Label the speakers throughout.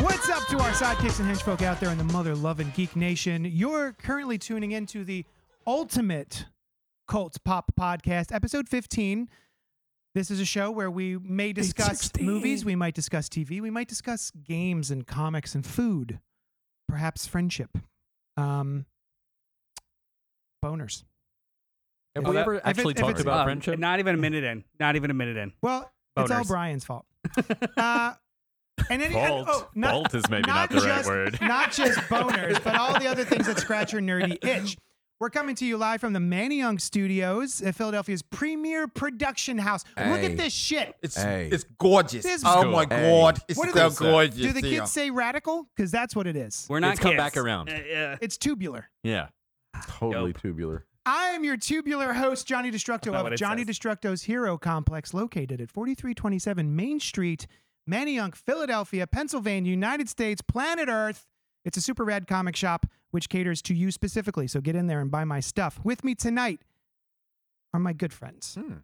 Speaker 1: What's up to our sidekicks and henchfolk out there in the mother loving geek nation? You're currently tuning into the ultimate cult pop podcast, episode 15. This is a show where we may discuss
Speaker 2: 16.
Speaker 1: movies, we might discuss TV, we might discuss games and comics and food, perhaps friendship, um, boners.
Speaker 2: Have
Speaker 3: Well,
Speaker 2: we
Speaker 3: that-
Speaker 2: ever
Speaker 3: if
Speaker 2: actually
Speaker 1: it's- if
Speaker 2: talked
Speaker 1: it's-
Speaker 2: about
Speaker 3: um,
Speaker 2: friendship?
Speaker 4: Not even a minute in. Not even a minute in.
Speaker 1: Well, it's all
Speaker 4: Boners.
Speaker 1: Brian's fault. uh, and any, and-
Speaker 2: Fault.
Speaker 1: oh, not,
Speaker 2: Fault is maybe not, the right
Speaker 1: just,
Speaker 2: word.
Speaker 1: Not just boners, but all the other things that scratch your nerdy itch. We're coming to you live from the Manny Young Studios, uh, Philadelphia's premier production house. Look
Speaker 5: Hey.
Speaker 1: at this shit.
Speaker 5: It's
Speaker 3: Hey.
Speaker 5: it's gorgeous.
Speaker 1: This is
Speaker 5: oh
Speaker 1: cool.
Speaker 5: my
Speaker 3: Hey.
Speaker 5: god, it's
Speaker 1: What do
Speaker 5: so
Speaker 1: they-
Speaker 5: gorgeous.
Speaker 1: Do the
Speaker 5: here.
Speaker 1: kids say radical? Because that's what it is.
Speaker 4: We're not
Speaker 2: It's come
Speaker 4: kids.
Speaker 2: back around.
Speaker 4: Uh, yeah.
Speaker 1: It's tubular.
Speaker 2: yeah.
Speaker 3: Totally tubular.
Speaker 1: I am your tubular host, Johnny Destructo
Speaker 4: not what
Speaker 1: of
Speaker 4: it
Speaker 1: Johnny
Speaker 4: says.
Speaker 1: Destructo's Hero Complex, located at 4327 Main Street, Manayunk, Philadelphia, Pennsylvania, United States, planet Earth. It's a super rad comic shop which caters to you specifically. So get in there and buy my stuff. With me tonight are my good friends
Speaker 3: Hmm.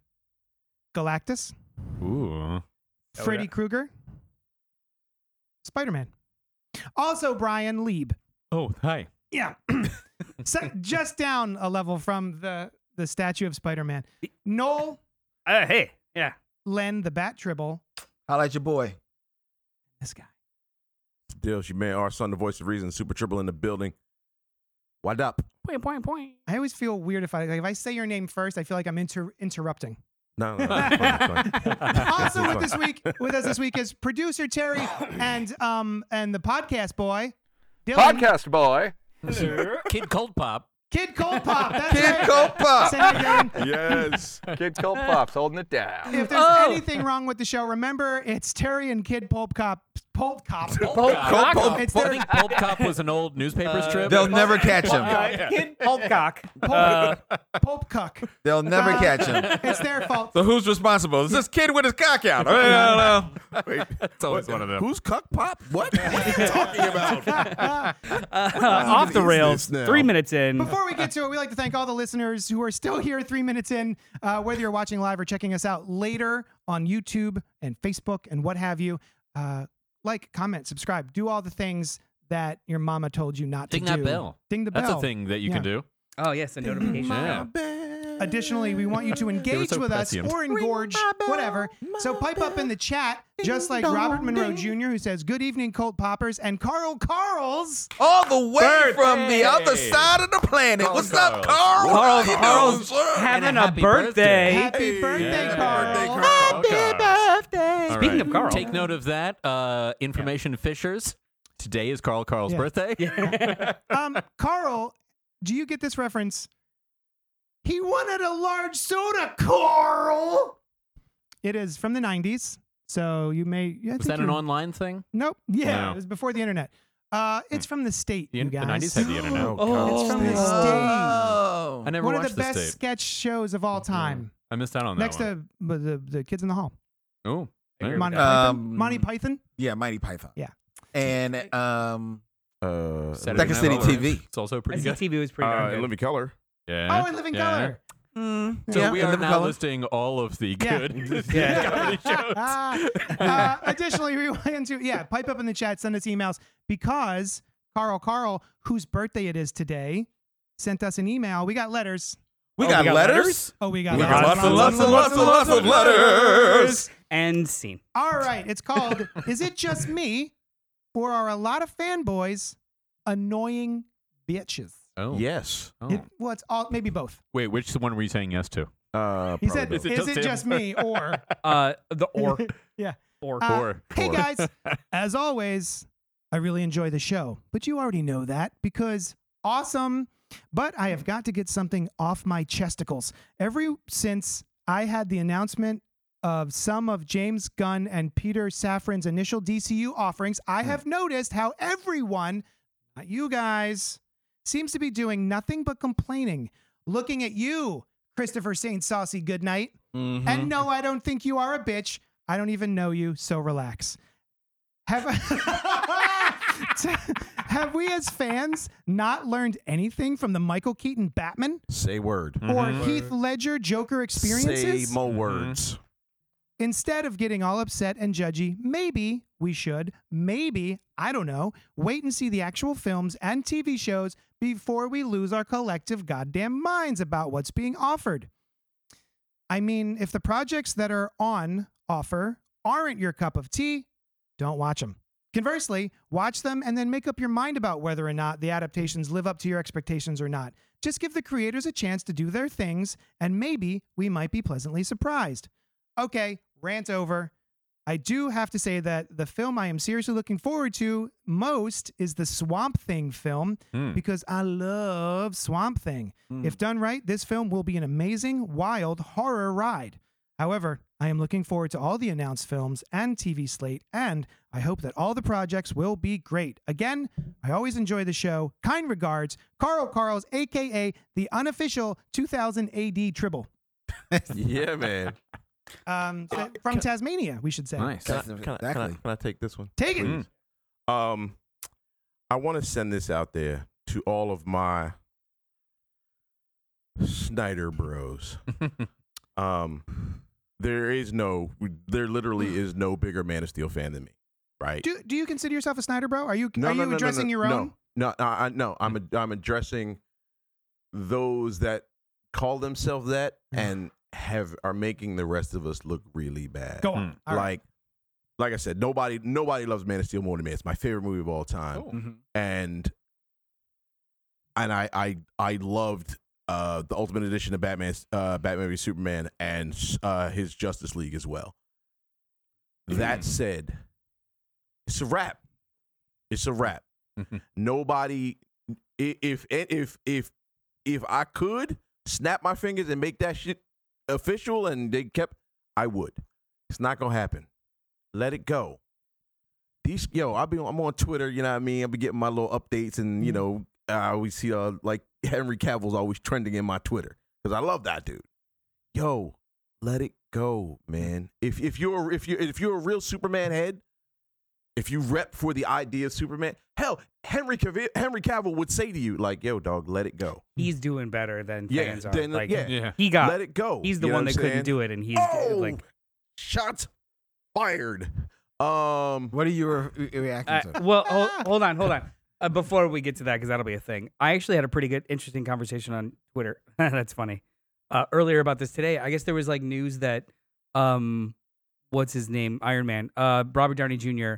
Speaker 1: Galactus,
Speaker 2: Ooh.
Speaker 4: Oh,
Speaker 1: Freddy
Speaker 4: yeah.
Speaker 1: Krueger, Spider Man. Also, Brian Lieb.
Speaker 2: Oh, hi.
Speaker 1: Yeah. so, just down a level from the, the statue of Spider Man.
Speaker 4: E
Speaker 1: Noel.
Speaker 4: Uh, hey. Yeah.
Speaker 1: Len the Bat Tribble.
Speaker 5: Holla at your boy.
Speaker 1: This guy.
Speaker 6: Dills, your man, our son, the voice of reason, Super Triple in the building. What up?
Speaker 1: I always feel weird if I like, if I say your name first. I feel like I'm inter- interrupting.
Speaker 6: No, no, no. it's fine, it's fine.
Speaker 1: also,
Speaker 6: That's
Speaker 1: with this week, with us this week is producer Terry and um and the podcast boy, Dylan,
Speaker 7: boy.
Speaker 2: Kid Cold Pop.
Speaker 1: Kid Cold Pop. That's
Speaker 5: Kid
Speaker 1: right.
Speaker 5: Copa.
Speaker 1: Say it again.
Speaker 6: Yes.
Speaker 7: Kid Cold Pop's holding it down.
Speaker 1: If there's anything wrong with the show, remember it's Terry and Kid Pulp Cop. Pulp Cop.
Speaker 5: Copa.
Speaker 1: It's
Speaker 2: I
Speaker 1: their
Speaker 2: think Cold Cop was an old newspaper strip.
Speaker 5: They'll never catch
Speaker 2: Uh,
Speaker 5: him.
Speaker 4: Kid Polkcock.
Speaker 1: Pulp, Pulp Cuck.
Speaker 5: They'll never
Speaker 1: Uh,
Speaker 5: catch him.
Speaker 1: It's their fault.
Speaker 5: So who's responsible? Is this kid with his cock out?
Speaker 2: That's always one of them.
Speaker 6: Who's cuck pop? What? What are you talking about?
Speaker 4: off the
Speaker 6: is
Speaker 4: rails.
Speaker 6: this now?
Speaker 4: Three minutes in.
Speaker 2: Mm-hmm.
Speaker 1: Before we get to it, we'd like to thank all the listeners who are still here three minutes in, uh, whether you're watching live or checking us out later on YouTube and Facebook and what have you. Uh, like, comment, subscribe, do all the things that your mama told you not
Speaker 2: Ding
Speaker 1: to do.
Speaker 2: that bell.
Speaker 1: Ding the
Speaker 2: That's
Speaker 1: bell.
Speaker 2: a thing that you
Speaker 1: Yeah.
Speaker 2: can do.
Speaker 4: oh yes, a notification.
Speaker 2: Yeah.
Speaker 1: Additionally, we want you to engage
Speaker 2: so
Speaker 1: with
Speaker 2: prescient.
Speaker 1: us or engorge, whatever. So pipe up in the chat, just like Robert Monroe Jr., who says, Good evening, Colt Poppers, and Carl Carls.
Speaker 5: All the way from the other side of the planet. What's up, Carl?
Speaker 4: Carl,
Speaker 5: You know,
Speaker 4: Carl's
Speaker 5: sir.
Speaker 4: Having
Speaker 2: And
Speaker 4: a,
Speaker 2: a happy
Speaker 4: birthday.
Speaker 1: Happy birthday,
Speaker 2: Happy
Speaker 1: Carl.
Speaker 5: birthday, Carl.
Speaker 2: All
Speaker 4: Speaking
Speaker 2: right.
Speaker 4: of Carl.
Speaker 2: Take note of that. Uh, information fishers. Today is Carl Carl's
Speaker 1: Yeah.
Speaker 2: birthday.
Speaker 1: um, Carl, do you get this reference? He wanted a large soda, Carl. It is from the '90s, so you may. Yeah, I
Speaker 2: Was
Speaker 1: think
Speaker 2: that an
Speaker 1: you're-
Speaker 2: online thing?
Speaker 1: Nope. Yeah,
Speaker 2: No. Hmm.
Speaker 1: it was before the internet. Uh, it's from the state.
Speaker 2: The,
Speaker 1: you
Speaker 2: the
Speaker 1: guys.
Speaker 2: 90s had the internet.
Speaker 6: Oh,
Speaker 1: It's
Speaker 6: oh,
Speaker 1: from the
Speaker 6: God.
Speaker 1: state.
Speaker 5: Oh.
Speaker 2: I never
Speaker 1: One of
Speaker 2: watched
Speaker 1: the
Speaker 2: this
Speaker 1: best
Speaker 2: tape.
Speaker 1: sketch shows of all time.
Speaker 2: I missed out on that
Speaker 1: Next
Speaker 2: one.
Speaker 1: to uh, the the kids in the hall.
Speaker 2: oh,
Speaker 4: Here we
Speaker 1: Monty
Speaker 4: go.
Speaker 1: Python.
Speaker 5: Um,
Speaker 1: Monty Python.
Speaker 5: Yeah, Mighty Python.
Speaker 1: Yeah.
Speaker 5: And um,
Speaker 2: Saturday
Speaker 6: Uh,
Speaker 5: Second
Speaker 2: Night
Speaker 5: City
Speaker 2: Live.
Speaker 5: TV.
Speaker 2: It's also pretty good.
Speaker 4: SCTV was pretty
Speaker 6: uh,
Speaker 4: darn
Speaker 6: and
Speaker 4: good.
Speaker 6: Living Color.
Speaker 2: Yeah.
Speaker 1: Oh, and Living
Speaker 2: yeah.
Speaker 1: Color.
Speaker 2: So
Speaker 5: yeah,
Speaker 2: we
Speaker 5: and
Speaker 2: are
Speaker 5: Living
Speaker 2: now
Speaker 5: Colour.
Speaker 2: listing all of the
Speaker 1: Yeah.
Speaker 2: good
Speaker 4: Yeah.
Speaker 2: comedy shows.
Speaker 1: Ah. uh, additionally, we want to yeah, pipe up in the chat, send us emails because Carl Carl, whose birthday it is today, sent us an email. We got letters.
Speaker 5: We
Speaker 4: Oh,
Speaker 5: got
Speaker 4: we got
Speaker 5: letters.
Speaker 1: Oh, we got
Speaker 5: We got
Speaker 1: letters.
Speaker 5: lots and lots and lots and lots of letters.
Speaker 4: And scene.
Speaker 1: All right, it's called "Is It Just Me?" or are a lot of fanboys annoying bitches?
Speaker 2: Oh.
Speaker 6: Yes.
Speaker 2: Oh.
Speaker 1: It- well, it's all maybe both.
Speaker 2: Wait, which one were you saying yes to?
Speaker 6: Uh,
Speaker 1: He
Speaker 6: probably
Speaker 1: said,
Speaker 6: both.
Speaker 2: it
Speaker 1: "Is
Speaker 2: just
Speaker 1: it
Speaker 2: him?"
Speaker 1: just me?" Or
Speaker 4: Uh, the or.
Speaker 1: yeah.
Speaker 4: Or.
Speaker 1: Uh,
Speaker 2: Or-
Speaker 1: Hey
Speaker 2: or-
Speaker 1: guys, as always, I really enjoy the show, but you already know that because awesome. But I have got to get something off my chesticles. Every since I had the announcement of some of James Gunn and Peter Safran's initial DCU offerings, I have noticed how everyone, not you guys, seems to be doing nothing but complaining. Looking at you, Christopher St. Saucy Goodnight. And no, I don't think you are a bitch. I don't even know you, so relax. Have, have we as fans not learned anything from the Michael Keaton Batman
Speaker 6: Say word.
Speaker 1: or Heath Ledger Joker experiences?
Speaker 6: Say more words.
Speaker 5: Mm-hmm.
Speaker 1: Instead of getting all upset and judgy, maybe we should, maybe, I don't know, wait and see the actual films and TV shows before we lose our collective goddamn minds about what's being offered. I mean, if the projects that are on offer aren't your cup of tea, don't watch them. Conversely, watch them and then make up your mind about whether or not the adaptations live up to your expectations or not. Just give the creators a chance to do their things, and maybe we might be pleasantly surprised. Okay, rant over. I do have to say that the film I am seriously looking forward to most is the Swamp Thing film because I love Swamp Thing. If done right, this film will be an amazing, wild horror ride. However, I am looking forward to all the announced films and TV slate, and I hope that all the projects will be great. Again, I always enjoy the show. Kind regards, Carl Carls, aka the unofficial 2000 AD Tribble,
Speaker 6: yeah, man. Oh,
Speaker 1: um, so- from Tasmania, we should say.
Speaker 3: Nice.
Speaker 6: Can I, can I- can I-
Speaker 3: Exactly.
Speaker 6: can I take this one?
Speaker 1: Take it.
Speaker 6: Please. Um, I want to send this out there to all of my Snyder Bros. um, there is no, there
Speaker 1: Hmm.
Speaker 6: literally is no bigger Man of Steel fan than me, right?
Speaker 1: Do, do you consider yourself a Snyder bro? Are you
Speaker 6: No,
Speaker 1: are
Speaker 6: no,
Speaker 1: you
Speaker 6: no, no,
Speaker 1: addressing
Speaker 6: no,
Speaker 1: your own? Hmm.
Speaker 6: No, no, I, I- no. I'm a, I'm addressing those that call themselves that
Speaker 1: Hmm.
Speaker 6: and have are making the rest of us look really bad.
Speaker 1: Go
Speaker 4: Hmm.
Speaker 1: on. All right.
Speaker 6: like, like I said, nobody nobody loves Man of Steel more than me. It's my favorite movie of all
Speaker 1: Oh.
Speaker 6: time, and and I I I loved uh the Ultimate Edition of Batman uh Batman v Superman and uh his Justice League as well. That said, it's a wrap. It's a wrap. Nobody, i- if if if if I could snap my fingers and make that shit official, and they kept, I would. It's not gonna happen. Let it go. These yo, I be on- I'm on Twitter. You know what I mean. I be getting my little updates, and
Speaker 4: Mm-hmm.
Speaker 6: you know, I always see uh like Henry Cavill's always trending in my Twitter because I love that dude. Yo, let it go, man. If if you're if you if you're a real Superman head, if you rep for the idea of Superman, hell, Henry Cavill, Henry Cavill would say to you, like, yo, dog, let it go.
Speaker 4: He's doing better than
Speaker 6: Yeah,
Speaker 4: fans are.
Speaker 6: then,
Speaker 4: like,
Speaker 6: yeah,
Speaker 3: Yeah.
Speaker 4: he got.
Speaker 6: let it go.
Speaker 4: he's the
Speaker 6: You know
Speaker 4: one
Speaker 6: what
Speaker 4: that
Speaker 6: I'm
Speaker 4: couldn't
Speaker 6: saying?
Speaker 4: do it, and he's
Speaker 6: oh,
Speaker 4: like,
Speaker 6: shots fired. Um,
Speaker 8: What are you re- reacting
Speaker 4: I-
Speaker 8: to?
Speaker 4: well, hold, hold on, hold on. Uh, before we get to that, because that'll be a thing. I actually had a pretty good, interesting conversation on Twitter. That's funny. Uh, earlier about this today, I guess there was like news that, um, what's his name, Iron Man, uh, Robert Downey Jr.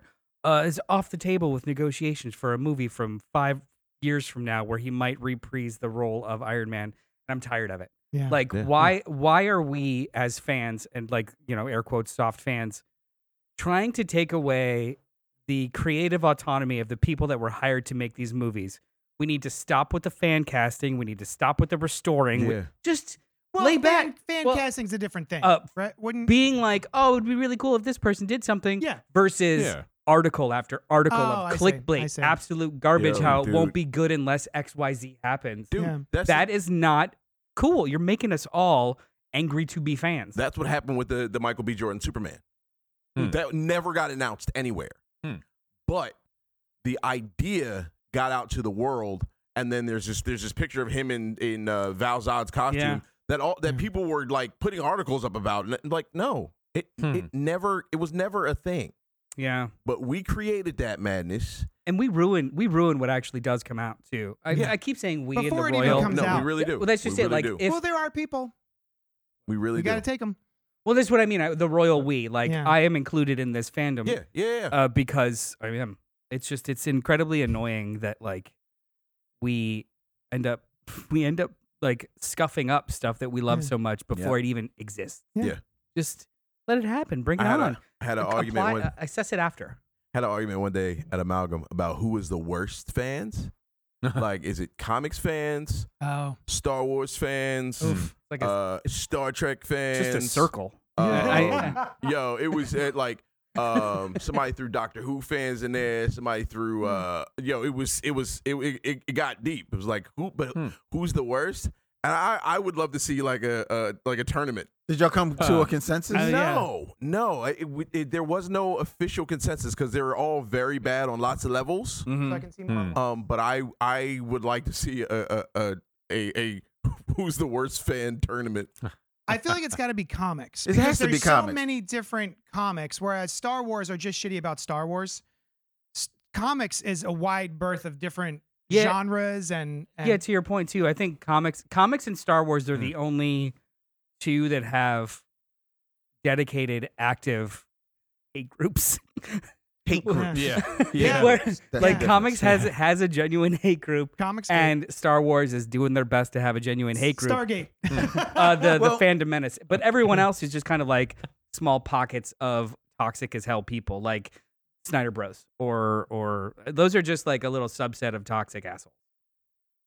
Speaker 4: Uh, is off the table with negotiations for a movie from five years from now where he might reprise the role of Iron Man. And I'm tired of it.
Speaker 1: Yeah.
Speaker 4: Like,
Speaker 6: Yeah.
Speaker 4: why why are we as fans and like you know air quotes soft fans trying to take away the creative autonomy of the people that were hired to make these movies? We need to stop with the fan casting. We need to stop with the restoring. We-
Speaker 6: Yeah.
Speaker 4: just
Speaker 1: well,
Speaker 4: lay
Speaker 1: fan-
Speaker 4: back.
Speaker 1: Fan
Speaker 4: Well,
Speaker 1: casting's a different thing,
Speaker 4: uh,
Speaker 1: right? Wouldn't
Speaker 4: being like, oh, it'd be really cool if this person did something.
Speaker 1: Yeah.
Speaker 4: Versus
Speaker 3: Yeah.
Speaker 4: article after article
Speaker 1: Oh, I
Speaker 4: of
Speaker 1: see. I
Speaker 4: clickbait,
Speaker 1: see.
Speaker 4: absolute garbage.
Speaker 6: Yo,
Speaker 4: how it won't
Speaker 6: dude.
Speaker 4: be good unless X Y Z happens.
Speaker 6: dude,
Speaker 1: Yeah.
Speaker 6: that's
Speaker 4: That is not cool. You're making us all angry to be fans.
Speaker 6: that's what happened with the the Michael B. Jordan Superman.
Speaker 3: Hmm.
Speaker 6: That never got announced anywhere,
Speaker 3: Hmm.
Speaker 6: but the idea got out to the world, and then there's this there's this picture of him in in uh, Val Zod's costume
Speaker 4: Yeah.
Speaker 6: that all that people were like putting articles up about, and like no, it
Speaker 3: Hmm.
Speaker 6: it never it was never a thing,
Speaker 4: yeah.
Speaker 6: but we created that madness.
Speaker 4: And we ruin we ruin what actually does come out too. I, I keep saying we
Speaker 1: Before
Speaker 4: in
Speaker 1: it
Speaker 4: the
Speaker 1: even
Speaker 4: royal.
Speaker 1: comes
Speaker 6: no,
Speaker 1: out.
Speaker 6: we really do.
Speaker 4: Well, that's just
Speaker 6: we
Speaker 4: it.
Speaker 6: really
Speaker 4: Like
Speaker 6: do.
Speaker 4: if
Speaker 1: well, there are people.
Speaker 6: we really
Speaker 1: You got to
Speaker 6: do.
Speaker 1: take them.
Speaker 4: well, that's what I mean. I, the royal we. Like
Speaker 1: Yeah.
Speaker 4: I am included in this fandom.
Speaker 6: yeah, yeah, yeah.
Speaker 4: uh, because I am. It's just it's incredibly annoying that like we end up we end up like scuffing up stuff that we love
Speaker 1: Yeah.
Speaker 4: so much before it even exists.
Speaker 1: Yeah.
Speaker 6: Yeah.
Speaker 4: Just let it happen. Bring it
Speaker 6: I had,
Speaker 4: on.
Speaker 6: a, had an
Speaker 4: Like,
Speaker 6: argument.
Speaker 4: apply-
Speaker 6: One,
Speaker 4: uh, assess it after.
Speaker 6: had an argument one day at Amalgam about who was the worst fans. like, is it comics fans,
Speaker 1: Oh,
Speaker 6: Star Wars fans, Hmm.
Speaker 4: It's like a,
Speaker 6: uh, Star Trek fans?
Speaker 4: just a circle.
Speaker 6: Um,
Speaker 4: I-
Speaker 6: yo, it was at like um somebody threw Doctor Who fans in there. Somebody
Speaker 4: Hmm.
Speaker 6: threw uh yo. It was it was it it, it got deep. It was like who but
Speaker 2: Hmm.
Speaker 6: who's the worst? And I I would love to see like a, a like a tournament.
Speaker 5: Did y'all come to a consensus?
Speaker 4: Uh, yeah.
Speaker 6: no, no, it, it, it, there was no official consensus because they were all very bad on lots of levels.
Speaker 1: So I
Speaker 4: Mhm.
Speaker 1: can see more.
Speaker 6: Um, but I I would like to see a a a, a, a who's the worst fan tournament.
Speaker 1: I feel like it's got to be comics.
Speaker 5: It
Speaker 1: because
Speaker 5: has to be
Speaker 1: there's so
Speaker 5: comics.
Speaker 1: many different comics, whereas Star Wars are just shitty about Star Wars. S- comics is a wide berth of different
Speaker 4: Yeah.
Speaker 1: genres and, and
Speaker 4: Yeah, to your point too. I think comics, comics and Star Wars are the only two that have dedicated active hate groups. hate
Speaker 1: groups.
Speaker 2: Yeah.
Speaker 1: Yeah.
Speaker 4: Where,
Speaker 5: the
Speaker 4: like
Speaker 5: difference.
Speaker 4: comics has has a genuine hate group,
Speaker 1: comics do.
Speaker 4: and Star Wars is doing their best to have a genuine hate group.
Speaker 1: Stargate.
Speaker 4: uh, the
Speaker 5: Well-
Speaker 4: the fandom menace. But everyone else is just kind of like small pockets of toxic as hell people, like Snyder Bros, or or those are just like a little subset of toxic assholes,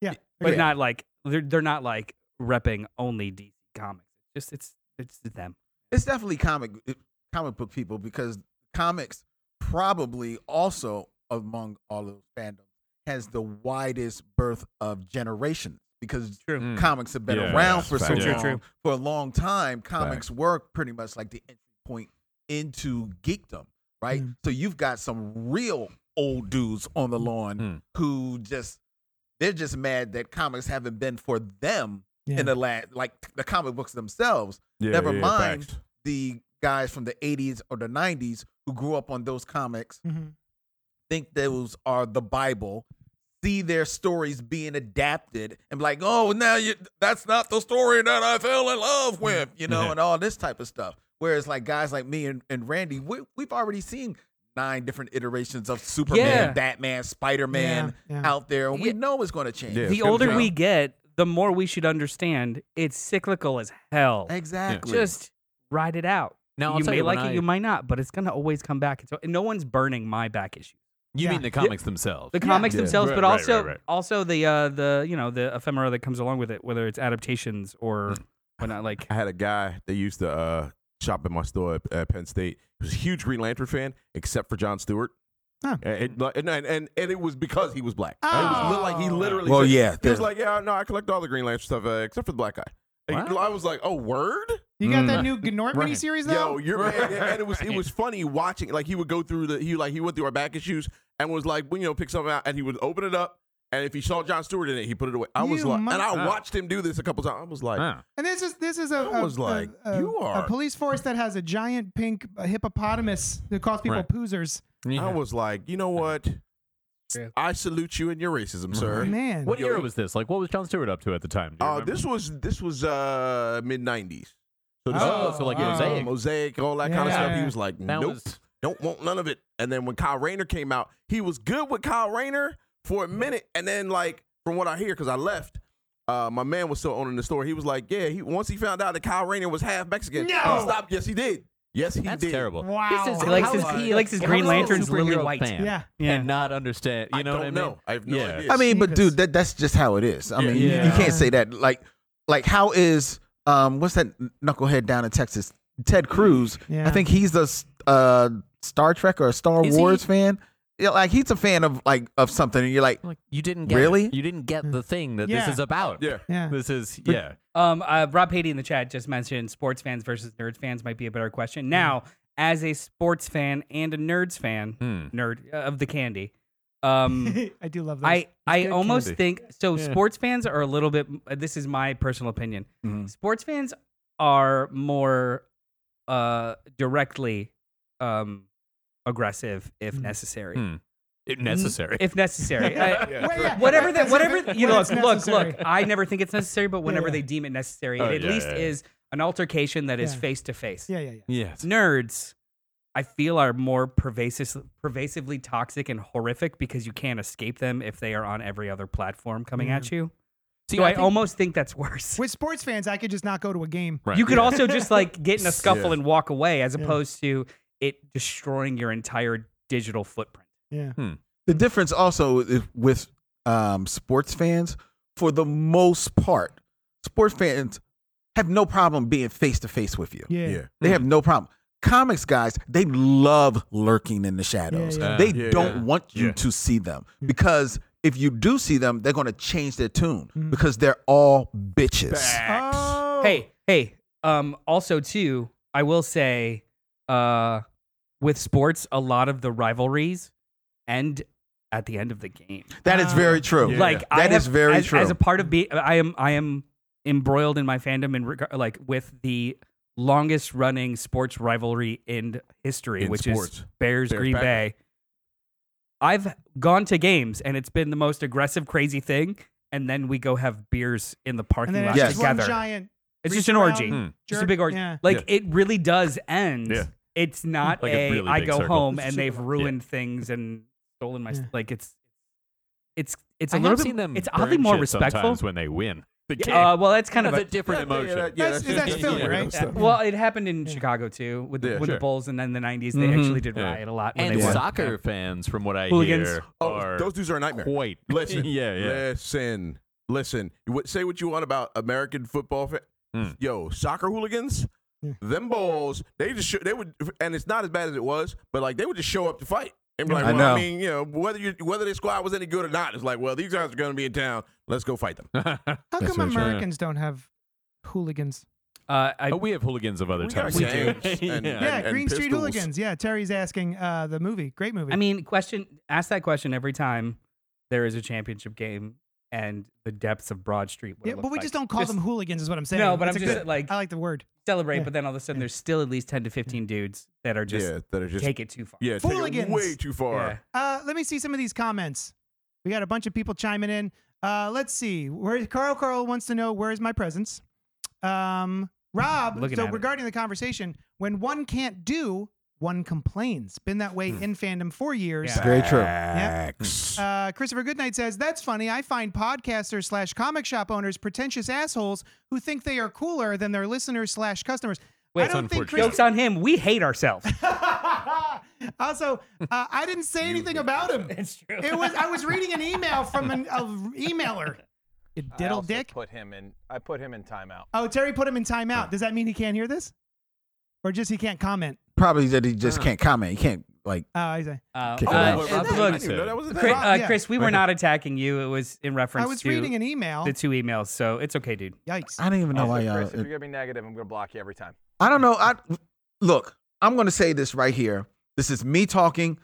Speaker 1: yeah,
Speaker 4: but
Speaker 1: agreed.
Speaker 4: not like they're they're not like repping only DC comics. Just it's it's them.
Speaker 5: it's definitely comic eh, comic book people because comics probably also among all of fandom has the widest birth of generations because
Speaker 4: True.
Speaker 8: Hmm.
Speaker 2: Mm.
Speaker 5: comics have been
Speaker 3: Yeah,
Speaker 5: around
Speaker 3: yeah,
Speaker 5: for so
Speaker 3: facts.
Speaker 4: True,
Speaker 5: long.
Speaker 4: true.
Speaker 5: For a long time, comics were pretty much like the entry point into geekdom, right?
Speaker 4: Hmm.
Speaker 1: Mm.
Speaker 5: So you've got some real old dudes on the lawn
Speaker 2: Mm.
Speaker 5: who just they're just mad that comics haven't been for them
Speaker 1: Yeah.
Speaker 5: in the last like the comic books themselves
Speaker 3: Yeah,
Speaker 5: Never
Speaker 3: yeah,
Speaker 5: mind.
Speaker 3: facts.
Speaker 5: the guys from the 80s or the 90s who grew up on those comics
Speaker 1: Mhm.
Speaker 5: think those are the bible see their stories being adapted and be like oh now you that's not the story that i fell in love with you know and all this type of stuff whereas like guys like me and, and randy we, we've already seen nine different iterations of superman
Speaker 4: Yeah.
Speaker 5: batman spider-man
Speaker 1: Yeah, yeah.
Speaker 5: out there and we
Speaker 4: Yeah.
Speaker 5: know it's going to change
Speaker 3: Yeah.
Speaker 4: the
Speaker 3: gonna
Speaker 4: older
Speaker 3: change.
Speaker 4: we get, the more we should understand it's cyclical as hell.
Speaker 5: exactly
Speaker 4: Just ride it out.
Speaker 2: Now, I'll
Speaker 4: you
Speaker 2: tell
Speaker 4: may
Speaker 2: you when
Speaker 4: like it,
Speaker 2: I-
Speaker 4: you might not, but it's gonna always come back. It's, and no one's burning my back issue.
Speaker 2: You
Speaker 1: Yeah.
Speaker 2: mean the comics themselves?
Speaker 4: the comics
Speaker 3: Yeah.
Speaker 4: themselves,
Speaker 3: Right,
Speaker 4: but
Speaker 3: right,
Speaker 4: also
Speaker 3: right, right.
Speaker 4: also the uh, the you know the ephemera that comes along with it, whether it's adaptations or whatnot. Like
Speaker 6: I had a guy that used to uh, shop in my store at, at Penn State. He was a huge Green Lantern fan, except for John Stewart.
Speaker 1: Huh.
Speaker 6: And, it- and, and and it was because he was black. It
Speaker 1: Oh.
Speaker 6: was li- like he literally.
Speaker 5: Well,
Speaker 6: said-
Speaker 5: yeah,
Speaker 6: He was
Speaker 5: the-
Speaker 6: like, yeah, no, I collect all the Green Lantern stuff uh, except for the black guy. And I was like, oh, word.
Speaker 1: You got that new Gnort miniseries though?
Speaker 6: Yo, you're man. and it was it was funny watching. Like he would go through the he like he went through our back issues and was like, you know, pick something out, and he would open it up. And if he saw John Stewart in it, he put it away. I was
Speaker 1: You
Speaker 6: like,
Speaker 1: must-
Speaker 6: and I watched him do this a couple times. I was like,
Speaker 2: Huh.
Speaker 1: and this is this is a,
Speaker 6: I
Speaker 1: a-
Speaker 6: was
Speaker 1: a-
Speaker 6: like,
Speaker 1: a-
Speaker 6: you
Speaker 1: a
Speaker 6: are-
Speaker 1: police force that has a giant pink hippopotamus that calls people
Speaker 2: Right.
Speaker 1: poosers.
Speaker 6: I was like, you know what?
Speaker 4: Yeah.
Speaker 6: I salute you and your
Speaker 2: Mm-hmm.
Speaker 6: racism, sir.
Speaker 1: Man,
Speaker 2: What era was this? Like, what was John Stewart up to at the time? Do you
Speaker 6: Uh,
Speaker 2: remember?
Speaker 6: this was this was uh, mid '90s. So this
Speaker 2: Oh,
Speaker 6: was,
Speaker 2: so like
Speaker 6: uh,
Speaker 2: Mosaic.
Speaker 6: mosaic, all that kind of
Speaker 1: Yeah.
Speaker 6: stuff. He was like,
Speaker 2: that
Speaker 6: nope,
Speaker 2: was
Speaker 6: don't want none of it. And then when Kyle Rayner came out, he was good with Kyle Rayner for a minute, and then like from what I hear, because I left. Uh, my man was still owning the store. He was like, "Yeah." He once he found out that Kyle Rayner was half Mexican,
Speaker 1: No!
Speaker 6: he stopped. Yes, he did. Yes, he
Speaker 2: that's
Speaker 6: did.
Speaker 2: terrible.
Speaker 1: Wow.
Speaker 2: This is,
Speaker 4: He likes
Speaker 2: how
Speaker 4: his-
Speaker 2: is
Speaker 4: he likes his
Speaker 2: how
Speaker 4: Green
Speaker 2: is he a
Speaker 4: Lanterns lily
Speaker 2: superhero
Speaker 4: white.
Speaker 2: fan
Speaker 1: Yeah.
Speaker 2: and not understand. You know
Speaker 6: I don't
Speaker 2: what I mean?
Speaker 6: know. I have no
Speaker 2: Yeah.
Speaker 6: idea.
Speaker 5: I mean, but
Speaker 1: Stevens.
Speaker 5: dude, that that's just how it is. I
Speaker 6: Yeah.
Speaker 5: mean, you- You,
Speaker 1: Yeah.
Speaker 5: can't say that. Like, like how is um what's that knucklehead down in Texas? Ted Cruz.
Speaker 1: Yeah.
Speaker 5: I think he's a s- uh Star Trek or a Star
Speaker 2: Is
Speaker 5: Wars
Speaker 2: he?
Speaker 5: fan. Yeah, like he's a fan of like of something, and you're like,
Speaker 2: Like, you didn't get it.
Speaker 5: Really?
Speaker 2: You didn't get the thing that
Speaker 1: Yeah.
Speaker 2: this is about.
Speaker 6: yeah.
Speaker 1: yeah.
Speaker 2: This is yeah.
Speaker 4: um, uh, Rob Patey in the chat just mentioned sports fans versus nerds fans might be a better
Speaker 2: Mm-hmm.
Speaker 4: question. Now, as a sports fan and a nerds fan,
Speaker 2: Hmm.
Speaker 4: nerd uh, of the candy, um,
Speaker 1: I do love those.
Speaker 4: I, I almost
Speaker 2: candy.
Speaker 4: think so.
Speaker 2: Yeah.
Speaker 4: Sports fans are a little bit. This is my personal opinion.
Speaker 2: Mm-hmm.
Speaker 5: Mhm.
Speaker 4: Sports fans are more uh, directly um, aggressive if
Speaker 1: Mm.
Speaker 4: necessary.
Speaker 2: Hmm. It necessary.
Speaker 4: If necessary, I-
Speaker 1: Well, yeah,
Speaker 4: whatever that,
Speaker 1: that's-
Speaker 4: whatever
Speaker 1: that's-
Speaker 4: you know,
Speaker 1: when
Speaker 4: look,
Speaker 1: it's
Speaker 4: look,
Speaker 1: necessary.
Speaker 4: look. I never think it's necessary, but whenever
Speaker 1: yeah.
Speaker 4: they deem it necessary,
Speaker 2: Oh,
Speaker 4: it at
Speaker 2: yeah,
Speaker 4: least
Speaker 2: yeah, yeah.
Speaker 4: is an altercation that is
Speaker 1: Yeah.
Speaker 4: face to face.
Speaker 1: Yeah, yeah, yeah.
Speaker 2: yes.
Speaker 4: Nerds, I feel, are more pervasive, pervasively toxic and horrific because you can't escape them if they are on every other platform coming
Speaker 1: Yeah.
Speaker 4: at you.
Speaker 2: See,
Speaker 4: So I,
Speaker 2: think-
Speaker 4: almost think that's worse.
Speaker 1: With sports fans, I could just not go to a game.
Speaker 2: Right.
Speaker 4: You could also just like get in a scuffle
Speaker 6: Yeah.
Speaker 4: and walk away as
Speaker 1: Yeah.
Speaker 4: opposed to it destroying your entire digital footprint.
Speaker 1: Yeah.
Speaker 5: The difference also is with um, sports fans, for the most part, sports fans have no problem being face to face with you.
Speaker 1: Yeah.
Speaker 6: Yeah.
Speaker 5: They have no problem. Comics guys, they love lurking in the shadows.
Speaker 1: Yeah, yeah.
Speaker 5: They
Speaker 6: Yeah,
Speaker 5: don't
Speaker 6: yeah.
Speaker 5: want you
Speaker 6: Yeah.
Speaker 5: to see them because if you do see them, they're going to change their tune
Speaker 1: Mhm.
Speaker 5: because they're all bitches.
Speaker 1: Oh.
Speaker 4: Hey, hey. Um, also, too, I will say, uh, with sports, a lot of the rivalries end at the end of the game.
Speaker 5: That is very true.
Speaker 6: Yeah.
Speaker 4: Like I
Speaker 5: That
Speaker 4: have-
Speaker 5: is very
Speaker 4: as,
Speaker 5: true.
Speaker 4: As a part of being, I am, I am embroiled in my fandom in regard, like with the longest running sports rivalry in history,
Speaker 6: In
Speaker 4: which is
Speaker 6: sports.
Speaker 4: Bears,
Speaker 6: Bears,
Speaker 4: Green
Speaker 6: Packers.
Speaker 4: Bay. I've gone to games and it's been the most aggressive, crazy thing. And then we go have beers in the parking
Speaker 1: And then
Speaker 4: lot
Speaker 1: it's
Speaker 5: Yes.
Speaker 1: just
Speaker 4: together.
Speaker 1: one giant.
Speaker 4: It's
Speaker 1: reach
Speaker 4: just an
Speaker 1: around,
Speaker 4: orgy.
Speaker 1: jerk.
Speaker 4: Just a big orgy.
Speaker 1: Yeah.
Speaker 4: Like it really does end.
Speaker 9: Yeah.
Speaker 4: It's not
Speaker 9: Like
Speaker 4: a,
Speaker 9: a really
Speaker 4: I
Speaker 9: big
Speaker 4: go
Speaker 9: circle.
Speaker 4: home
Speaker 1: It's
Speaker 4: and
Speaker 1: super
Speaker 4: they've
Speaker 1: long.
Speaker 4: ruined things and stolen my
Speaker 1: Yeah.
Speaker 4: like it's it's it's a
Speaker 2: I
Speaker 4: little
Speaker 2: have
Speaker 4: bit
Speaker 2: seen them
Speaker 4: it's
Speaker 8: burn
Speaker 4: oddly more
Speaker 8: shit
Speaker 4: respectful.
Speaker 8: sometimes when they win. The game.
Speaker 4: Uh, well, that's kind
Speaker 2: Kind
Speaker 4: of
Speaker 2: of a
Speaker 4: a,
Speaker 2: different emotion.
Speaker 1: That's- that's Philly, right?
Speaker 6: stuff.
Speaker 4: well, it happened in
Speaker 1: Yeah.
Speaker 4: Chicago too with the,
Speaker 6: Yeah,
Speaker 4: with the
Speaker 6: sure.
Speaker 4: Bulls and then the '90s. They Mhm. actually did
Speaker 8: Yeah.
Speaker 4: riot a lot when
Speaker 2: And
Speaker 4: they won.
Speaker 2: soccer fans, from what I
Speaker 4: Hooligans.
Speaker 2: hear,
Speaker 6: Oh,
Speaker 8: are
Speaker 6: those dudes are a nightmare.
Speaker 8: quite.
Speaker 6: Listen,
Speaker 8: yeah, yeah.
Speaker 6: listen, listen. You would- Say what you want about American football. Fa-
Speaker 8: Mm.
Speaker 6: Yo, soccer hooligans,
Speaker 1: Yeah.
Speaker 6: them balls. They just sho- they would, and it's not as bad as it was, but like they would just show up to fight. And be like,
Speaker 5: I
Speaker 6: well, I
Speaker 5: know.
Speaker 6: mean, you know, whether you whether their squad was any good or not, it's like, well, these guys are going to be in town. Let's go fight them.
Speaker 1: How
Speaker 6: That's
Speaker 1: come
Speaker 6: what I'm trying-
Speaker 1: Americans don't have hooligans?
Speaker 4: Uh, I,
Speaker 8: But Oh, we have hooligans of other
Speaker 6: We got
Speaker 8: types.
Speaker 6: gangs and-
Speaker 8: Yeah.
Speaker 6: and-
Speaker 1: yeah, Green Street
Speaker 6: pistols.
Speaker 1: Hooligans. Yeah, Terry's asking uh, the movie. Great movie.
Speaker 4: I mean, question. Ask that question every time there is a championship game and the depths of Broad Street. would
Speaker 1: yeah,
Speaker 4: look
Speaker 1: but we
Speaker 4: like.
Speaker 1: just don't call them hooligans, is what I'm saying.
Speaker 4: No, but
Speaker 1: It's
Speaker 4: I'm
Speaker 1: a
Speaker 4: just
Speaker 1: good-
Speaker 4: like
Speaker 1: I like the word.
Speaker 4: celebrate.
Speaker 1: Yeah.
Speaker 4: But then all of a sudden, there's still at least ten to fifteen dudes that are just
Speaker 6: yeah, that are just
Speaker 4: take it too far.
Speaker 6: yeah, take it
Speaker 1: Hooligans.
Speaker 6: way too far.
Speaker 4: Yeah.
Speaker 1: Uh, let me see some of these comments. We got a bunch of people chiming in. Uh, let's see. Where Carl Carl wants to know where is my presence? Um, Rob.
Speaker 4: Looking
Speaker 1: so
Speaker 4: at it.
Speaker 1: regarding the conversation, when one can't do, one complains. Been that way in fandom for years.
Speaker 4: Hmm. Yeah.
Speaker 5: very true.
Speaker 6: Facts.
Speaker 1: Uh, Christopher Goodnight says, That's funny. I find podcasters slash comic shop owners pretentious assholes who think they are cooler than their listeners slash customers. I
Speaker 4: Wait,
Speaker 1: don't think Chris-
Speaker 4: Jokes on him. We hate ourselves.
Speaker 1: also, uh, I didn't say anything about him.
Speaker 4: it's true.
Speaker 1: It was I was reading an email from an a emailer. You
Speaker 7: I
Speaker 1: diddle
Speaker 7: also
Speaker 1: dick.
Speaker 7: Put him in. I put him in timeout.
Speaker 1: Oh, Terry put him in timeout. Does that mean he can't hear this? Or just he can't comment?
Speaker 5: Probably that he just can't comment. He can't like
Speaker 1: Oh, I see.
Speaker 4: Uh,
Speaker 5: Kick
Speaker 4: uh,
Speaker 5: him out.
Speaker 6: Well,
Speaker 4: and
Speaker 6: Rob, I
Speaker 4: look,
Speaker 6: didn't even know that was a
Speaker 4: Chris,
Speaker 6: thing.
Speaker 4: uh,
Speaker 1: Yeah.
Speaker 4: Chris, we were not attacking you. It was in reference
Speaker 1: I was
Speaker 4: to
Speaker 1: reading an email.
Speaker 4: the two emails. So it's okay, dude.
Speaker 1: Yikes.
Speaker 5: I uh, don't even know
Speaker 7: Also,
Speaker 5: why y'all.
Speaker 7: Chris, if you're gonna be negative, I'm gonna block you every time.
Speaker 5: I don't know. I look. I'm gonna say this right here. This is me talking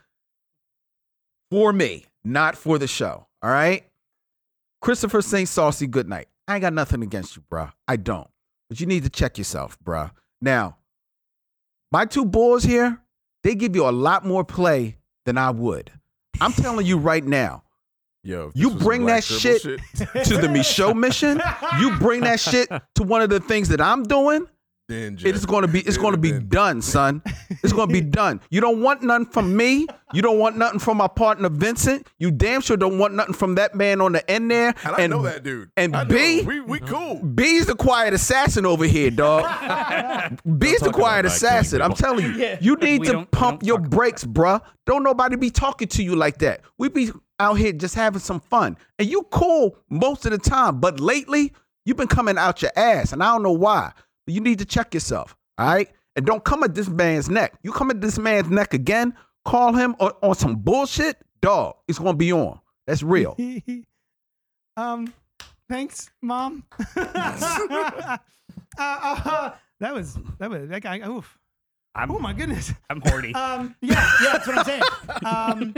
Speaker 5: for me, not for the show. All right. Christopher St. Saucy, good night. I ain't got nothing against you, bruh. I don't. But you need to check yourself, bruh. Now, my two boys here, they give you a lot more play than I would. I'm telling you right now.
Speaker 6: Yo, if
Speaker 5: You
Speaker 6: this was
Speaker 5: bring
Speaker 6: Black
Speaker 5: that
Speaker 6: Dribble
Speaker 5: shit to the Michaud mission, you bring that shit to one of the things that I'm doing,
Speaker 6: then just-
Speaker 5: it's going to be it's going to be
Speaker 6: then-
Speaker 5: done, son. It's going to be done. You don't want nothing from me. You don't want nothing from my partner Vincent. You damn sure don't want nothing from that man on the end there.
Speaker 6: And I know that dude.
Speaker 5: and
Speaker 6: I know.
Speaker 5: B-
Speaker 6: we we cool.
Speaker 5: B's the quiet assassin over here, dog. B's the
Speaker 8: talk about that
Speaker 5: quiet
Speaker 8: killing
Speaker 5: assassin. I'm
Speaker 8: people.
Speaker 5: telling you, you need
Speaker 4: We
Speaker 5: to
Speaker 4: don't- we
Speaker 5: pump
Speaker 4: don't
Speaker 5: your
Speaker 4: talk about
Speaker 5: brakes, bruh. Don't nobody be talking to you like that. We be out here just having some fun, and you cool most of the time. But lately, you've been coming out your ass, and I don't know why. But you need to check yourself, all right? And don't come at this man's neck. You come at this man's neck again, call him on, on some bullshit, dog. It's gonna be on. That's real.
Speaker 1: um, thanks, mom. uh, uh, that was that was that guy. Oof.
Speaker 4: I'm,
Speaker 1: Oh my goodness.
Speaker 4: I'm horny.
Speaker 1: Um, yeah, yeah, that's what I'm saying. Um,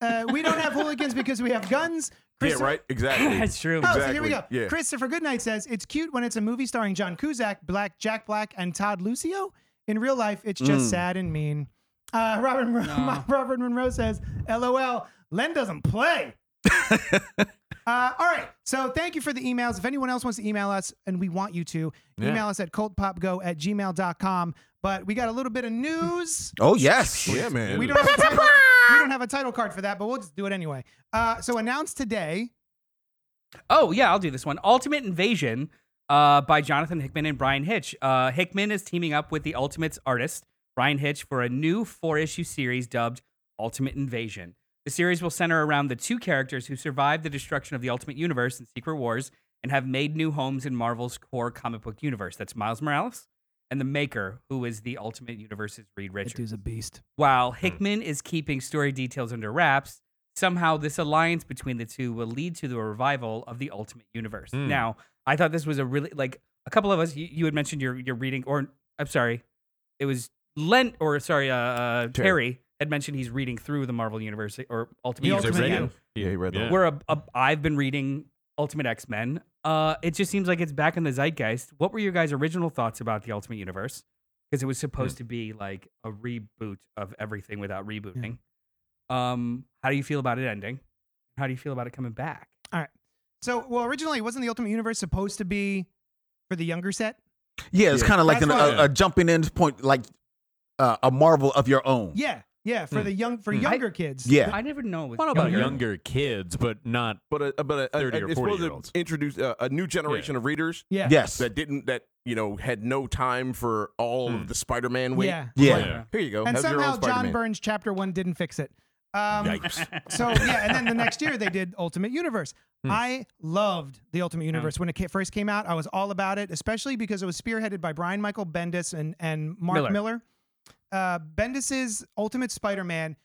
Speaker 1: uh, we don't have hooligans because we have guns.
Speaker 6: Yeah,
Speaker 1: Christopher-
Speaker 6: right. Exactly.
Speaker 4: That's true.
Speaker 1: Oh, so here we go.
Speaker 6: Exactly, yeah.
Speaker 1: Christopher Goodnight says it's cute when it's a movie starring John Cusack, Black Jack Black, and Todd Lucio. In real life, it's just
Speaker 5: Mm.
Speaker 1: sad and mean. Uh, Robert Monroe, Robert Monroe says, "LOL, Len doesn't play." Uh, all right. So thank you for the emails. If anyone else wants to email us, and we want you to,
Speaker 8: Yeah.
Speaker 1: email us at cultpopgo at gmail.com. But we got a little bit of news.
Speaker 5: Oh yes.
Speaker 6: Yeah, man.
Speaker 1: We don't, have a title, we don't have a title card for that, but we'll just do it anyway. Uh, so announced today.
Speaker 4: Oh yeah, I'll do this one. Ultimate Invasion uh, by Jonathan Hickman and Brian Hitch. Uh, Hickman is teaming up with the Ultimates artist Brian Hitch for a new four-issue series dubbed Ultimate Invasion. The series will center around the two characters who survived the destruction of the Ultimate Universe in Secret Wars and have made new homes in Marvel's core comic book universe. That's Miles Morales and the Maker, who is the Ultimate Universe's Reed
Speaker 1: That
Speaker 4: Richards.
Speaker 1: dude's a beast.
Speaker 4: While Hickman is keeping story details under wraps, somehow this alliance between the two will lead to the revival of the Ultimate Universe.
Speaker 8: Hmm.
Speaker 4: Now, I thought this was a really like a couple of us. You, you had mentioned your your reading, or I'm sorry, it was Lent, or sorry, uh, uh, Terry. had mentioned he's reading through the Marvel Universe or Ultimate
Speaker 1: The
Speaker 4: Universe.
Speaker 1: Ultimate
Speaker 4: again
Speaker 1: You.
Speaker 3: Yeah, he read
Speaker 8: Yeah.
Speaker 3: that.
Speaker 4: where a, a, I've been reading Ultimate X Men. Uh, it just seems like it's back in the zeitgeist. What were your guys' original thoughts about the Ultimate Universe? Because it was supposed to be like a reboot of everything without rebooting. Um, how do you feel about it ending? How do you feel about it coming back?
Speaker 1: So, well, originally, wasn't the Ultimate Universe supposed to be for the younger set?
Speaker 5: Yeah, it's kind of like
Speaker 1: That's
Speaker 5: an,
Speaker 1: what-
Speaker 5: a, a jumping in point, like uh, a marvel of your own.
Speaker 1: Yeah, yeah, for the young for
Speaker 8: Hmm.
Speaker 1: younger kids.
Speaker 5: Yeah.
Speaker 4: I never know. It was
Speaker 8: What about
Speaker 4: younger.
Speaker 8: younger kids, but not
Speaker 3: But a, but uh, a, a,
Speaker 8: 30 or
Speaker 3: it's supposed
Speaker 8: 40-year-olds.
Speaker 3: to introduce uh, a, a new generation of readers
Speaker 1: yeah,
Speaker 5: Yes.
Speaker 3: that didn't that you know had no time for all
Speaker 8: Hmm.
Speaker 3: of the Spider-Man weight.
Speaker 1: yeah.
Speaker 5: Yeah.
Speaker 3: Like, Here you go.
Speaker 1: And
Speaker 3: have your own
Speaker 1: somehow John
Speaker 3: Spider-Man.
Speaker 1: Burns Chapter One didn't fix it. Um,
Speaker 3: Yikes.
Speaker 1: so yeah, and then the next year they did Ultimate Universe. I loved the Ultimate Universe when it ca- first came out. I was all about it, especially because it was spearheaded by Brian Michael Bendis and and Mark
Speaker 4: Miller.
Speaker 1: Miller. Uh, Bendis's Ultimate Spider-Man,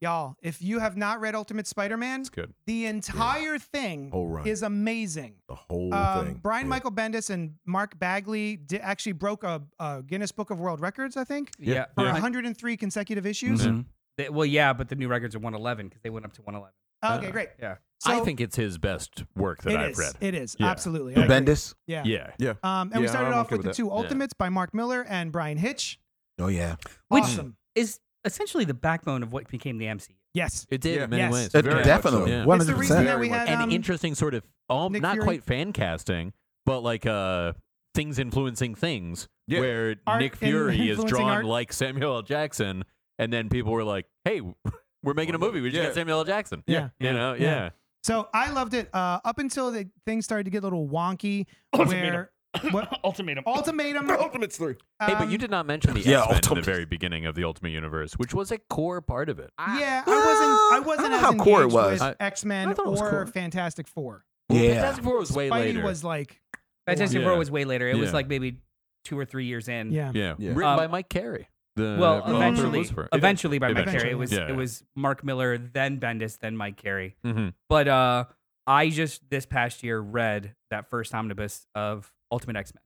Speaker 1: y'all. If you have not read Ultimate Spider-Man,
Speaker 8: it's good.
Speaker 1: the entire thing
Speaker 6: Whole run.
Speaker 1: is amazing.
Speaker 6: the whole
Speaker 1: Um,
Speaker 6: thing.
Speaker 1: Brian
Speaker 6: Yeah.
Speaker 1: Michael Bendis and Mark Bagley di- actually broke a, a Guinness Book of World Records, I think,
Speaker 4: Yeah.
Speaker 1: for
Speaker 8: Yeah. Mm-hmm.
Speaker 1: 103 consecutive issues.
Speaker 4: Mhm. They- well, yeah, but the new records are 111 because they went up to 111.
Speaker 1: Okay, great.
Speaker 4: Yeah.
Speaker 8: I think it's his best work that
Speaker 1: it
Speaker 8: I've
Speaker 1: is.
Speaker 8: read.
Speaker 1: It is
Speaker 8: Yeah.
Speaker 1: absolutely I agree.
Speaker 5: Bendis.
Speaker 1: Yeah.
Speaker 8: yeah.
Speaker 1: Um, and we
Speaker 3: Yeah,
Speaker 1: started
Speaker 3: I'm
Speaker 1: off
Speaker 3: okay
Speaker 1: with
Speaker 3: with
Speaker 1: the
Speaker 3: that.
Speaker 1: two Ultimates by Mark Miller and Brian Hitch.
Speaker 5: Oh yeah.
Speaker 4: Which
Speaker 1: awesome.
Speaker 4: is essentially the backbone of what became the MCU.
Speaker 1: Yes.
Speaker 2: It did
Speaker 3: Yeah.
Speaker 2: in many
Speaker 1: Yes.
Speaker 2: ways.
Speaker 5: Uh,
Speaker 3: Very much so.
Speaker 5: definitely.
Speaker 2: Yeah.
Speaker 5: One
Speaker 1: It's the
Speaker 5: hundred
Speaker 1: reason
Speaker 5: percent.
Speaker 1: that we had
Speaker 2: an
Speaker 1: um,
Speaker 2: interesting sort of all
Speaker 1: Nick
Speaker 2: not
Speaker 1: Fury.
Speaker 2: quite fan casting, but like uh things influencing things
Speaker 3: Yeah.
Speaker 2: where
Speaker 1: Art
Speaker 2: Nick
Speaker 1: in-
Speaker 2: Fury is
Speaker 1: influencing
Speaker 2: drawn
Speaker 1: art.
Speaker 2: like Samuel L. Jackson, and then people were like, "Hey, we're making a movie. We just
Speaker 3: Yeah.
Speaker 2: got Samuel L. Jackson."
Speaker 1: Yeah.
Speaker 2: you know,
Speaker 1: Yeah.
Speaker 2: yeah.
Speaker 1: So I loved it uh, up until the things started to get a little wonky. Where what
Speaker 4: Ultimatum.
Speaker 1: ultimatum? Um,
Speaker 3: Ultimates three.
Speaker 2: hey, but you did not mention the
Speaker 5: Yeah,
Speaker 2: X Men in the
Speaker 5: Ultimate-
Speaker 2: very beginning of the Ultimate Universe, which was a core part of it.
Speaker 1: Yeah, I
Speaker 5: Ah, I
Speaker 1: wasn't. I wasn't
Speaker 5: don't know
Speaker 1: as
Speaker 5: how
Speaker 1: engaged
Speaker 5: core it was.
Speaker 1: with
Speaker 2: I-
Speaker 1: X Men
Speaker 2: I thought it was
Speaker 1: or
Speaker 2: core.
Speaker 1: Fantastic Four.
Speaker 2: Well,
Speaker 5: Yeah.
Speaker 2: Fantastic Four was way
Speaker 1: Spidey
Speaker 2: later.
Speaker 1: was like,
Speaker 4: Fantastic
Speaker 2: Yeah.
Speaker 4: Four was way later. It was
Speaker 2: Yeah.
Speaker 4: like maybe two or three years in.
Speaker 1: yeah,
Speaker 8: Yeah.
Speaker 3: Yeah.
Speaker 2: written
Speaker 4: Um,
Speaker 2: by Mike Carey. The
Speaker 4: well,
Speaker 2: author of
Speaker 4: eventually,
Speaker 2: Lucifer.
Speaker 4: eventually by Mike
Speaker 8: Eventually.
Speaker 4: Carey. It was
Speaker 8: Yeah,
Speaker 4: it
Speaker 8: yeah.
Speaker 4: was Mark Miller, then Bendis, then Mike Carey.
Speaker 2: Mm-hmm.
Speaker 8: Mhm.
Speaker 4: But uh, I just this past year read that first omnibus of Ultimate X Men,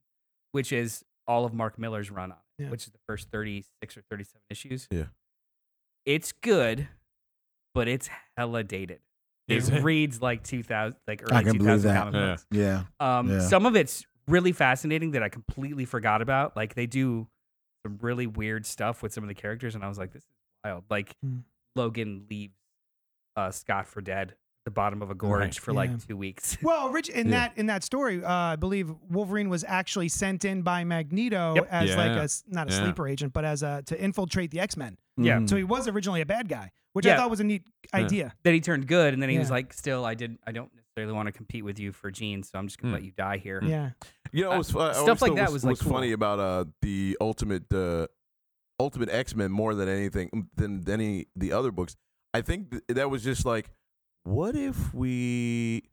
Speaker 4: which is all of Mark Miller's run on, it,
Speaker 1: Yeah.
Speaker 4: which is the first thirty six or thirty seven issues.
Speaker 3: Yeah.
Speaker 4: it's good, but it's hella dated.
Speaker 8: Is
Speaker 4: It
Speaker 8: it?
Speaker 4: reads like two thousand, like
Speaker 5: I
Speaker 4: early
Speaker 5: can
Speaker 4: two
Speaker 5: believe
Speaker 4: thousand
Speaker 5: that.
Speaker 4: comic
Speaker 8: Yeah.
Speaker 4: books.
Speaker 5: Yeah.
Speaker 4: Um,
Speaker 5: Yeah.
Speaker 4: Some of it's really fascinating that I completely forgot about. Like they do some really weird stuff with some of the characters, and I was like, "This is wild." Like
Speaker 1: Hmm.
Speaker 4: Logan leaves uh, Scott for dead at the bottom of a gorge for
Speaker 1: Yeah.
Speaker 4: like two weeks.
Speaker 1: Well, Rich, in
Speaker 3: Yeah.
Speaker 1: that in that story, uh, I believe Wolverine was actually sent in by Magneto
Speaker 4: Yep.
Speaker 1: as like
Speaker 8: Yeah.
Speaker 1: a s- not a
Speaker 8: Yeah.
Speaker 1: sleeper agent, but as a to infiltrate the X Men.
Speaker 4: Yeah.
Speaker 1: So he was originally a bad guy, which I
Speaker 4: Mm. Yeah.
Speaker 1: thought was a neat idea.
Speaker 4: then he turned good, and then he was
Speaker 1: Yeah.
Speaker 4: like, "Still, I did. I don't necessarily want to compete with you for genes, so I'm just gonna
Speaker 8: Hmm.
Speaker 4: let you die here."
Speaker 1: Yeah.
Speaker 3: You know,
Speaker 4: Uh,
Speaker 3: it was, fu- I
Speaker 4: stuff
Speaker 3: always
Speaker 4: like
Speaker 3: thought
Speaker 4: that
Speaker 3: was,
Speaker 4: was, like, cool.
Speaker 3: funny about uh the ultimate uh, ultimate X Men more than anything mm, than any the other books. I think th- that was just like, what if we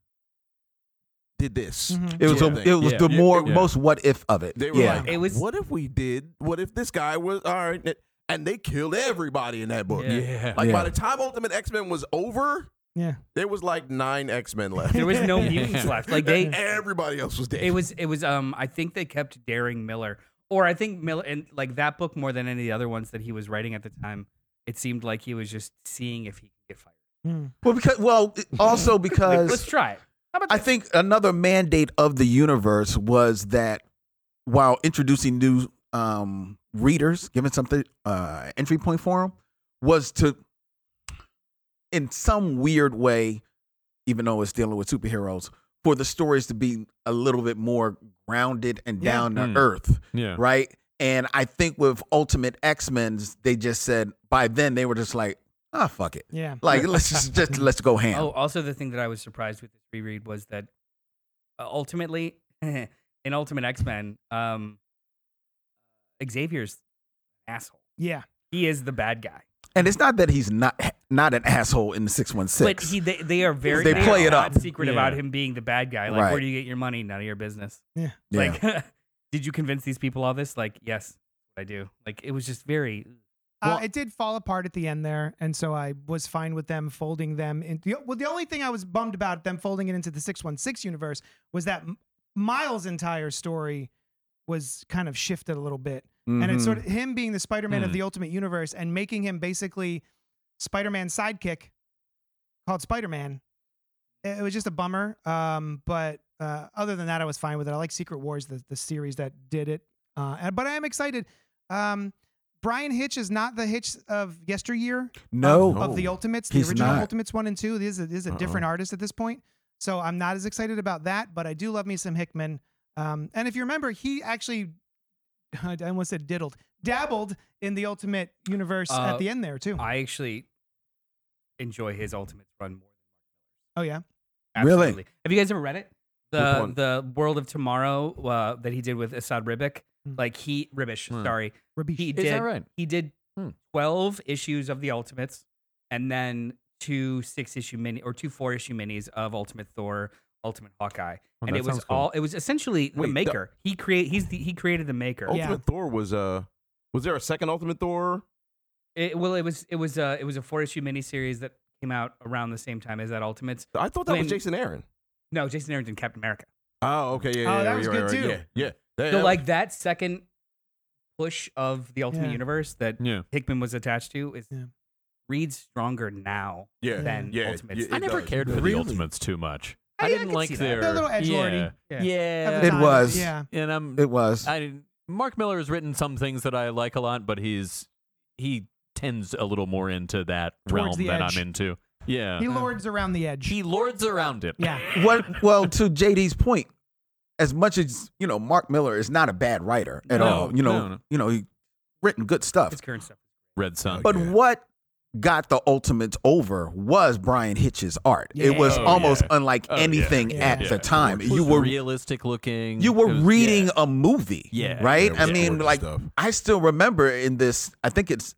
Speaker 3: did this?
Speaker 1: Mhm.
Speaker 4: Mm-hmm.
Speaker 5: It was
Speaker 3: Yeah.
Speaker 5: a, it was
Speaker 8: Yeah.
Speaker 5: the
Speaker 8: Yeah.
Speaker 5: more
Speaker 8: Yeah.
Speaker 5: most what if of it.
Speaker 3: They were
Speaker 5: yeah.
Speaker 3: like,
Speaker 4: It
Speaker 3: it
Speaker 4: was-
Speaker 3: was, what if we did? What if this guy was all right? eh, And they killed everybody in that book.
Speaker 4: Yeah.
Speaker 8: Yeah.
Speaker 3: Like
Speaker 5: Yeah.
Speaker 3: by the time Ultimate X Men was over,
Speaker 1: Yeah.
Speaker 3: there was like nine X Men left.
Speaker 4: There was no mutants left. Like they,
Speaker 3: everybody else was dead.
Speaker 4: It was it was um I think they kept daring Miller or I think Miller and like that book more than any of the other ones that he was writing at the time. It seemed like he was just seeing if he could get fired.
Speaker 1: Mm.
Speaker 5: Well, because well, also
Speaker 4: Like, let's
Speaker 5: because
Speaker 4: try it. How about
Speaker 5: I
Speaker 4: this?
Speaker 5: think another mandate of the universe was that while introducing new um, readers, giving something uh, entry point for them, was to, in some weird way, even though it's dealing with superheroes, for the stories to be a little bit more grounded and
Speaker 1: Yeah.
Speaker 5: down
Speaker 8: Mm.
Speaker 5: to earth,
Speaker 8: Yeah.
Speaker 5: right? And I think with Ultimate X Men's, they just said by then they were just like, ah, fuck it,
Speaker 1: Yeah.
Speaker 5: like let's just, just let's go ham.
Speaker 4: Oh, also the thing that I was surprised with this reread was that uh, ultimately in Ultimate X Men, um, Xavier's an asshole.
Speaker 1: Yeah.
Speaker 4: He is the bad guy.
Speaker 5: And it's not that he's not not an asshole in the six one
Speaker 4: But
Speaker 5: six.
Speaker 4: he, they, they are very
Speaker 5: They
Speaker 4: are
Speaker 5: play it
Speaker 4: odd
Speaker 5: up.
Speaker 4: Secret
Speaker 8: Yeah.
Speaker 4: about him being the bad guy. Like,
Speaker 5: Right.
Speaker 4: where do you get your money? None of your business.
Speaker 1: Yeah.
Speaker 4: Like, did you convince these people all this? Like, yes, I do. Like, it was just very.
Speaker 1: uh, it did fall apart at the end there, and so I was fine with them folding them. In, the, well, the only thing I was bummed about them folding it into the 616 universe was that M- Miles' entire story was kind of shifted a little bit. And it's sort of him being the Spider Man of
Speaker 8: Hmm.
Speaker 1: the Ultimate Universe and making him basically Spider Man's sidekick called Spider Man. It it was just a bummer. Um, but uh, other than that, I was fine with it. I like Secret Wars, the, the series that did it. Uh, and- but I am excited. Um, Brian Hitch is not the Hitch of yesteryear
Speaker 5: no,
Speaker 3: Oh.
Speaker 1: of, of the Ultimates, the
Speaker 5: he's
Speaker 1: original
Speaker 5: not.
Speaker 1: Ultimates one and two. This is a, this is a
Speaker 3: Uh-uh.
Speaker 1: different artist at this point, so I'm not as excited about that. But I do love me some Hickman. Um, and if you remember, he actually, I almost said diddled, dabbled in the Ultimate universe
Speaker 4: Uh,
Speaker 1: at the end there too.
Speaker 4: I actually enjoy his Ultimate Run more.
Speaker 1: oh yeah,
Speaker 5: Really?
Speaker 4: Absolutely. Have you guys ever read it?
Speaker 3: Which
Speaker 4: The
Speaker 3: one?
Speaker 4: the World of Tomorrow uh, that he did with Assad Ribic.
Speaker 1: Hmm.
Speaker 4: Like he Ribish,
Speaker 8: Hmm.
Speaker 4: sorry.
Speaker 1: Rabish.
Speaker 4: He
Speaker 8: Is
Speaker 4: did
Speaker 8: that right?
Speaker 4: he did
Speaker 8: Hmm.
Speaker 4: 12 issues of the Ultimates and then two 6 issue mini or two 4 issue minis of Ultimate Thor, Ultimate Hawkeye.
Speaker 8: Oh,
Speaker 4: and
Speaker 8: that
Speaker 4: it was
Speaker 8: sounds cool.
Speaker 4: all it was essentially
Speaker 3: Wait,
Speaker 4: the
Speaker 3: the-
Speaker 4: maker. he create he's the, he created the maker.
Speaker 1: Yeah.
Speaker 3: Ultimate Thor was uh was there a second Ultimate Thor?
Speaker 4: It, well it was it was uh it was a 4 issue miniseries that came out around the same time as that Ultimates.
Speaker 3: I thought that
Speaker 4: When-
Speaker 3: was Jason Aaron.
Speaker 4: No, Jason Aaron did Captain America.
Speaker 3: Oh, okay, yeah,
Speaker 1: Oh,
Speaker 3: yeah,
Speaker 1: that
Speaker 3: yeah,
Speaker 1: was
Speaker 3: yeah,
Speaker 1: good
Speaker 3: yeah,
Speaker 1: too.
Speaker 3: Yeah, yeah. That-
Speaker 4: So
Speaker 3: that
Speaker 4: like that second push of the Ultimate
Speaker 1: Yeah.
Speaker 4: Universe that
Speaker 8: Yeah.
Speaker 4: Hickman was attached to is
Speaker 1: Yeah.
Speaker 4: reads stronger now
Speaker 3: Yeah,
Speaker 4: than
Speaker 3: yeah,
Speaker 4: Ultimate.
Speaker 3: yeah,
Speaker 8: I
Speaker 3: it
Speaker 8: never
Speaker 3: does.
Speaker 8: cared for
Speaker 3: Really?
Speaker 8: the Ultimates too much.
Speaker 4: I-
Speaker 8: I,
Speaker 4: I
Speaker 8: didn't
Speaker 4: can
Speaker 8: like
Speaker 4: see that.
Speaker 8: their
Speaker 1: They're a little edgelordy.
Speaker 8: yeah,
Speaker 4: Yeah.
Speaker 8: yeah.
Speaker 1: At
Speaker 5: It
Speaker 1: the time,
Speaker 5: was.
Speaker 1: yeah.
Speaker 8: And I'm
Speaker 5: it was.
Speaker 8: I didn't- Mark Miller has written some things that I like a lot, but he's he tends a little more into that
Speaker 1: Towards the
Speaker 8: realm that
Speaker 1: edge.
Speaker 8: I'm into. Yeah,
Speaker 1: He lords around the edge.
Speaker 8: he lords around it.
Speaker 1: yeah,
Speaker 5: what well to JD's point, as much as you know, Mark Miller is not a bad writer at
Speaker 8: No,
Speaker 5: all. You know,
Speaker 8: no, no.
Speaker 5: you know, he written good stuff.
Speaker 4: His current stuff.
Speaker 8: Red Sun.
Speaker 5: But
Speaker 3: Yeah.
Speaker 5: what got the Ultimates over was Brian Hitch's art. It was
Speaker 8: Yeah. Oh,
Speaker 5: almost
Speaker 8: yeah.
Speaker 5: unlike
Speaker 8: Oh, yeah.
Speaker 5: anything
Speaker 1: Yeah.
Speaker 5: at the
Speaker 8: Yeah.
Speaker 5: time.
Speaker 8: It was
Speaker 5: You were
Speaker 8: realistic looking.
Speaker 5: you were
Speaker 8: It was-
Speaker 5: reading
Speaker 8: yeah.
Speaker 5: a movie,
Speaker 8: Yeah.
Speaker 5: right?
Speaker 3: Yeah,
Speaker 5: I
Speaker 3: it was
Speaker 5: mean,
Speaker 3: gorgeous
Speaker 5: like
Speaker 3: stuff.
Speaker 5: I still remember in this. I think it's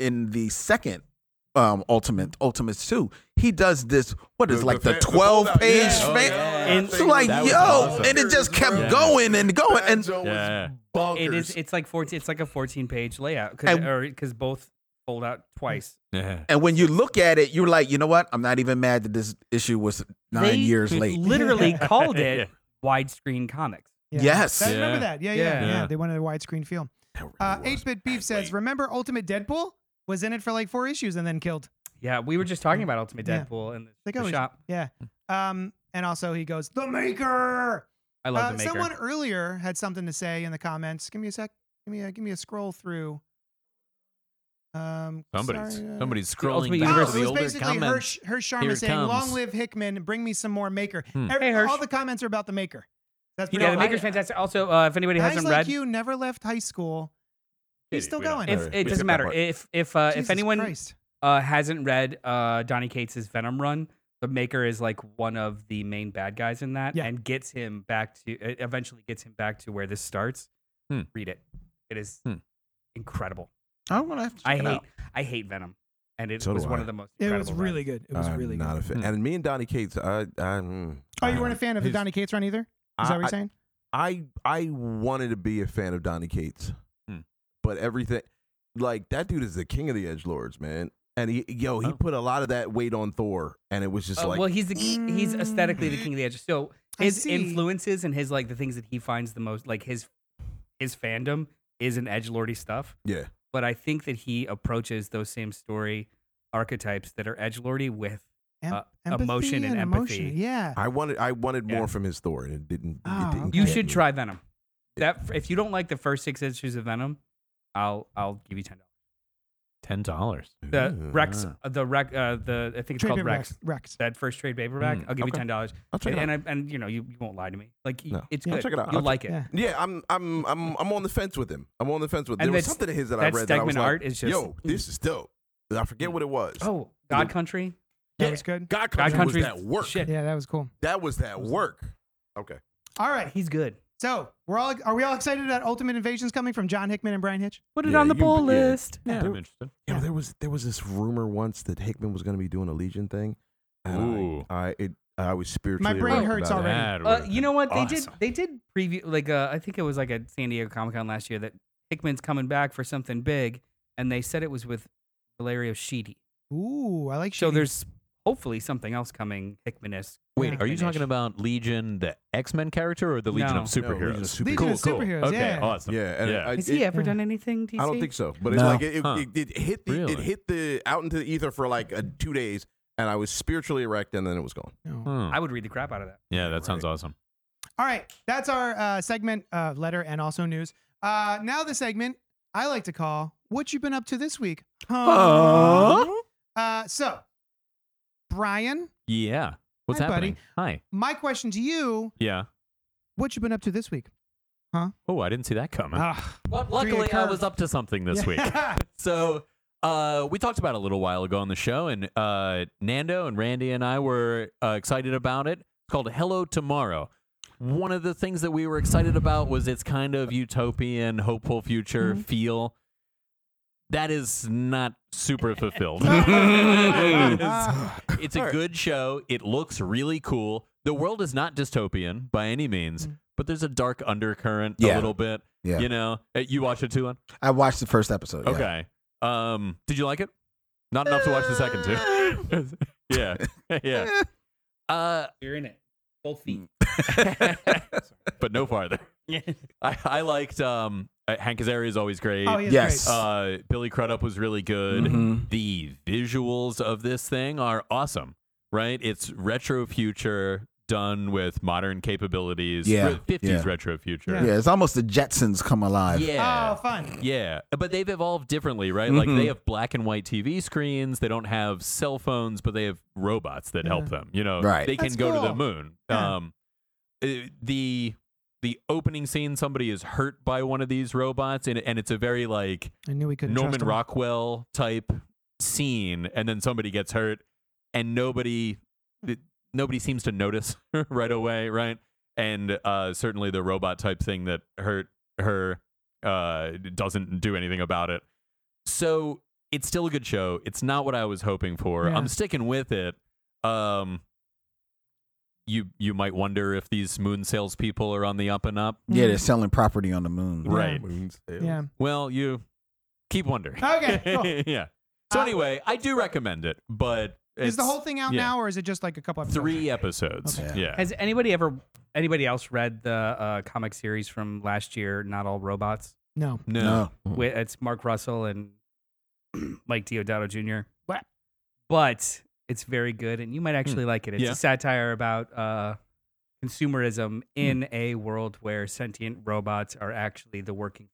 Speaker 5: in the second um Ultimate Ultimates two. He does this. What is
Speaker 3: The-
Speaker 5: like
Speaker 3: the
Speaker 5: the,
Speaker 3: fa- the
Speaker 5: twelve
Speaker 3: foldout,
Speaker 5: page
Speaker 3: yeah.
Speaker 5: fan?
Speaker 3: Oh, yeah.
Speaker 4: And-
Speaker 5: so like,
Speaker 8: That
Speaker 5: yo,
Speaker 8: was awesome.
Speaker 5: and it just kept
Speaker 8: Yeah.
Speaker 5: going and going.
Speaker 6: That
Speaker 5: And
Speaker 6: joint was
Speaker 8: Yeah.
Speaker 6: bonkers.
Speaker 4: It is. It's like fourteen. It's like a fourteen page layout because
Speaker 5: And-
Speaker 4: both fold out twice.
Speaker 8: Yeah.
Speaker 5: and when you look at it, you're like, you know what? I'm not even mad that this issue was nine
Speaker 4: They
Speaker 5: years late.
Speaker 4: Literally called it
Speaker 8: Yeah.
Speaker 4: widescreen comics.
Speaker 1: yeah.
Speaker 5: Yes.
Speaker 1: I remember
Speaker 8: Yeah.
Speaker 1: that. Yeah, yeah, yeah.
Speaker 4: Yeah.
Speaker 8: Yeah.
Speaker 1: They wanted a widescreen feel. Uh, 8-bit beef says, "Remember Ultimate Deadpool was in it for like four issues and then killed."
Speaker 4: Yeah, we were just talking about Ultimate
Speaker 1: Yeah.
Speaker 4: Deadpool and
Speaker 1: Like
Speaker 4: the
Speaker 1: always.
Speaker 4: shop.
Speaker 1: Yeah. Um, and also he goes, The Maker.
Speaker 4: I love the
Speaker 1: Uh,
Speaker 4: maker.
Speaker 1: Someone earlier had something to say in the comments. Give me a sec. Give me a give me a scroll through. Um
Speaker 8: Somebody's
Speaker 1: sorry, uh,
Speaker 8: somebody's scrolling
Speaker 4: Ultimate
Speaker 8: down
Speaker 1: Oh,
Speaker 4: Universe
Speaker 1: it
Speaker 8: the
Speaker 1: was
Speaker 8: older
Speaker 1: basically
Speaker 8: comments.
Speaker 1: Hirsch, Hirsch Sharma
Speaker 8: Here it
Speaker 1: saying, "Long
Speaker 8: comes.
Speaker 1: live Hickman! Bring me some more Maker."
Speaker 8: Hmm.
Speaker 1: Every-
Speaker 4: Hey, Hirsch.
Speaker 1: all the comments are about the Maker. That's pretty
Speaker 4: yeah, the
Speaker 1: awesome.
Speaker 4: maker's fantastic. Also, uh, if anybody
Speaker 1: Guys
Speaker 4: hasn't
Speaker 1: like
Speaker 4: read,
Speaker 1: you never left high school. He's still going.
Speaker 4: if,
Speaker 3: We
Speaker 4: it
Speaker 3: skipped that
Speaker 4: doesn't matter.
Speaker 3: part.
Speaker 4: If if uh, if
Speaker 1: Jesus
Speaker 4: anyone
Speaker 1: Christ.
Speaker 4: uh, hasn't read uh, Donny Cates' Venom run, the Maker is like one of the main bad guys in that,
Speaker 1: Yeah.
Speaker 4: and gets him back to it eventually gets him back to where this starts.
Speaker 8: Hmm.
Speaker 4: Read it; it is
Speaker 8: Hmm.
Speaker 4: incredible.
Speaker 5: I'm gonna have to check
Speaker 4: I
Speaker 5: it
Speaker 4: hate
Speaker 5: out.
Speaker 4: I hate Venom, and it
Speaker 3: So
Speaker 4: was
Speaker 3: do
Speaker 4: one
Speaker 3: I.
Speaker 4: of the most.
Speaker 1: It was
Speaker 4: incredible
Speaker 1: really
Speaker 4: runs.
Speaker 1: good. It was
Speaker 3: I'm
Speaker 1: really
Speaker 3: not
Speaker 1: good.
Speaker 3: a fan.
Speaker 8: Hmm.
Speaker 3: And me and Donnie Cates, I, I, mm,
Speaker 1: Oh,
Speaker 3: I
Speaker 1: you
Speaker 3: don't
Speaker 1: weren't a
Speaker 3: know.
Speaker 1: fan of the
Speaker 3: He's-
Speaker 1: Donny Cates run either? Is that what
Speaker 3: I-
Speaker 1: you're saying?
Speaker 3: I I wanted to be a fan of Donny Cates,
Speaker 8: Hmm.
Speaker 3: but everything like that dude is the king of the edge lords, man. And he yo he
Speaker 8: Oh.
Speaker 3: put a lot of that weight on Thor, and it was just
Speaker 4: Uh,
Speaker 3: like
Speaker 4: well, he's the he's aesthetically the king of the edge. So
Speaker 1: I
Speaker 4: his
Speaker 1: see.
Speaker 4: influences and his like the things that he finds the most like his his fandom is an edge lordy stuff.
Speaker 3: yeah
Speaker 4: but I think that he approaches those same story archetypes that are edge lordy with
Speaker 1: Em-
Speaker 4: uh, emotion and
Speaker 1: emotion.
Speaker 4: empathy.
Speaker 1: Yeah.
Speaker 3: I wanted I wanted
Speaker 4: Yeah.
Speaker 3: more from his Thor, and it didn't.
Speaker 1: Oh,
Speaker 3: it didn't
Speaker 1: okay.
Speaker 4: you
Speaker 3: get
Speaker 4: should
Speaker 3: me.
Speaker 4: try Venom. That if you don't like the first six issues of Venom, I'll I'll give you ten dollars.
Speaker 8: Ten dollars.
Speaker 4: The
Speaker 3: Ooh,
Speaker 4: Rex,
Speaker 8: ah.
Speaker 4: uh, the Rex, uh, the I think it's
Speaker 1: Trade
Speaker 4: called
Speaker 1: paperback.
Speaker 4: Rex.
Speaker 1: Rex.
Speaker 4: That first trade paperback,
Speaker 8: Mm,
Speaker 4: I'll give you
Speaker 3: okay.
Speaker 4: ten dollars,
Speaker 3: I'll check it
Speaker 4: and
Speaker 3: out.
Speaker 4: and, I, and you know you, you won't lie to me. Like y-
Speaker 3: No.
Speaker 4: it's
Speaker 3: Yeah,
Speaker 4: good.
Speaker 3: check it out.
Speaker 4: You'll
Speaker 3: I'll
Speaker 4: like it.
Speaker 1: Yeah.
Speaker 3: Yeah, I'm I'm I'm I'm on the fence with him. I'm on the fence with.
Speaker 4: And
Speaker 3: there was
Speaker 4: that's-
Speaker 3: something of his that I
Speaker 4: That
Speaker 3: read that I was
Speaker 4: Stegman
Speaker 3: like,
Speaker 4: art is just mm.
Speaker 3: yo, this is dope. I forget what it was.
Speaker 4: oh God Country.
Speaker 1: That
Speaker 3: Yeah.
Speaker 1: was good.
Speaker 3: God,
Speaker 4: God
Speaker 3: Country
Speaker 4: Country's
Speaker 3: was that work.
Speaker 4: Shit.
Speaker 1: Yeah, that was cool.
Speaker 3: That was that work.
Speaker 1: All right.
Speaker 4: He's good.
Speaker 1: So we're all are we all excited that Ultimate Invasion's coming from John Hickman and Brian Hitch?
Speaker 4: Put it
Speaker 3: Yeah,
Speaker 4: on the
Speaker 3: you-
Speaker 4: pull
Speaker 3: yeah.
Speaker 4: list.
Speaker 3: Yeah,
Speaker 8: I'm
Speaker 3: there,
Speaker 8: interested.
Speaker 3: yeah, but there was there was this rumor once that Hickman was going to be doing a Legion thing. And
Speaker 8: Ooh.
Speaker 3: I, I it I was spiritually.
Speaker 1: brain
Speaker 3: erect
Speaker 1: hurts
Speaker 3: about it.
Speaker 1: already.
Speaker 8: That
Speaker 4: Uh,
Speaker 8: would've
Speaker 4: you know what they
Speaker 8: awesome.
Speaker 4: did? They did preview like uh, I think it was like at San Diego Comic Con last year that Hickman's coming back for something big, and they said it was with Valerio Sheedy.
Speaker 1: Ooh, I like.
Speaker 4: So
Speaker 1: shitty-
Speaker 4: there's hopefully something else coming Hickman-esque.
Speaker 8: Wait, are you
Speaker 4: Hickman-ish.
Speaker 8: talking about Legion, the X Men character, or the Legion
Speaker 4: No.
Speaker 8: of
Speaker 3: No,
Speaker 8: Superheroes?
Speaker 3: Legion of Super-
Speaker 1: Legion
Speaker 8: cool,
Speaker 1: of
Speaker 8: cool.
Speaker 1: Superheroes,
Speaker 8: Okay,
Speaker 1: yeah.
Speaker 8: awesome.
Speaker 3: Yeah, and
Speaker 8: Yeah.
Speaker 3: I,
Speaker 4: Has
Speaker 3: it-
Speaker 4: he ever
Speaker 1: yeah.
Speaker 4: done anything? DC?
Speaker 3: I don't think so, but it's
Speaker 1: No.
Speaker 3: like it, it,
Speaker 8: Huh.
Speaker 3: it, it hit the it
Speaker 8: Really?
Speaker 3: hit the out into the ether for like uh two days, and I was spiritually erect, and then it was gone.
Speaker 1: No.
Speaker 8: Hmm.
Speaker 4: I would read the crap out of that.
Speaker 8: Yeah, that sounds awesome.
Speaker 1: All right, that's our uh, segment of letter and also news. Uh, now the segment I like to call "What You Been Up to This Week." Huh? Uh, so, Brian,
Speaker 8: Yeah. What's
Speaker 1: Hi, buddy.
Speaker 8: happening? Hi.
Speaker 1: my question to you:
Speaker 8: Yeah.
Speaker 1: What you been up to this week?
Speaker 8: Oh, I didn't see that coming.
Speaker 1: Ah,
Speaker 8: Well,
Speaker 1: Three-day
Speaker 8: luckily, I
Speaker 1: curve.
Speaker 8: was up to something this week. So uh, we talked about it a little while ago on the show, and uh, Nando and Randy and I were uh, excited about it. It's called Hello Tomorrow. One of the things that we were excited about was its kind of utopian, hopeful future feel. That is not super fulfilled. It
Speaker 1: Oh,
Speaker 8: is- it's a good show. It looks really cool. The world is not dystopian by any means, but there's a dark undercurrent
Speaker 5: Yeah.
Speaker 8: a little bit.
Speaker 5: Yeah.
Speaker 8: You know, Uh, you watch it too, Len?
Speaker 5: I watched the first episode. yeah.
Speaker 8: Okay. Um, did you like it? Not enough to watch the second two. yeah. Yeah. Uh,
Speaker 4: You're in it, both
Speaker 3: Mm,
Speaker 4: feet.
Speaker 8: but no farther. I, I liked um uh, Hank Azaria is always great.
Speaker 1: Oh, he is
Speaker 5: Yes.
Speaker 8: Uh Billy Crudup was really good.
Speaker 5: Mhm.
Speaker 8: The visuals of this thing are awesome, right? It's retro future done with modern capabilities.
Speaker 5: Yeah.
Speaker 8: Re- 50s
Speaker 5: Yeah.
Speaker 8: retro future.
Speaker 1: Yeah.
Speaker 5: Yeah, it's almost the Jetsons come alive.
Speaker 1: great.
Speaker 8: Yeah.
Speaker 1: Oh, fun.
Speaker 8: Yeah, but they've evolved differently, right? Like they have black and white TV screens. They don't have cell phones, but they have robots that help
Speaker 1: Yeah.
Speaker 8: them. You know,
Speaker 5: Right.
Speaker 8: They can
Speaker 1: That's
Speaker 8: go to the
Speaker 1: cool.
Speaker 8: moon.
Speaker 1: Yeah.
Speaker 8: Um, uh, the the opening scene, somebody is hurt by one of these robots, and and it's a very like
Speaker 1: I knew we couldn't.
Speaker 8: Norman
Speaker 1: trust him.
Speaker 8: Rockwell type scene, and then somebody gets hurt, and nobody th- nobody seems to notice right away, right? And uh, certainly the robot type thing that hurt her uh, doesn't do anything about it. So it's still a good show. It's not what I was hoping for.
Speaker 1: Yeah.
Speaker 8: I'm sticking with it. Um, you you might wonder if these moon salespeople are on the up and up,
Speaker 1: Mhm.
Speaker 5: Yeah, they're selling property on the moon.
Speaker 8: right?
Speaker 1: Yeah.
Speaker 8: Well, you keep wondering.
Speaker 1: Okay, cool.
Speaker 8: yeah. So
Speaker 1: Uh,
Speaker 8: anyway, I do recommend it, but it's
Speaker 1: Is the whole thing out
Speaker 8: yeah.
Speaker 1: now, or is it just like a couple episodes?
Speaker 8: three episodes.
Speaker 5: Okay.
Speaker 8: Yeah.
Speaker 4: Has anybody ever anybody else read the uh, comic series from last year? Not all robots.
Speaker 1: No.
Speaker 8: No. Oh,
Speaker 5: No.
Speaker 4: Wi- It's Mark Russell and Mike Diodato Jr.
Speaker 1: What?
Speaker 4: But it's very good, and you might actually like it. It's
Speaker 8: Hmm. Yeah.
Speaker 4: a satire about uh, consumerism in
Speaker 8: Hmm.
Speaker 4: a world where sentient robots are actually the working.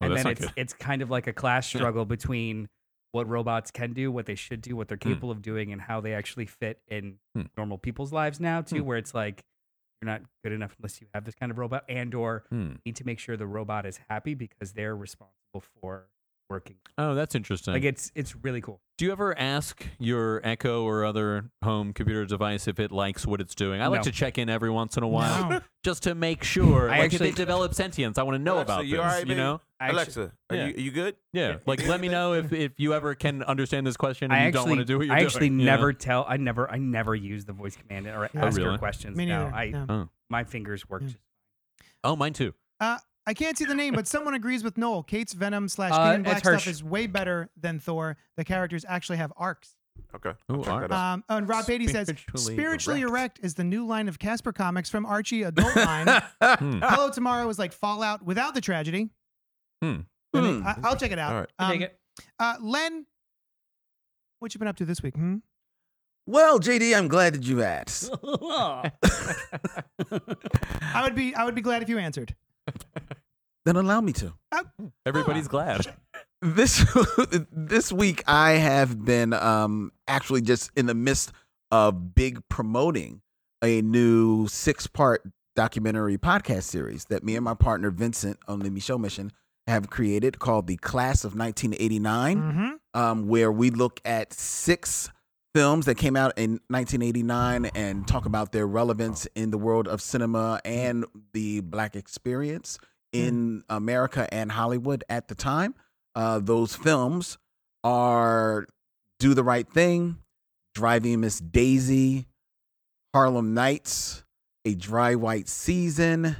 Speaker 8: Oh,
Speaker 4: and
Speaker 8: that's
Speaker 4: then
Speaker 8: not
Speaker 4: it's it's kind of like a class struggle between what robots can do, what they should do, what they're capable of doing, and how they actually fit in
Speaker 8: Hmm.
Speaker 4: normal people's lives now too.
Speaker 8: Hmm.
Speaker 4: Where it's like you're not good enough unless you have this kind of robot, and or
Speaker 8: Hmm.
Speaker 4: need to make sure the robot is happy because they're responsible for working.
Speaker 8: Oh, that's interesting.
Speaker 4: Like it's it's really cool.
Speaker 8: do you ever ask your Echo or other home computer device if it likes what it's doing? I like
Speaker 4: No.
Speaker 8: to check in every once in a while
Speaker 1: No.
Speaker 8: just to make sure.
Speaker 4: I
Speaker 8: like
Speaker 4: actually-
Speaker 8: if it develops sentience, I want to know
Speaker 3: Alexa,
Speaker 8: about
Speaker 3: you
Speaker 8: this.
Speaker 3: alright,
Speaker 8: you know?
Speaker 4: I actu-
Speaker 3: Alexa, are
Speaker 8: yeah.
Speaker 3: you are you good?
Speaker 8: Yeah. Like let me know if, if you ever can understand this question and
Speaker 4: I
Speaker 8: you
Speaker 4: actually,
Speaker 8: don't want to do what you're
Speaker 4: I
Speaker 8: doing.
Speaker 4: actually
Speaker 8: you know?
Speaker 4: never tell. I never, I never use the voice command or
Speaker 1: Yeah.
Speaker 4: ask her
Speaker 8: really?
Speaker 4: questions.
Speaker 1: Me
Speaker 4: no,
Speaker 1: neither.
Speaker 4: I
Speaker 8: uh.
Speaker 1: No.
Speaker 4: my fingers work.
Speaker 1: Yeah.
Speaker 4: just-
Speaker 8: Oh, mine too.
Speaker 1: I can't see the name, but someone agrees with Noel. Kate's Venom slash
Speaker 4: Uh,
Speaker 1: Kane Black
Speaker 4: it's
Speaker 1: stuff
Speaker 4: Hirsch.
Speaker 1: is way better than Thor. The characters actually have arcs.
Speaker 3: Okay.
Speaker 8: Ooh, all right.
Speaker 1: Um, and Rob Beatty says,
Speaker 8: Spiritually
Speaker 1: spiritually erect.
Speaker 8: erect.
Speaker 1: is the new line of Casper comics from Archie Adult Line.
Speaker 8: Hmm.
Speaker 1: Hello Tomorrow is like Fallout without the tragedy.
Speaker 8: Hmm.
Speaker 1: I mean, I, will check it out.
Speaker 3: All right.
Speaker 1: Um,
Speaker 4: Take it.
Speaker 1: Uh, Len, what you been up to this week? Hmm?
Speaker 5: Well, JD, I'm glad that you asked.
Speaker 1: I would be I would be glad if you answered.
Speaker 5: then allow me to.
Speaker 8: Everybody's glad.
Speaker 5: This this week I have been um actually just in the midst of big promoting a new six-part documentary podcast series that me and my partner Vincent on the Michelle Mission have created called The Class of 1989.
Speaker 1: Mm-hmm.
Speaker 5: um, where we look at six films that came out in 1989 and talk about their relevance in the world of cinema and the black experience in
Speaker 1: Hmm.
Speaker 5: America and Hollywood at the time. Uh, those films are Do the Right Thing, Driving Miss Daisy, Harlem Nights, A Dry White Season,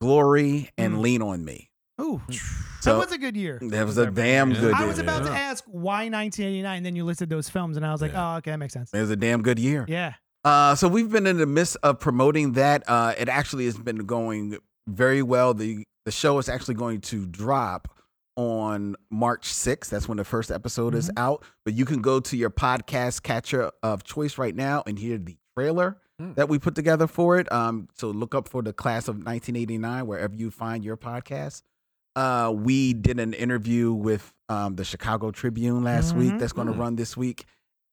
Speaker 5: Glory, and
Speaker 1: Mm.
Speaker 5: Lean on Me.
Speaker 1: Ooh, Hmm. that
Speaker 5: Hmm. So
Speaker 1: was a good year.
Speaker 5: that was a damn good.
Speaker 1: I
Speaker 5: year.
Speaker 1: was about to ask why 1989, then you listed those films, and I was like, oh, okay, that makes sense.
Speaker 5: It was a damn good year.
Speaker 1: Yeah.
Speaker 5: Uh, so we've been in the midst of promoting that. Uh, it actually has been going very well. the The show is actually going to drop on March 6th. That's when the first episode is out. But you can go to your podcast catcher of choice right now and hear the trailer that we put together for it. Um, so look up for the class of 1989 wherever you find your podcast. Uh, we did an interview with um, the Chicago Tribune last week.
Speaker 1: Mhm.
Speaker 5: That's going to run this week.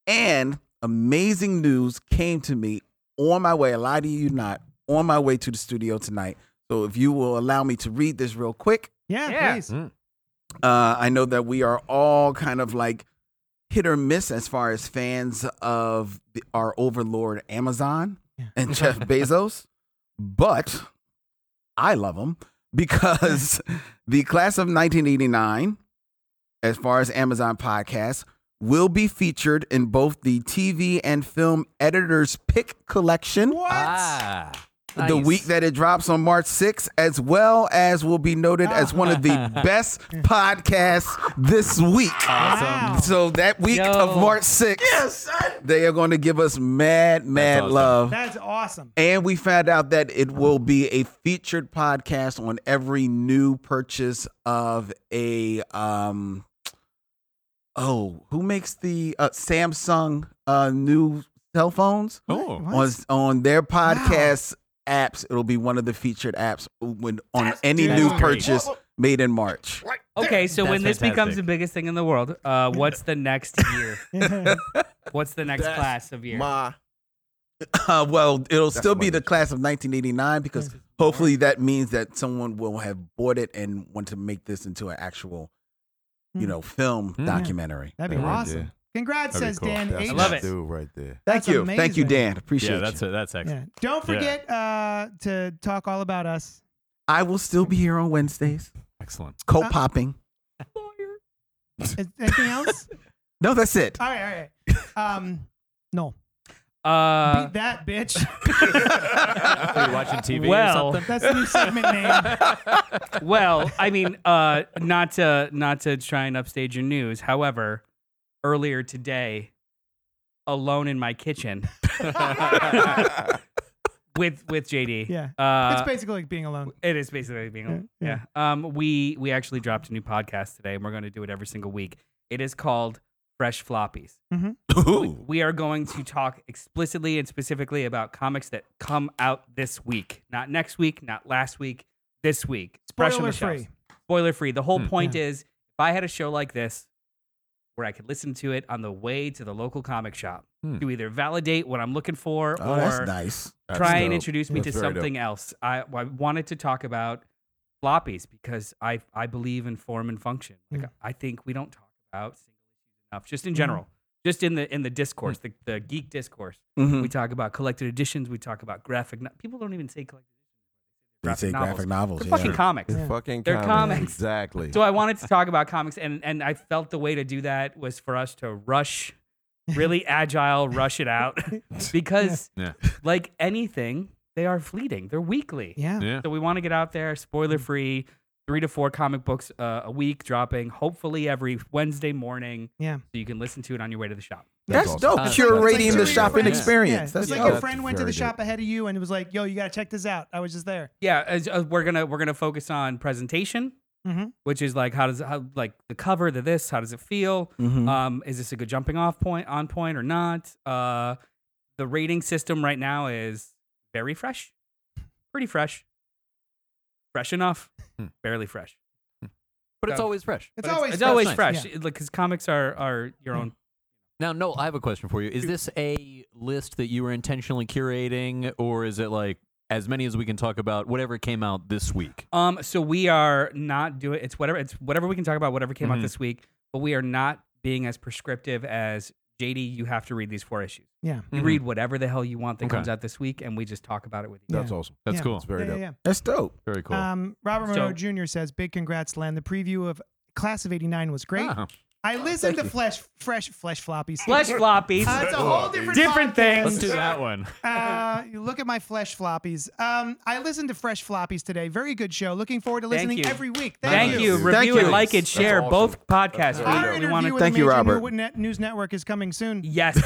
Speaker 5: And amazing news came to me on my way. I lie to you not. On my way to the studio tonight. So if you will allow me to read this real quick.
Speaker 1: Yeah,
Speaker 4: Yeah.
Speaker 1: please.
Speaker 5: Hmm. Uh, I know that we are all kind of like hit or miss as far as fans of the, our overlord Amazon
Speaker 1: Yeah.
Speaker 5: and Jeff Bezos, but I love him because the class of 1989, as far as Amazon podcasts, will be featured in both the TV and film editors pick collection
Speaker 1: What?
Speaker 2: Ah,
Speaker 5: the
Speaker 2: nice.
Speaker 5: week that it drops on March 6th, as well as will be noted as one of the best podcasts this week.
Speaker 1: Wow.
Speaker 5: So that week of March 6th, they are going to give us mad, mad
Speaker 2: awesome.
Speaker 5: love.
Speaker 1: That's awesome.
Speaker 5: And we found out that it will be a featured podcast on every new purchase of a um oh, who makes the uh, Samsung uh new cell phones?
Speaker 2: Oh,
Speaker 1: What?
Speaker 5: on on their podcast apps. It'll be one of the featured apps when on any
Speaker 1: dude.
Speaker 5: new
Speaker 1: That's
Speaker 2: great.
Speaker 5: purchase made in March.
Speaker 4: Okay, so when
Speaker 2: That's
Speaker 4: this becomes
Speaker 2: fantastic.
Speaker 4: the biggest thing in the world, uh, what's the next year? What's the next
Speaker 6: That's
Speaker 4: class of year?
Speaker 6: My
Speaker 5: Uh, well, it'll still be
Speaker 6: amazing.
Speaker 5: the class of 1989 because hopefully that means that someone will have bought it and want to make this into an actual, you
Speaker 1: Hmm.
Speaker 5: know, film
Speaker 2: Hmm.
Speaker 5: documentary.
Speaker 1: That'd be
Speaker 6: Yeah,
Speaker 1: awesome.
Speaker 6: yeah.
Speaker 1: Congrats,
Speaker 2: That'd be
Speaker 1: says
Speaker 2: cool.
Speaker 1: Dan
Speaker 6: that's
Speaker 1: H.
Speaker 4: I love
Speaker 6: my
Speaker 4: it.
Speaker 6: dude right there.
Speaker 5: Thank
Speaker 1: That's
Speaker 5: you, thank you,
Speaker 1: amazing.
Speaker 5: Dan. Appreciate
Speaker 2: yeah,
Speaker 5: you.
Speaker 2: that's that's excellent.
Speaker 1: Yeah. Don't forget uh, to talk all about us.
Speaker 5: I will still be here on Wednesdays,
Speaker 2: Excellent.
Speaker 5: co popping.
Speaker 1: Uh, Is- Anything else?
Speaker 5: No, that's it.
Speaker 1: all right, all right. Um, no.
Speaker 4: Uh,
Speaker 1: Beat that, bitch.
Speaker 2: Are you watching TV
Speaker 4: Well-
Speaker 2: or something?
Speaker 1: That's the new segment
Speaker 8: Uh,
Speaker 1: name.
Speaker 4: well, I mean, uh, not to not to try and upstage your news. However, earlier today, alone in my kitchen with with JD.
Speaker 1: Yeah. it's
Speaker 4: uh,
Speaker 1: basically like being alone.
Speaker 4: it is basically being alone.
Speaker 1: Yeah,
Speaker 4: Yeah. Um, we we actually dropped a new podcast today, and we're going to do it every single week. It is called Fresh Floppies.
Speaker 5: Ooh.
Speaker 4: We are going to talk explicitly and specifically about comics that come out this week, not next week, not last week, this week. Fresh on
Speaker 1: Spoiler
Speaker 4: the shelves
Speaker 1: free.
Speaker 4: spoiler free. The whole
Speaker 2: Hmm.
Speaker 4: point
Speaker 1: Yeah.
Speaker 4: is if I had a show like this where I could listen to it on the way to the local comic shop
Speaker 2: Hmm.
Speaker 4: to either validate what I'm looking for
Speaker 5: Oh,
Speaker 4: or
Speaker 5: that's nice.
Speaker 6: That's
Speaker 4: try and
Speaker 6: dope.
Speaker 4: introduce me
Speaker 6: That's
Speaker 4: to
Speaker 6: very dope.
Speaker 4: something else. I, I wanted to talk about floppies because I, I believe in form and function. Like
Speaker 1: Hmm.
Speaker 4: I think we don't talk about single issues enough, just in general, just in the in the discourse, the, the geek discourse.
Speaker 5: Mhm.
Speaker 4: We talk about collected editions. We talk about graphic. No- People don't even say collected.
Speaker 5: They say graphic novels.
Speaker 4: They're
Speaker 5: yeah.
Speaker 4: fucking comics.
Speaker 1: Yeah.
Speaker 3: Fucking
Speaker 4: They're comics.
Speaker 3: Exactly.
Speaker 4: So I wanted to talk about comics, and and I felt the way to do that was for us to rush, really agile, rush it out, because
Speaker 2: Yeah.
Speaker 4: like anything, they are fleeting. They're weekly,
Speaker 1: Yeah.
Speaker 2: Yeah.
Speaker 4: so we want to get out there, spoiler
Speaker 1: Mm.
Speaker 4: free, three to four comic books uh, a week dropping, hopefully every Wednesday morning.
Speaker 1: Yeah.
Speaker 4: so you can listen to it on your way to the shop.
Speaker 5: That's,
Speaker 6: awesome.
Speaker 5: dope.
Speaker 2: Uh,
Speaker 1: It's like- it's like two
Speaker 5: Curating the
Speaker 1: of your
Speaker 5: shopping
Speaker 1: friends. Yeah.
Speaker 5: experience.
Speaker 1: It's
Speaker 5: That's
Speaker 1: like
Speaker 5: dope.
Speaker 1: your friend went to the
Speaker 3: Very good.
Speaker 1: shop ahead of you and it was like, yo, you got to check this out. I was just there.
Speaker 4: Yeah, as, uh, we're gonna we're gonna focus on presentation,
Speaker 1: Mhm.
Speaker 4: which is like how does how like the cover, the this, how does it feel.
Speaker 5: Mhm.
Speaker 4: Um, is this a good jumping off point on point or not? Uh, the rating system right now is very fresh, pretty fresh, fresh enough,
Speaker 2: Hmm.
Speaker 4: barely fresh.
Speaker 2: But it's always fresh.
Speaker 1: It's
Speaker 4: But
Speaker 1: always
Speaker 4: it's
Speaker 1: fresh. Mm.
Speaker 4: always
Speaker 2: Nice.
Speaker 4: fresh. It- Like because comics are are your own.
Speaker 2: Now, Noel, I have a question for you. Is this a list that you were intentionally curating, or is it like as many as we can talk about, whatever came out this week?
Speaker 4: Um, so we are not doing it's whatever it's whatever we can talk about whatever came out
Speaker 2: Mhm.
Speaker 4: this week, but we are not being as prescriptive as JD, you have to read these four issues.
Speaker 1: Yeah.
Speaker 4: You
Speaker 8: Mhm.
Speaker 4: read whatever the hell you want that
Speaker 8: Okay.
Speaker 4: comes out this week, and we just talk about it with you.
Speaker 1: Yeah.
Speaker 6: That's awesome.
Speaker 8: That's
Speaker 1: Yeah.
Speaker 8: cool.
Speaker 6: It's very
Speaker 1: yeah,
Speaker 6: dope.
Speaker 1: yeah,
Speaker 5: That's dope.
Speaker 8: Very cool.
Speaker 1: yeah. Um, Robert
Speaker 4: So-
Speaker 1: Monroe Jr. says, "Big congrats, Len. The preview of Class of '89 was great.
Speaker 8: Ah,
Speaker 1: I listened to Flesh, Fresh, Flesh Floppies.
Speaker 4: Flesh floppies.
Speaker 1: Uh, it's a whole different
Speaker 4: Different
Speaker 1: podcast.
Speaker 8: let's do that one.
Speaker 1: Uh, you look at my Flesh Floppies. Um, I listened to Fresh Floppies today. Very good show. Looking forward to
Speaker 4: Thank
Speaker 1: listening
Speaker 4: you.
Speaker 1: every week.
Speaker 4: Thank, you. Review
Speaker 5: Thank
Speaker 4: it,
Speaker 5: you.
Speaker 4: like it,
Speaker 5: That's
Speaker 4: share.
Speaker 3: awesome.
Speaker 4: Both podcasts.
Speaker 3: That's
Speaker 1: Our
Speaker 3: really
Speaker 4: we
Speaker 1: interview
Speaker 4: want to.
Speaker 1: with
Speaker 5: Thank
Speaker 1: the
Speaker 5: you,
Speaker 1: major
Speaker 5: Robert.
Speaker 1: New- Net- news network is coming soon.
Speaker 4: Yes.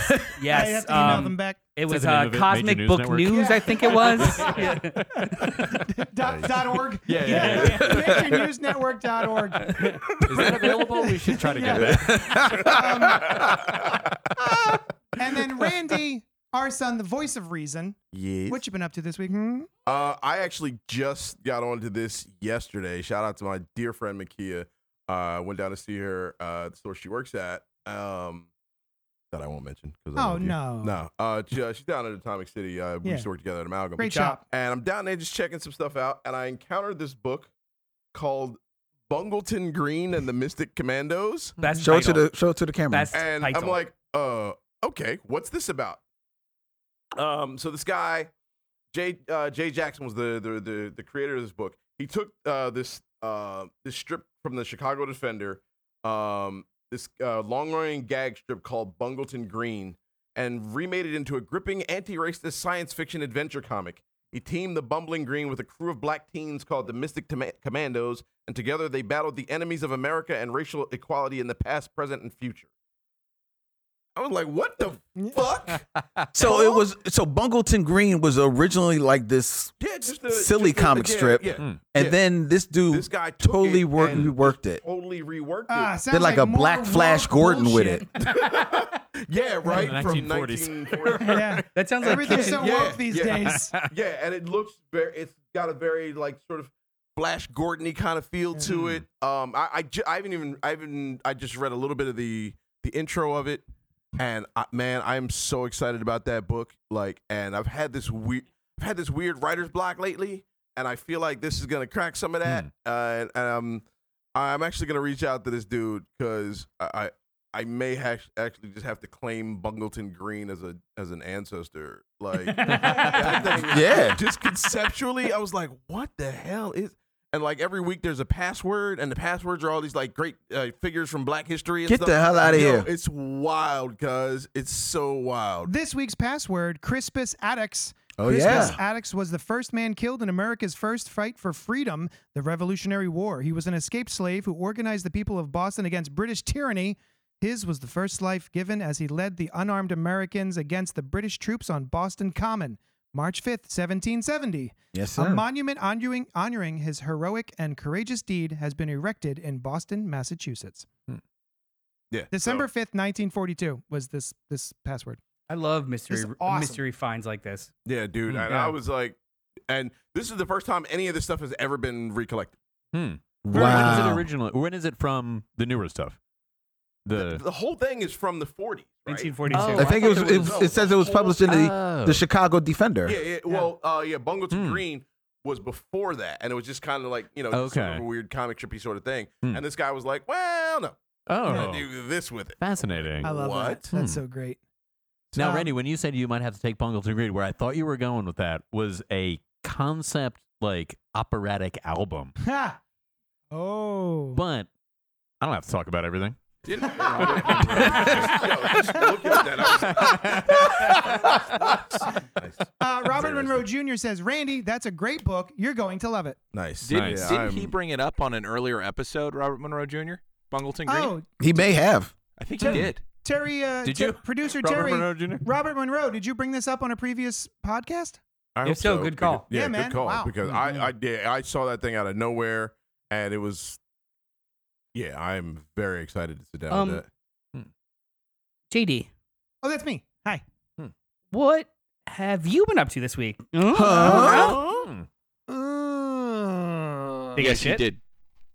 Speaker 4: Yes.
Speaker 1: I have to email
Speaker 4: um,
Speaker 1: them back.
Speaker 4: It was
Speaker 8: the name
Speaker 4: uh,
Speaker 8: of it, Major
Speaker 4: Cosmic
Speaker 8: News
Speaker 4: Book
Speaker 8: Network?
Speaker 4: News,
Speaker 1: Yeah.
Speaker 4: I think it was.
Speaker 1: dot, dot org.
Speaker 8: Yeah,
Speaker 1: yeah. MajorNewsNetwork dot org.
Speaker 8: Is that available? We should try to get
Speaker 1: Yeah.
Speaker 8: that.
Speaker 4: Um,
Speaker 1: And then Randy, our son, the voice of reason.
Speaker 3: Yeah.
Speaker 1: What you been up to this week? Hmm?
Speaker 6: Uh, I actually just got onto this yesterday. Shout out to my dear friend Makia. Uh, I went down to see her uh, at the store she works at. Um, that I won't mention. 'cause I
Speaker 1: Oh
Speaker 6: love you.
Speaker 1: no.
Speaker 6: No, uh, she- uh, she's down at Atomic City. Uh, we
Speaker 1: Yeah.
Speaker 6: used to work together at Amalgam.
Speaker 1: Great shop.
Speaker 6: And I'm down there just checking some stuff out, and I encountered this book called Bungleton Green and the Mystic Commandos.
Speaker 4: Best
Speaker 5: Show it to
Speaker 4: title.
Speaker 5: the show it to the camera.
Speaker 4: Best
Speaker 6: And
Speaker 4: title.
Speaker 6: I'm like, uh, okay, what's this about? Um, so this guy, Jay uh, Jay Jackson was the, the the the creator of this book. He took uh, this uh, this strip from the Chicago Defender, um, this uh, long running gag strip called Bungleton Green, and remade it into a gripping anti-racist science fiction adventure comic. He teamed the Bumbling Green with a crew of black teens called the Mystic Toma- Commandos, and together they battled the enemies of America and racial equality in the past, present, and future. I was like, what the fuck?
Speaker 5: So it was so Bungleton Green was originally like this
Speaker 6: Yeah, just a-
Speaker 5: silly
Speaker 6: just a-
Speaker 5: comic
Speaker 6: yeah,
Speaker 5: strip,
Speaker 6: yeah.
Speaker 5: and
Speaker 6: Yeah.
Speaker 5: then this dude
Speaker 6: this guy took
Speaker 5: totally
Speaker 6: it
Speaker 5: wor-
Speaker 6: and
Speaker 5: reworked it.
Speaker 6: totally reworked
Speaker 1: Ah,
Speaker 6: it.
Speaker 1: sounds
Speaker 5: Did like a
Speaker 1: more
Speaker 5: Black Flash
Speaker 1: woke
Speaker 5: Gordon with
Speaker 1: bullshit.
Speaker 6: Yeah, right
Speaker 8: the
Speaker 6: from
Speaker 8: 1940s.
Speaker 6: 1940s.
Speaker 1: yeah.
Speaker 4: that sounds like
Speaker 1: Everything's so
Speaker 4: kitchen-
Speaker 6: Yeah,
Speaker 1: woke these
Speaker 6: yeah.
Speaker 1: days.
Speaker 6: yeah, and it looks very. It's got a very like sort of Flash Gordon-y kind of feel to it. Um, I I, ju- I haven't even I haven't I just read a little bit of the the intro of it, and I, man, I'm so excited about that book. Like, and I've had this weird I've had this weird writer's block lately, and I feel like this is gonna crack some of that. Uh, and, and um, I'm actually gonna reach out to this dude because I. I I may ha- actually just have to claim Bungleton Green as a as an ancestor. Like, that thing is-
Speaker 5: Yeah.
Speaker 6: just conceptually, I was like, what the hell is. And like every week, there's a password, and the passwords are all these like great uh, figures from Black history. And
Speaker 5: Get
Speaker 6: stuff.
Speaker 5: the hell outta
Speaker 6: Yo,
Speaker 5: here.
Speaker 6: It's wild, cuz it's so wild.
Speaker 1: This week's password, Crispus Attucks.
Speaker 5: Oh,
Speaker 1: Crispus
Speaker 5: yeah.
Speaker 1: Attucks was the first man killed in America's first fight for freedom, the Revolutionary War. He was an escaped slave who organized the people of Boston against British tyranny. His was the first life given as he led the unarmed Americans against the British troops on Boston Common, March 5th, 1770.
Speaker 5: Yes,
Speaker 1: A
Speaker 5: sir.
Speaker 1: monument honoring, honoring his heroic and courageous deed has been erected in Boston, Massachusetts.
Speaker 6: Yeah.
Speaker 1: December 5th, 1942 was this this password.
Speaker 4: I love
Speaker 1: This
Speaker 4: mystery
Speaker 1: is awesome.
Speaker 4: mystery finds like this.
Speaker 6: Yeah, dude.
Speaker 8: Mm.
Speaker 6: and
Speaker 4: Yeah.
Speaker 6: I was like, and this is the first time any of this stuff has ever been recollected.
Speaker 8: When is it
Speaker 5: Wow.
Speaker 8: original? When is it from the newer stuff?
Speaker 6: The,
Speaker 8: The
Speaker 6: the whole thing is from the 40s. Right?
Speaker 4: 1942.
Speaker 8: Oh,
Speaker 5: I think it was. It,
Speaker 6: was-
Speaker 5: was- it says it was published in the
Speaker 8: Oh.
Speaker 5: the Chicago Defender.
Speaker 6: Yeah, yeah. Well, uh, yeah, Bungleton
Speaker 8: Hmm.
Speaker 6: Green was before that, and it was just kind of like you know, just sort of
Speaker 8: Okay.
Speaker 6: a weird comic trippy sort of thing.
Speaker 8: Hmm.
Speaker 6: And this guy was like, "Well, no, I'm
Speaker 8: oh,
Speaker 6: gonna do this with it."
Speaker 8: fascinating.
Speaker 1: I love that.
Speaker 6: What?
Speaker 1: That's
Speaker 8: Hmm.
Speaker 1: so great.
Speaker 8: Now,
Speaker 1: Um,
Speaker 8: Randy, when you said you might have to take Bungle to Greed, where I thought you were going with that was a concept like operatic album,
Speaker 1: Ha! Oh.
Speaker 8: but I don't have to talk about everything.
Speaker 6: You know, yo, just looking at that, I was like, nice,
Speaker 1: uh, Robert
Speaker 6: Very
Speaker 1: Monroe Jr. says, Randy, that's a great book. You're going to love it.
Speaker 6: nice.
Speaker 9: Did,
Speaker 6: nice.
Speaker 9: Didn't
Speaker 6: I'm-
Speaker 3: Um,
Speaker 9: he bring it up on an earlier episode, Robert Monroe Jr.? Bungleton Green?
Speaker 1: Oh,
Speaker 5: He may have.
Speaker 9: I think he did.
Speaker 1: Terry, uh,
Speaker 9: Did
Speaker 1: Ter-
Speaker 9: you?
Speaker 1: producer
Speaker 8: Robert
Speaker 1: Terry,
Speaker 8: Monroe Jr.?
Speaker 1: Robert Monroe, did you bring this up on a previous podcast?
Speaker 6: I
Speaker 4: If
Speaker 6: hope
Speaker 4: so, good
Speaker 6: because-
Speaker 4: call.
Speaker 6: yeah,
Speaker 1: Yeah,
Speaker 6: good
Speaker 1: man.
Speaker 6: call.
Speaker 1: Wow.
Speaker 6: Because I, I did. I saw that thing out of nowhere, and it was. Yeah, I'm very excited to sit down
Speaker 4: Um,
Speaker 6: with that.
Speaker 4: JD,
Speaker 1: Oh, that's me. Hi.
Speaker 4: what have you been up to this week? Oh,
Speaker 8: Mm.
Speaker 1: Oh,
Speaker 4: Take a
Speaker 9: yes,
Speaker 4: shit?
Speaker 9: he did.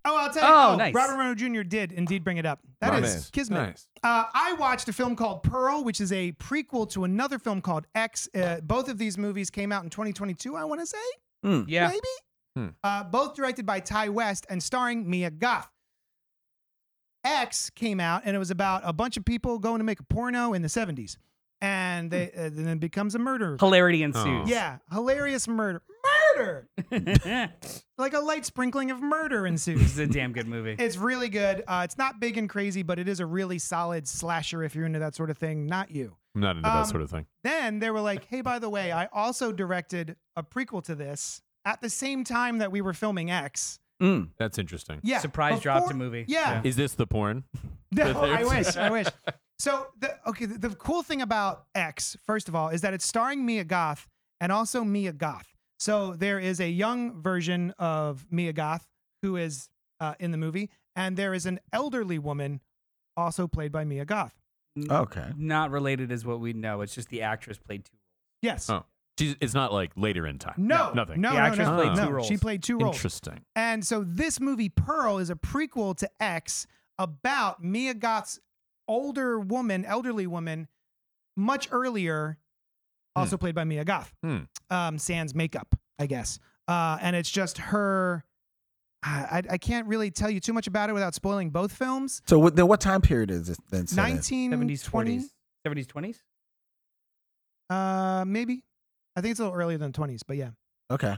Speaker 1: I'll tell you.
Speaker 4: Oh, nice.
Speaker 1: Robert Monroe Jr. did indeed bring it up. That is
Speaker 6: Nice.
Speaker 1: kismet. Uh, I watched a film called Pearl, which is a prequel to another film called X. Uh, both of these movies came out in 2022, I want to say.
Speaker 4: oh. Yeah.
Speaker 1: Maybe?
Speaker 8: Hmm.
Speaker 1: Uh, both directed by Ty West and starring Mia Goth. X came out, and it was about a bunch of people going to make a porno in the 70s, and they uh, then it becomes a murder.
Speaker 4: Hilarity ensues.
Speaker 1: Yeah, hilarious murder, murder,
Speaker 4: it's
Speaker 1: like a light sprinkling of murder ensues.
Speaker 4: a damn good movie.
Speaker 1: It's really good. Uh, it's not big and crazy, but it is a really solid slasher if you're into that sort of thing. Not you.
Speaker 2: I'm not into
Speaker 1: Um,
Speaker 2: that sort of thing.
Speaker 1: Then they were like, hey, by the way, I also directed a prequel to this at the same time that we were filming X.
Speaker 4: Mm.
Speaker 2: That's interesting.
Speaker 1: Yeah.
Speaker 4: Surprise
Speaker 1: before-
Speaker 4: dropped a movie.
Speaker 1: Yeah.
Speaker 2: Is this the porn?
Speaker 1: No, I wish. I wish. So, the, okay, the, the cool thing about X, first of all, is that it's starring Mia Goth and also Mia Goth. So, there is a young version of Mia Goth who is uh, in the movie, and there is an elderly woman also played by Mia Goth.
Speaker 5: Oh, Okay.
Speaker 4: Not related is what we know. It's just the actress played two.
Speaker 1: Yes.
Speaker 2: Oh, She's, it's not like later in time.
Speaker 1: No,
Speaker 2: nothing.
Speaker 1: No,
Speaker 4: The
Speaker 1: no,
Speaker 4: actress
Speaker 1: no,
Speaker 4: played
Speaker 1: no.
Speaker 4: two roles.
Speaker 1: She played two roles.
Speaker 2: Interesting.
Speaker 1: And so this movie Pearl is a prequel to X about Mia Goth's older woman, elderly woman, much earlier, also played by Mia Goth.
Speaker 2: Hmm.
Speaker 1: Um, sans makeup, I guess. Uh, and it's just her. I, I- I can't really tell you too much about it without spoiling both films.
Speaker 5: So what, then what time period is this then? set in?
Speaker 1: 1920s,
Speaker 4: Seventies, twenties, seventies, twenties.
Speaker 1: uh, maybe. I think it's a little earlier than 20s, but yeah.
Speaker 5: Okay.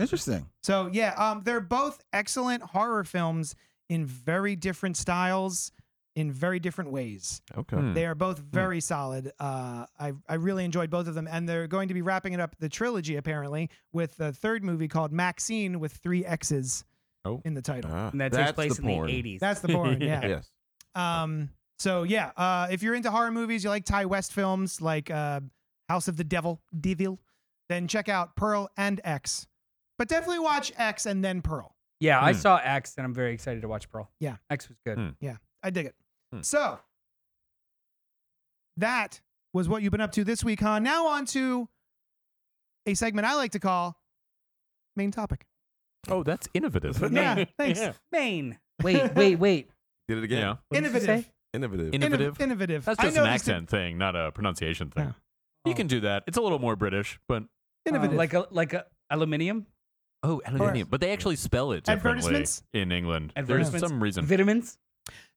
Speaker 5: Interesting.
Speaker 1: So yeah, um, they're both excellent horror films in very different styles, in very different ways.
Speaker 3: Okay.
Speaker 2: Hmm.
Speaker 1: They are both very solid. Uh, I I really enjoyed both of them, and they're going to be wrapping it up the trilogy apparently with the third movie called Maxine with three X's
Speaker 2: Oh.
Speaker 1: in the title.
Speaker 3: Ah,
Speaker 4: And that
Speaker 3: that's
Speaker 4: takes place
Speaker 3: the
Speaker 4: in
Speaker 3: porn.
Speaker 4: the eighties.
Speaker 1: That's the porn, yeah.
Speaker 3: Yes.
Speaker 1: Um, so yeah, uh, if you're into horror movies, you like Thai West films like uh, House of the Devil, Devil, then check out Pearl and X. But definitely watch X and then Pearl.
Speaker 4: Yeah, I
Speaker 2: Hmm.
Speaker 4: saw X and I'm very excited to watch Pearl.
Speaker 1: Yeah.
Speaker 4: X was good.
Speaker 2: Hmm.
Speaker 1: I dig it.
Speaker 2: Hmm.
Speaker 1: So that was what you've been up to this week, huh? Now on to a segment I like to call main topic.
Speaker 2: Oh, that's innovative.
Speaker 1: Yeah, thanks.
Speaker 2: Yeah.
Speaker 4: Maine. Wait, wait, wait.
Speaker 3: Did it again.
Speaker 2: Yeah.
Speaker 4: What did you
Speaker 1: Innovative.
Speaker 4: say? Uh,
Speaker 3: Innovative.
Speaker 1: Inno-
Speaker 2: Innovative.
Speaker 1: innovative.
Speaker 2: That's
Speaker 1: I
Speaker 2: just an
Speaker 1: noticed it-
Speaker 2: accent thing, not a pronunciation thing.
Speaker 1: Yeah.
Speaker 4: Oh.
Speaker 2: You can do that. It's a little more British, but
Speaker 1: Innovative.
Speaker 4: Uh, like a like a aluminium
Speaker 2: oh, aluminium. But they actually spell it differently
Speaker 1: Advertisements?
Speaker 2: in England. There's
Speaker 4: Advertisements?
Speaker 2: some reason.
Speaker 4: vitamins.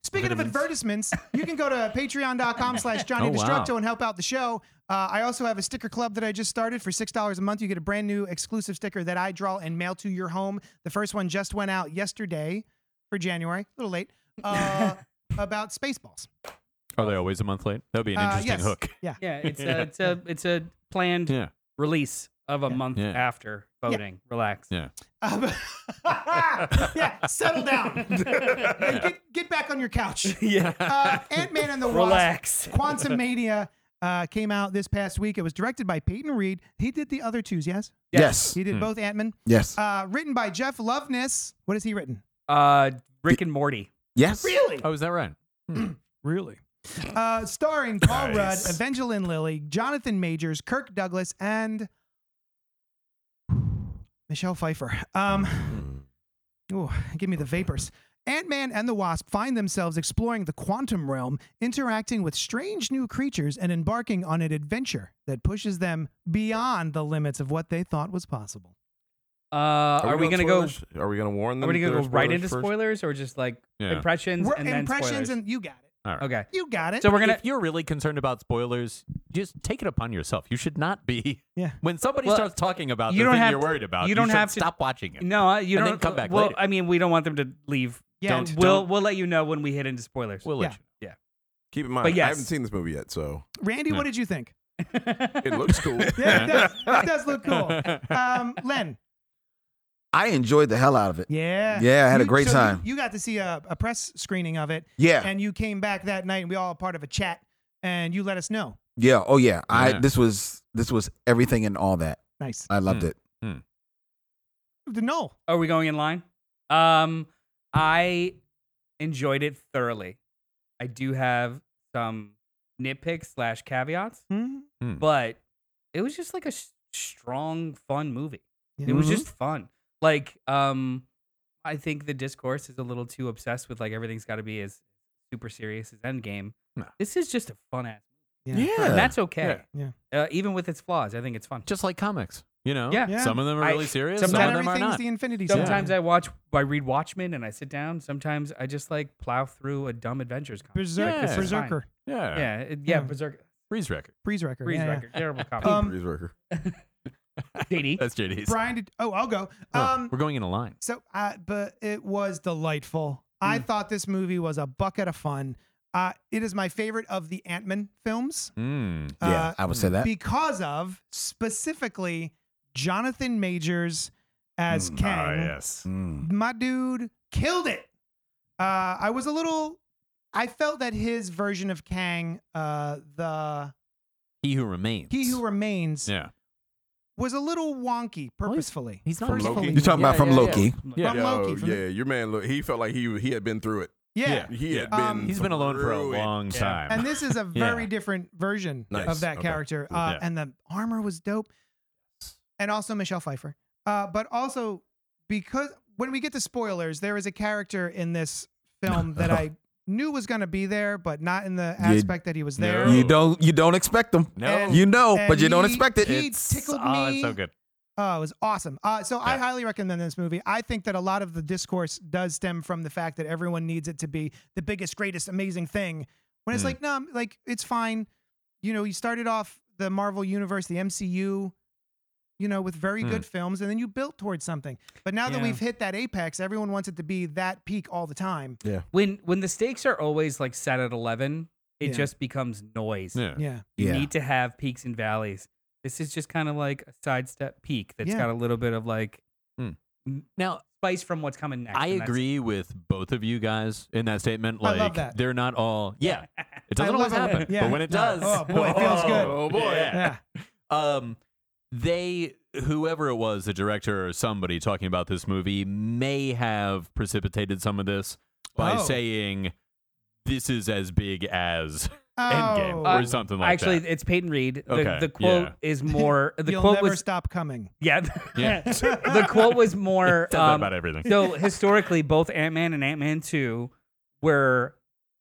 Speaker 1: Speaking of advertisements, you can go to patreon.com slash Johnny
Speaker 2: Oh, wow.
Speaker 1: Destructo and help out the show. Uh, I also have a sticker club that I just started for $6 a month. You get a brand new exclusive sticker that I draw and mail to your home. The first one just went out yesterday for January, a little late, uh, about Spaceballs.
Speaker 2: Are they always a month late? That would be an
Speaker 1: Uh,
Speaker 2: interesting
Speaker 1: yes.
Speaker 2: hook.
Speaker 4: Yeah, it's
Speaker 2: Yeah.
Speaker 4: a it's a it's a planned
Speaker 2: Yeah.
Speaker 4: release of a
Speaker 1: Yeah.
Speaker 4: month
Speaker 2: Yeah.
Speaker 4: after voting. Relax.
Speaker 2: Yeah.
Speaker 1: Um, yeah, settle down. Hey, get, get back on your couch.
Speaker 4: Yeah.
Speaker 1: Uh, Ant Man and the Wasp,
Speaker 4: Relax.
Speaker 1: Quantum Mania uh, came out this past week. It was directed by Peyton Reed. He did the other twos, yes?
Speaker 5: Yes.
Speaker 1: He did
Speaker 2: Hmm.
Speaker 1: both Ant Man.
Speaker 5: Yes.
Speaker 1: Uh, written by Jeff Loveness. What has he written?
Speaker 4: Uh, Rick and Morty.
Speaker 5: Yes.
Speaker 1: Really?
Speaker 2: Oh, is that right?
Speaker 1: Really? Uh, starring Paul Rudd, Evangeline Lilly, Jonathan Majors, Kirk Douglas, and Michelle Pfeiffer. Um, ooh, give me the vapors. Ant Man and the Wasp find themselves exploring the quantum realm, interacting with strange new creatures, and embarking on an adventure that pushes them beyond the limits of what they thought was possible.
Speaker 4: Uh, are, we, gonna go?
Speaker 3: spoilers? Are we gonna warn
Speaker 4: Are
Speaker 3: them?
Speaker 4: we
Speaker 3: that
Speaker 4: gonna go
Speaker 3: there are
Speaker 4: right into
Speaker 3: first?
Speaker 4: spoilers or just like
Speaker 2: Yeah.
Speaker 4: impressions
Speaker 1: We're-
Speaker 4: and then
Speaker 1: impressions,
Speaker 4: spoilers?
Speaker 1: and you got it.
Speaker 4: okay.
Speaker 1: You got it.
Speaker 4: So we're gonna.
Speaker 2: if you're really concerned about spoilers, just take it upon yourself. You should not be.
Speaker 1: Yeah.
Speaker 2: When somebody
Speaker 4: Well,
Speaker 2: starts talking about
Speaker 4: you
Speaker 2: the
Speaker 4: don't
Speaker 2: thing
Speaker 4: have
Speaker 2: you're
Speaker 4: to-
Speaker 2: worried about,
Speaker 4: you
Speaker 2: you
Speaker 4: don't
Speaker 2: should
Speaker 4: have to-
Speaker 2: stop watching it.
Speaker 4: no, uh, you
Speaker 2: and then
Speaker 4: don't
Speaker 2: come back
Speaker 4: Well,
Speaker 2: later.
Speaker 4: I mean, we don't want them to leave.
Speaker 1: yeah.
Speaker 2: Don't-
Speaker 4: We'll we'll let you know when we hit into spoilers.
Speaker 2: We'll let
Speaker 1: Yeah.
Speaker 2: you.
Speaker 3: Keep in mind,
Speaker 4: But yes.
Speaker 3: I haven't seen this movie yet, so
Speaker 1: Randy, what did you think?
Speaker 3: it looks cool.
Speaker 1: Yeah, it does, it does look cool.
Speaker 4: Oh.
Speaker 1: Um, Len.
Speaker 5: I enjoyed the hell out of it.
Speaker 1: Yeah.
Speaker 5: Yeah, I had a
Speaker 1: You-
Speaker 5: great
Speaker 1: so you-
Speaker 5: time.
Speaker 1: You, got to see a, a press screening of it,
Speaker 5: Yeah.
Speaker 1: and you came back that night, and we all are part of a chat, and you let us know.
Speaker 5: Yeah. Oh yeah. I
Speaker 2: Yeah.
Speaker 5: this was this was everything and all that.
Speaker 1: Nice.
Speaker 5: I loved
Speaker 2: Hmm.
Speaker 5: it.
Speaker 1: The Noel.
Speaker 4: Are we going in line? Um, I enjoyed it thoroughly. I do have some nitpicks slash caveats,
Speaker 1: Hmm?
Speaker 4: but it was just like a s- strong, fun movie.
Speaker 1: Yeah.
Speaker 4: It was just fun. Like, um, I think the discourse is a little too obsessed with like everything's got to be as super serious as Endgame.
Speaker 2: No.
Speaker 4: This is just a fun ass,
Speaker 1: Yeah.
Speaker 4: and that's okay.
Speaker 1: Yeah.
Speaker 4: Uh, even with its flaws, I think it's fun.
Speaker 2: Just like comics.
Speaker 8: You know,
Speaker 4: Yeah.
Speaker 1: Yeah.
Speaker 8: some of them are
Speaker 4: I-
Speaker 8: really serious. Some
Speaker 1: Not
Speaker 8: of
Speaker 4: sometimes-
Speaker 8: them are
Speaker 1: everything's
Speaker 8: not.
Speaker 1: the Infinity Stone.
Speaker 4: Sometimes I watch, I read Watchmen and I sit down. Sometimes I just like plow through a dumb adventures comic.
Speaker 1: Berserk,
Speaker 8: Yeah.
Speaker 1: Berserker,
Speaker 8: yeah,
Speaker 4: Yeah, it- yeah,
Speaker 1: Yeah.
Speaker 4: Berserk,
Speaker 8: Freeze record.
Speaker 1: Breeze Record.
Speaker 4: Breeze
Speaker 1: Hmm. yeah, yeah.
Speaker 4: Record, terrible comic.
Speaker 1: Um,
Speaker 3: Breeze Worker.
Speaker 4: JD.
Speaker 8: That's JD's.
Speaker 1: Brian, did, oh, I'll go.
Speaker 8: Huh,
Speaker 1: Um,
Speaker 8: We're going in a line.
Speaker 1: So, uh, but it was delightful. I thought this movie was a bucket of fun. Uh, it is my favorite of the Ant Man films.
Speaker 2: Hmm.
Speaker 8: Mm.
Speaker 5: yeah,
Speaker 1: Uh,
Speaker 5: I would say that.
Speaker 1: because of specifically Jonathan Majors as
Speaker 8: Hmm,
Speaker 5: Mm.
Speaker 2: Ah,
Speaker 1: Kang.
Speaker 8: yes.
Speaker 4: Hmm.
Speaker 5: Mm.
Speaker 1: My dude killed it. Uh, I was a little. I felt that his version of Kang, uh, the
Speaker 8: He who remains.
Speaker 1: He Who Remains,
Speaker 8: Yeah. Oh,
Speaker 1: was a little wonky purposefully.
Speaker 8: He's not
Speaker 3: From
Speaker 8: really-
Speaker 3: Loki?
Speaker 5: You're talking
Speaker 8: Yeah,
Speaker 5: about from
Speaker 8: yeah, yeah.
Speaker 5: Loki.
Speaker 8: Yeah.
Speaker 1: From Loki, from the-
Speaker 3: yeah, your man. Look, he felt like he he had been through it.
Speaker 1: yeah.
Speaker 3: He had
Speaker 8: Yeah.
Speaker 3: been.
Speaker 1: Um,
Speaker 8: He's been alone for a
Speaker 3: through it.
Speaker 8: long
Speaker 4: Yeah.
Speaker 8: time.
Speaker 1: And this is a
Speaker 8: Yeah.
Speaker 1: very different version
Speaker 3: Nice.
Speaker 1: of that
Speaker 3: Okay.
Speaker 1: character.
Speaker 3: Cool.
Speaker 1: Uh,
Speaker 8: Yeah.
Speaker 1: And the armor was dope. And also Michelle Pfeiffer. Uh, but also, because when we get to spoilers, there is a character in this film that I knew was going to be there, but not in the
Speaker 5: You-
Speaker 1: aspect that he was there.
Speaker 5: You don't you don't expect them.
Speaker 8: no,
Speaker 1: and-
Speaker 5: You know,
Speaker 1: And
Speaker 5: but you don't
Speaker 1: he-
Speaker 5: expect it.
Speaker 1: He
Speaker 8: It's-
Speaker 1: tickled me.
Speaker 8: Oh, it's so good.
Speaker 1: Oh, it was awesome. Uh, so I
Speaker 8: Yeah.
Speaker 1: highly recommend this movie. I think that a lot of the discourse does stem from the fact that everyone needs it to be the biggest, greatest, amazing thing. When it's
Speaker 8: Mm.
Speaker 1: like, no, I'm- like it's fine. You know, you started off the Marvel Universe, the MCU, you know, with very
Speaker 8: Mm.
Speaker 1: good films, and then you built towards something. But now that
Speaker 4: Yeah.
Speaker 1: we've hit that apex, everyone wants it to be that peak all the time.
Speaker 4: When when the stakes are always like set at eleven, it
Speaker 1: Yeah.
Speaker 4: just becomes noise.
Speaker 8: Yeah.
Speaker 1: Yeah.
Speaker 4: You
Speaker 5: Yeah.
Speaker 4: need to have peaks and valleys. This is just kind of like a sidestep peak that's
Speaker 1: Yeah.
Speaker 4: got a little bit of like
Speaker 8: Hmm. Now,
Speaker 4: spice from what's coming next.
Speaker 8: I
Speaker 4: and that's-
Speaker 8: agree with both of you guys in that statement.
Speaker 1: I
Speaker 8: Like,
Speaker 1: love that.
Speaker 8: they're not all. Yeah, it
Speaker 1: I
Speaker 8: doesn't always
Speaker 1: love it.
Speaker 8: happen,
Speaker 1: Yeah.
Speaker 8: but when it
Speaker 1: No.
Speaker 8: does,
Speaker 1: Oh, boy, it feels good.
Speaker 8: Oh boy.
Speaker 1: Yeah.
Speaker 8: Um, they, whoever it was, the director or somebody talking about this movie, may have precipitated some of this by
Speaker 1: Oh.
Speaker 8: saying this is as big as
Speaker 1: Oh,
Speaker 8: Endgame
Speaker 4: Uh,
Speaker 8: or something like
Speaker 4: Actually,
Speaker 8: that.
Speaker 4: it's Peyton Reed. The,
Speaker 8: Okay,
Speaker 4: the quote
Speaker 8: yeah.
Speaker 4: is more. The
Speaker 1: You'll
Speaker 4: quote
Speaker 1: never
Speaker 4: was
Speaker 1: stop coming.
Speaker 4: yeah.
Speaker 8: Yeah.
Speaker 4: the quote was more.
Speaker 8: Said that
Speaker 4: um,
Speaker 8: about everything.
Speaker 4: so historically, both Ant Man and Ant Man Two were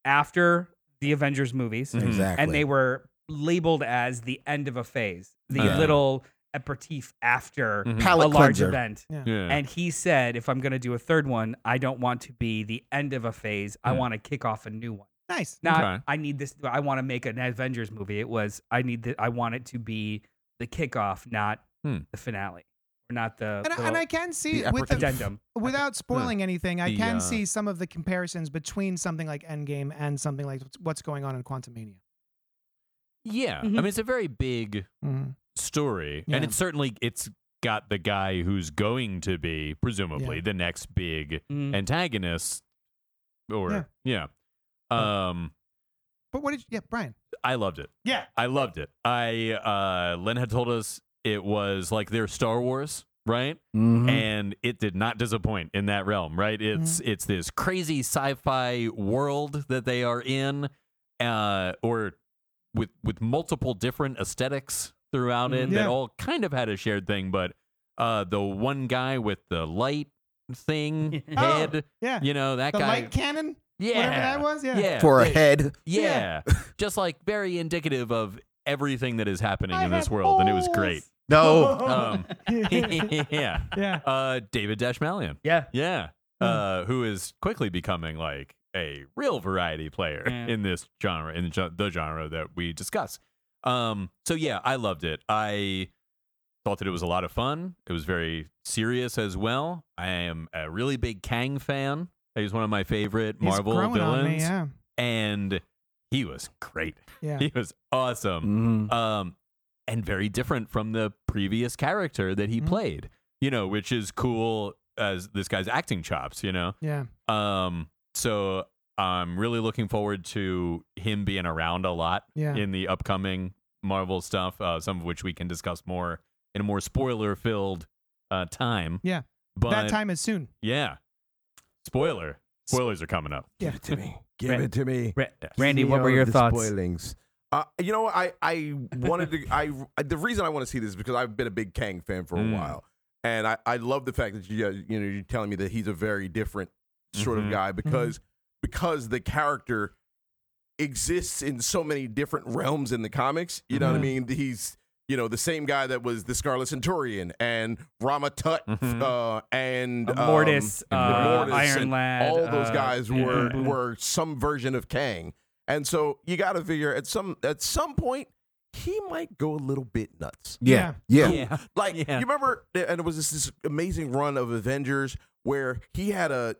Speaker 4: after the Avengers movies,
Speaker 8: Mhm.
Speaker 5: Mm-hmm. Exactly.
Speaker 4: and they were labeled as the end of a phase, the
Speaker 8: Yeah.
Speaker 4: little aperitif after
Speaker 8: Mhm.
Speaker 4: a
Speaker 5: Mm-hmm. palate
Speaker 4: large
Speaker 5: cleanser.
Speaker 4: event.
Speaker 8: Yeah.
Speaker 4: And he said, if I'm going to do a third one, I don't want to be the end of a phase. I
Speaker 8: Mm.
Speaker 4: want to kick off a new one.
Speaker 1: Nice.
Speaker 4: Not
Speaker 8: Okay.
Speaker 4: I need this. I want to make an Avengers movie. It was I need. The, I want it to be the kickoff, not
Speaker 8: Hmm.
Speaker 4: the finale, or not the,
Speaker 1: And I,
Speaker 4: the
Speaker 1: and I can see
Speaker 5: the
Speaker 1: with the
Speaker 4: addendum.
Speaker 1: without spoiling anything, I
Speaker 8: The,
Speaker 1: can
Speaker 8: uh,
Speaker 1: see some of the comparisons between something like Endgame and something like what's- what's going on in Quantumania.
Speaker 8: yeah.
Speaker 4: Mhm.
Speaker 8: I mean, it's a very big
Speaker 1: Mhm.
Speaker 8: story
Speaker 1: Yeah.
Speaker 8: and it's certainly it's got the guy who's going to be presumably
Speaker 1: Yeah.
Speaker 8: the next big
Speaker 4: Mm.
Speaker 8: antagonist or yeah. um
Speaker 1: But what did you, yeah, Brian?
Speaker 8: i loved it
Speaker 1: Yeah.
Speaker 8: i loved it i uh len had told us it was like their star wars right
Speaker 4: Mm-hmm.
Speaker 1: Mm-hmm.
Speaker 8: and it did not disappoint in that realm right it's it's this crazy sci-fi world that they are in uh or with with multiple different aesthetics throughout it
Speaker 1: Mm-hmm. Yeah.
Speaker 8: that all kind of had a shared thing but uh the one guy with the light thing
Speaker 4: Oh,
Speaker 8: head
Speaker 1: Yeah.
Speaker 8: you know that
Speaker 1: the
Speaker 8: guy
Speaker 1: light cannon?
Speaker 8: yeah
Speaker 1: Whatever that was? Yeah.
Speaker 8: yeah
Speaker 5: For a
Speaker 8: yeah,
Speaker 5: head.
Speaker 8: yeah. just like very indicative of everything that is happening in this world and it was great
Speaker 5: No.
Speaker 8: um yeah
Speaker 1: Oh. yeah.
Speaker 8: uh david dashmalian
Speaker 4: Yeah.
Speaker 8: yeah.
Speaker 1: Hmm.
Speaker 8: Uh, who is quickly becoming like a real variety player
Speaker 4: Yeah.
Speaker 8: in this genre, in the gen- the genre that we discuss. Um, so yeah, I loved it. I thought that it was a lot of fun. It was very serious as well. I am a really big Kang fan. He's one of my favorite
Speaker 1: He's
Speaker 8: Marvel
Speaker 1: growing
Speaker 8: villains,
Speaker 1: on me, yeah.
Speaker 8: and he was great.
Speaker 1: Yeah.
Speaker 8: He was awesome um, and very different from the previous character that he
Speaker 1: Mhm.
Speaker 8: played. You know, which is cool as this guy's acting chops. You know,
Speaker 1: Yeah.
Speaker 8: um, so I'm really looking forward to him being around a lot
Speaker 1: Yeah.
Speaker 8: in the upcoming Marvel stuff. Uh, some of which we can discuss more in a more spoiler-filled uh, time.
Speaker 1: Yeah.
Speaker 8: but
Speaker 1: that time is soon.
Speaker 8: yeah, spoiler. Spoilers are coming up.
Speaker 1: Give
Speaker 3: it to me. Give
Speaker 4: Right.
Speaker 3: it to me.
Speaker 4: Ra- Randy, what were your thoughts?
Speaker 3: Spoilings. Uh, you know, what? I I wanted to. I the reason I want to see this is because I've been a big Kang fan for a
Speaker 8: Mm.
Speaker 3: while, and I, I love the fact that you guys- you know you're telling me that he's a very different sort
Speaker 4: Mm-hmm.
Speaker 8: Mhm.
Speaker 3: of guy because because the character
Speaker 4: Mm-hmm.
Speaker 3: exists in so many different realms in the comics. You know what I mean? He's
Speaker 6: you know, the same guy that was the Scarlet Centurion and Rama Tut
Speaker 8: Mhm.
Speaker 6: uh, and um,
Speaker 4: Mm-hmm. Mortis,
Speaker 6: the
Speaker 4: uh,
Speaker 6: Mortis
Speaker 4: Iron
Speaker 6: and Mm-hmm.
Speaker 4: Lad.
Speaker 6: all those
Speaker 4: uh,
Speaker 6: guys
Speaker 4: yeah.
Speaker 6: were
Speaker 4: Boom, boom.
Speaker 6: were some version of Kang. And so you got to figure at some at some point he might go a little bit nuts.
Speaker 1: Yeah.
Speaker 8: Yeah.
Speaker 6: Yeah.
Speaker 8: yeah.
Speaker 6: Like
Speaker 8: Yeah.
Speaker 6: you remember, and it was this, this amazing run of Avengers where he had a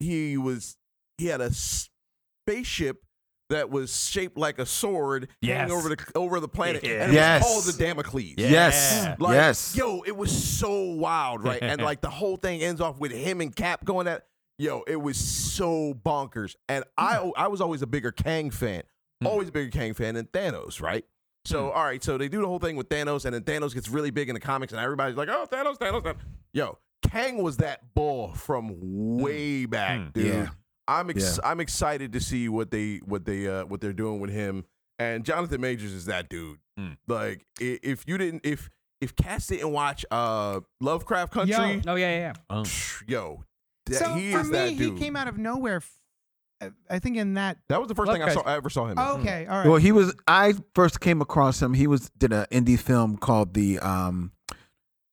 Speaker 6: he was he had a spaceship that was shaped like a sword
Speaker 4: Yes.
Speaker 6: hanging over the over the planet, and it
Speaker 5: Yes.
Speaker 6: was called the Damocles.
Speaker 5: Yes.
Speaker 1: Yeah.
Speaker 6: Like,
Speaker 5: yes.
Speaker 6: yo, it was so wild, right? and like the whole thing ends off with him and Cap going at yo, it was so bonkers. And I I was always a bigger Kang fan, always a bigger Kang fan than Thanos, right? So all right, so they do the whole thing with Thanos, and then Thanos gets really big in the comics, and everybody's like, oh, Thanos, Thanos, Thanos. Yo, Kang was that bull from way back,
Speaker 8: Mm.
Speaker 6: dude.
Speaker 5: Yeah.
Speaker 6: I'm ex-
Speaker 5: Yeah.
Speaker 6: I'm excited to see what they what they uh, what they're doing with him. And Jonathan Majors is that dude.
Speaker 8: Mm.
Speaker 6: Like i- if you didn't if if Cass didn't watch uh Lovecraft Country,
Speaker 1: Yo.
Speaker 4: Oh yeah, yeah, yeah.
Speaker 8: Oh.
Speaker 6: psh, yo, that,
Speaker 1: so
Speaker 6: he
Speaker 1: for
Speaker 6: is
Speaker 1: me,
Speaker 6: that
Speaker 1: he
Speaker 6: dude.
Speaker 1: came out of nowhere. F- I- I think in that.
Speaker 6: that was the first thing I saw.
Speaker 4: Lovecraft-
Speaker 6: I ever saw him. in.
Speaker 5: Oh,
Speaker 6: Hmm.
Speaker 8: Mm-hmm.
Speaker 1: Okay, all right.
Speaker 5: Well, he was. I first came across him. He was did an indie film called the um,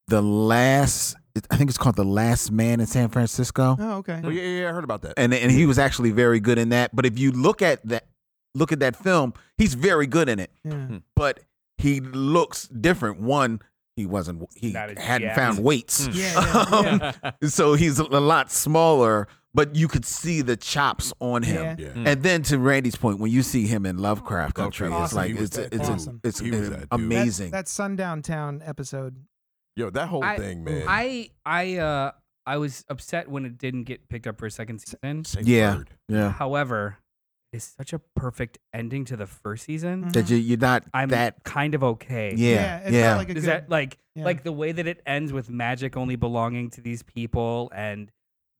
Speaker 5: the last. I think it's called the Last Man in San Francisco.
Speaker 1: oh, okay.
Speaker 6: Oh, yeah, yeah, yeah, I heard about that.
Speaker 5: and and he was actually very good in that. But if you look at that, look at that film, he's very good in it.
Speaker 1: Yeah.
Speaker 5: But he looks different. One, he wasn't. He
Speaker 4: Not a
Speaker 5: hadn't
Speaker 4: jack.
Speaker 5: found weights,
Speaker 1: Yeah, yeah, yeah.
Speaker 5: Um, so he's a lot smaller. But you could see the chops on him.
Speaker 1: Yeah.
Speaker 6: Yeah.
Speaker 5: And then to Randy's point, when you see him in Lovecraft Country, it's
Speaker 6: Lovecraft Country,
Speaker 5: like
Speaker 6: he was
Speaker 5: it's
Speaker 6: that
Speaker 5: it's
Speaker 1: dude.
Speaker 5: it's,
Speaker 1: Awesome.
Speaker 5: it's
Speaker 6: He was that dude.
Speaker 5: amazing.
Speaker 1: That sundown town episode.
Speaker 6: Yo, that whole
Speaker 4: I-
Speaker 6: thing, man.
Speaker 4: I I uh I was upset when it didn't get picked up for a second season.
Speaker 6: Say
Speaker 5: Yeah.
Speaker 6: word.
Speaker 5: yeah,
Speaker 1: mm-hmm.
Speaker 4: However, it's such a perfect ending to the first season.
Speaker 6: Mm-hmm.
Speaker 1: Mhm.
Speaker 5: that you you're not
Speaker 4: I'm
Speaker 5: that.
Speaker 4: kind of okay.
Speaker 5: Yeah,
Speaker 1: it's
Speaker 5: yeah.
Speaker 1: not like a
Speaker 4: Is
Speaker 1: good,
Speaker 4: that like
Speaker 1: yeah.
Speaker 4: like the way that it ends with magic only belonging to these people and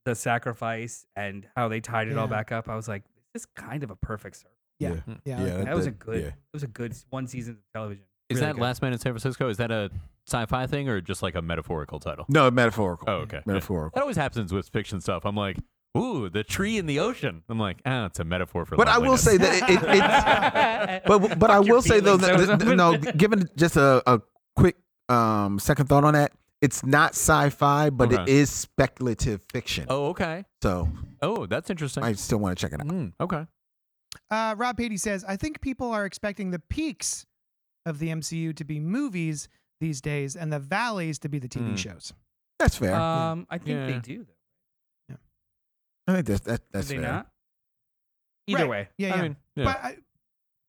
Speaker 4: the sacrifice and how they tied it all
Speaker 1: Yeah.
Speaker 4: back up? I was like, this is kind of a perfect circle.
Speaker 1: yeah,
Speaker 6: Yeah,
Speaker 4: That, was a good.
Speaker 6: yeah.
Speaker 4: It was a good one season of television.
Speaker 8: Is
Speaker 4: Really
Speaker 8: that
Speaker 4: good.
Speaker 8: Last Man in San Francisco? Is that a sci-fi thing or just like a metaphorical title?
Speaker 5: no, metaphorical.
Speaker 8: Oh, okay.
Speaker 5: Metaphorical.
Speaker 8: That always happens with fiction stuff. I'm like, ooh, the tree in the ocean. I'm like, ah, it's a metaphor for.
Speaker 5: But I will
Speaker 8: loneliness.
Speaker 5: say that it, it, it's but but I
Speaker 4: Your
Speaker 5: will say though, that,
Speaker 4: feelings.
Speaker 5: that- no, given just a, a quick um, second thought on that, it's not sci-fi, but it
Speaker 8: Okay.
Speaker 5: is speculative fiction.
Speaker 8: Oh, okay.
Speaker 5: So
Speaker 8: Oh, that's interesting.
Speaker 5: I still want to check it out.
Speaker 8: Mm, okay.
Speaker 1: Uh, Rob Patey says, I think people are expecting the peaks of the MCU to be movies these days and the valleys to be the TV
Speaker 8: Hmm.
Speaker 1: shows.
Speaker 5: That's fair.
Speaker 4: Um, I think they
Speaker 8: Yeah.
Speaker 4: do. Though.
Speaker 5: I think that's that,
Speaker 4: Do
Speaker 5: that's
Speaker 4: they
Speaker 5: fair.
Speaker 4: not? Either
Speaker 1: Right.
Speaker 4: way,
Speaker 1: Yeah, yeah.
Speaker 8: I mean, yeah.
Speaker 1: But I,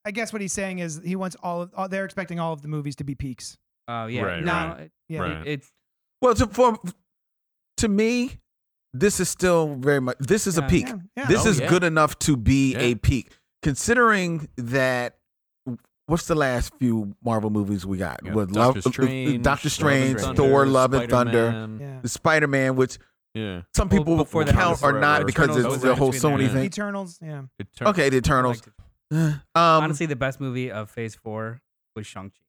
Speaker 1: I guess what he's saying is he wants all, all they're expecting all of the movies to be peaks.
Speaker 4: Oh yeah,
Speaker 8: Right,
Speaker 4: no,
Speaker 1: right.
Speaker 4: it-
Speaker 1: Yeah.
Speaker 8: Right.
Speaker 4: it's
Speaker 5: Well, to for to me, this is still very much. This is
Speaker 4: Yeah.
Speaker 5: a peak.
Speaker 1: Yeah, yeah.
Speaker 5: This
Speaker 8: Oh,
Speaker 5: is
Speaker 8: yeah.
Speaker 5: good enough to be a
Speaker 8: Yeah.
Speaker 5: peak, considering that. What's the last few Marvel movies we got?
Speaker 8: Yeah,
Speaker 5: With
Speaker 8: Doctor
Speaker 5: Love, uh,
Speaker 8: Strange,
Speaker 5: Doctor Strange,
Speaker 8: Love and
Speaker 5: Thor,
Speaker 8: Thunder,
Speaker 5: Love and Thunder,
Speaker 8: Spider-Man.
Speaker 1: yeah.
Speaker 5: Spider Man, which
Speaker 8: Yeah.
Speaker 5: some
Speaker 4: Well,
Speaker 5: people
Speaker 4: before that,
Speaker 5: count
Speaker 4: Eternals
Speaker 5: or not
Speaker 4: were-
Speaker 5: because
Speaker 4: Eternals
Speaker 5: it's
Speaker 4: were
Speaker 5: the whole
Speaker 4: between
Speaker 5: Sony
Speaker 4: there.
Speaker 5: thing.
Speaker 1: Eternals, yeah.
Speaker 8: It turns-
Speaker 5: Okay, the Eternals.
Speaker 4: like-
Speaker 5: Um,
Speaker 4: honestly the best movie of Phase Four was Shang Chi.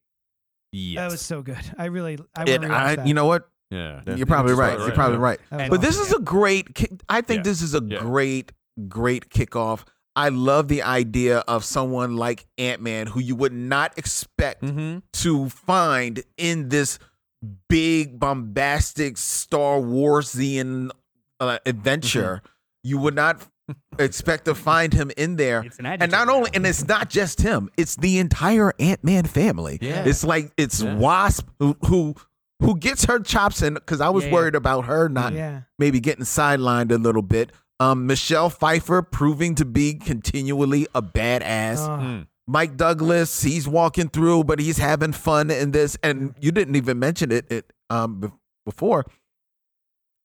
Speaker 8: Yes.
Speaker 1: That was so good. I really, I
Speaker 5: it,
Speaker 1: want
Speaker 5: I,
Speaker 1: that.
Speaker 5: you know what?
Speaker 8: yeah.
Speaker 5: You're probably
Speaker 8: That's
Speaker 5: right.
Speaker 8: about
Speaker 5: You're probably
Speaker 8: yeah.
Speaker 5: right.
Speaker 1: That was
Speaker 5: But this
Speaker 1: awesome.
Speaker 5: is a great. Kick, I think
Speaker 8: Yeah.
Speaker 5: this is a
Speaker 8: Yeah.
Speaker 5: great, great kickoff. I love the idea of someone like Ant Man, who you would not expect
Speaker 8: Mm-hmm.
Speaker 5: to find in this big, bombastic Star Warsian uh, adventure.
Speaker 8: Mm-hmm.
Speaker 5: You would not expect to find him in there.
Speaker 4: It's an adjective.
Speaker 5: and not only and it's not just him it's the entire ant-man family
Speaker 8: Yeah.
Speaker 5: it's like it's
Speaker 8: Yeah.
Speaker 5: wasp who, who who gets her chops in because i was
Speaker 4: Yeah, yeah.
Speaker 5: worried about her not
Speaker 1: yeah.
Speaker 5: maybe getting sidelined a little bit um michelle pfeiffer proving to be continually a badass
Speaker 8: Hmm.
Speaker 1: Oh,
Speaker 5: mike douglas he's walking through but he's having fun in this and you didn't even mention it, it um be- before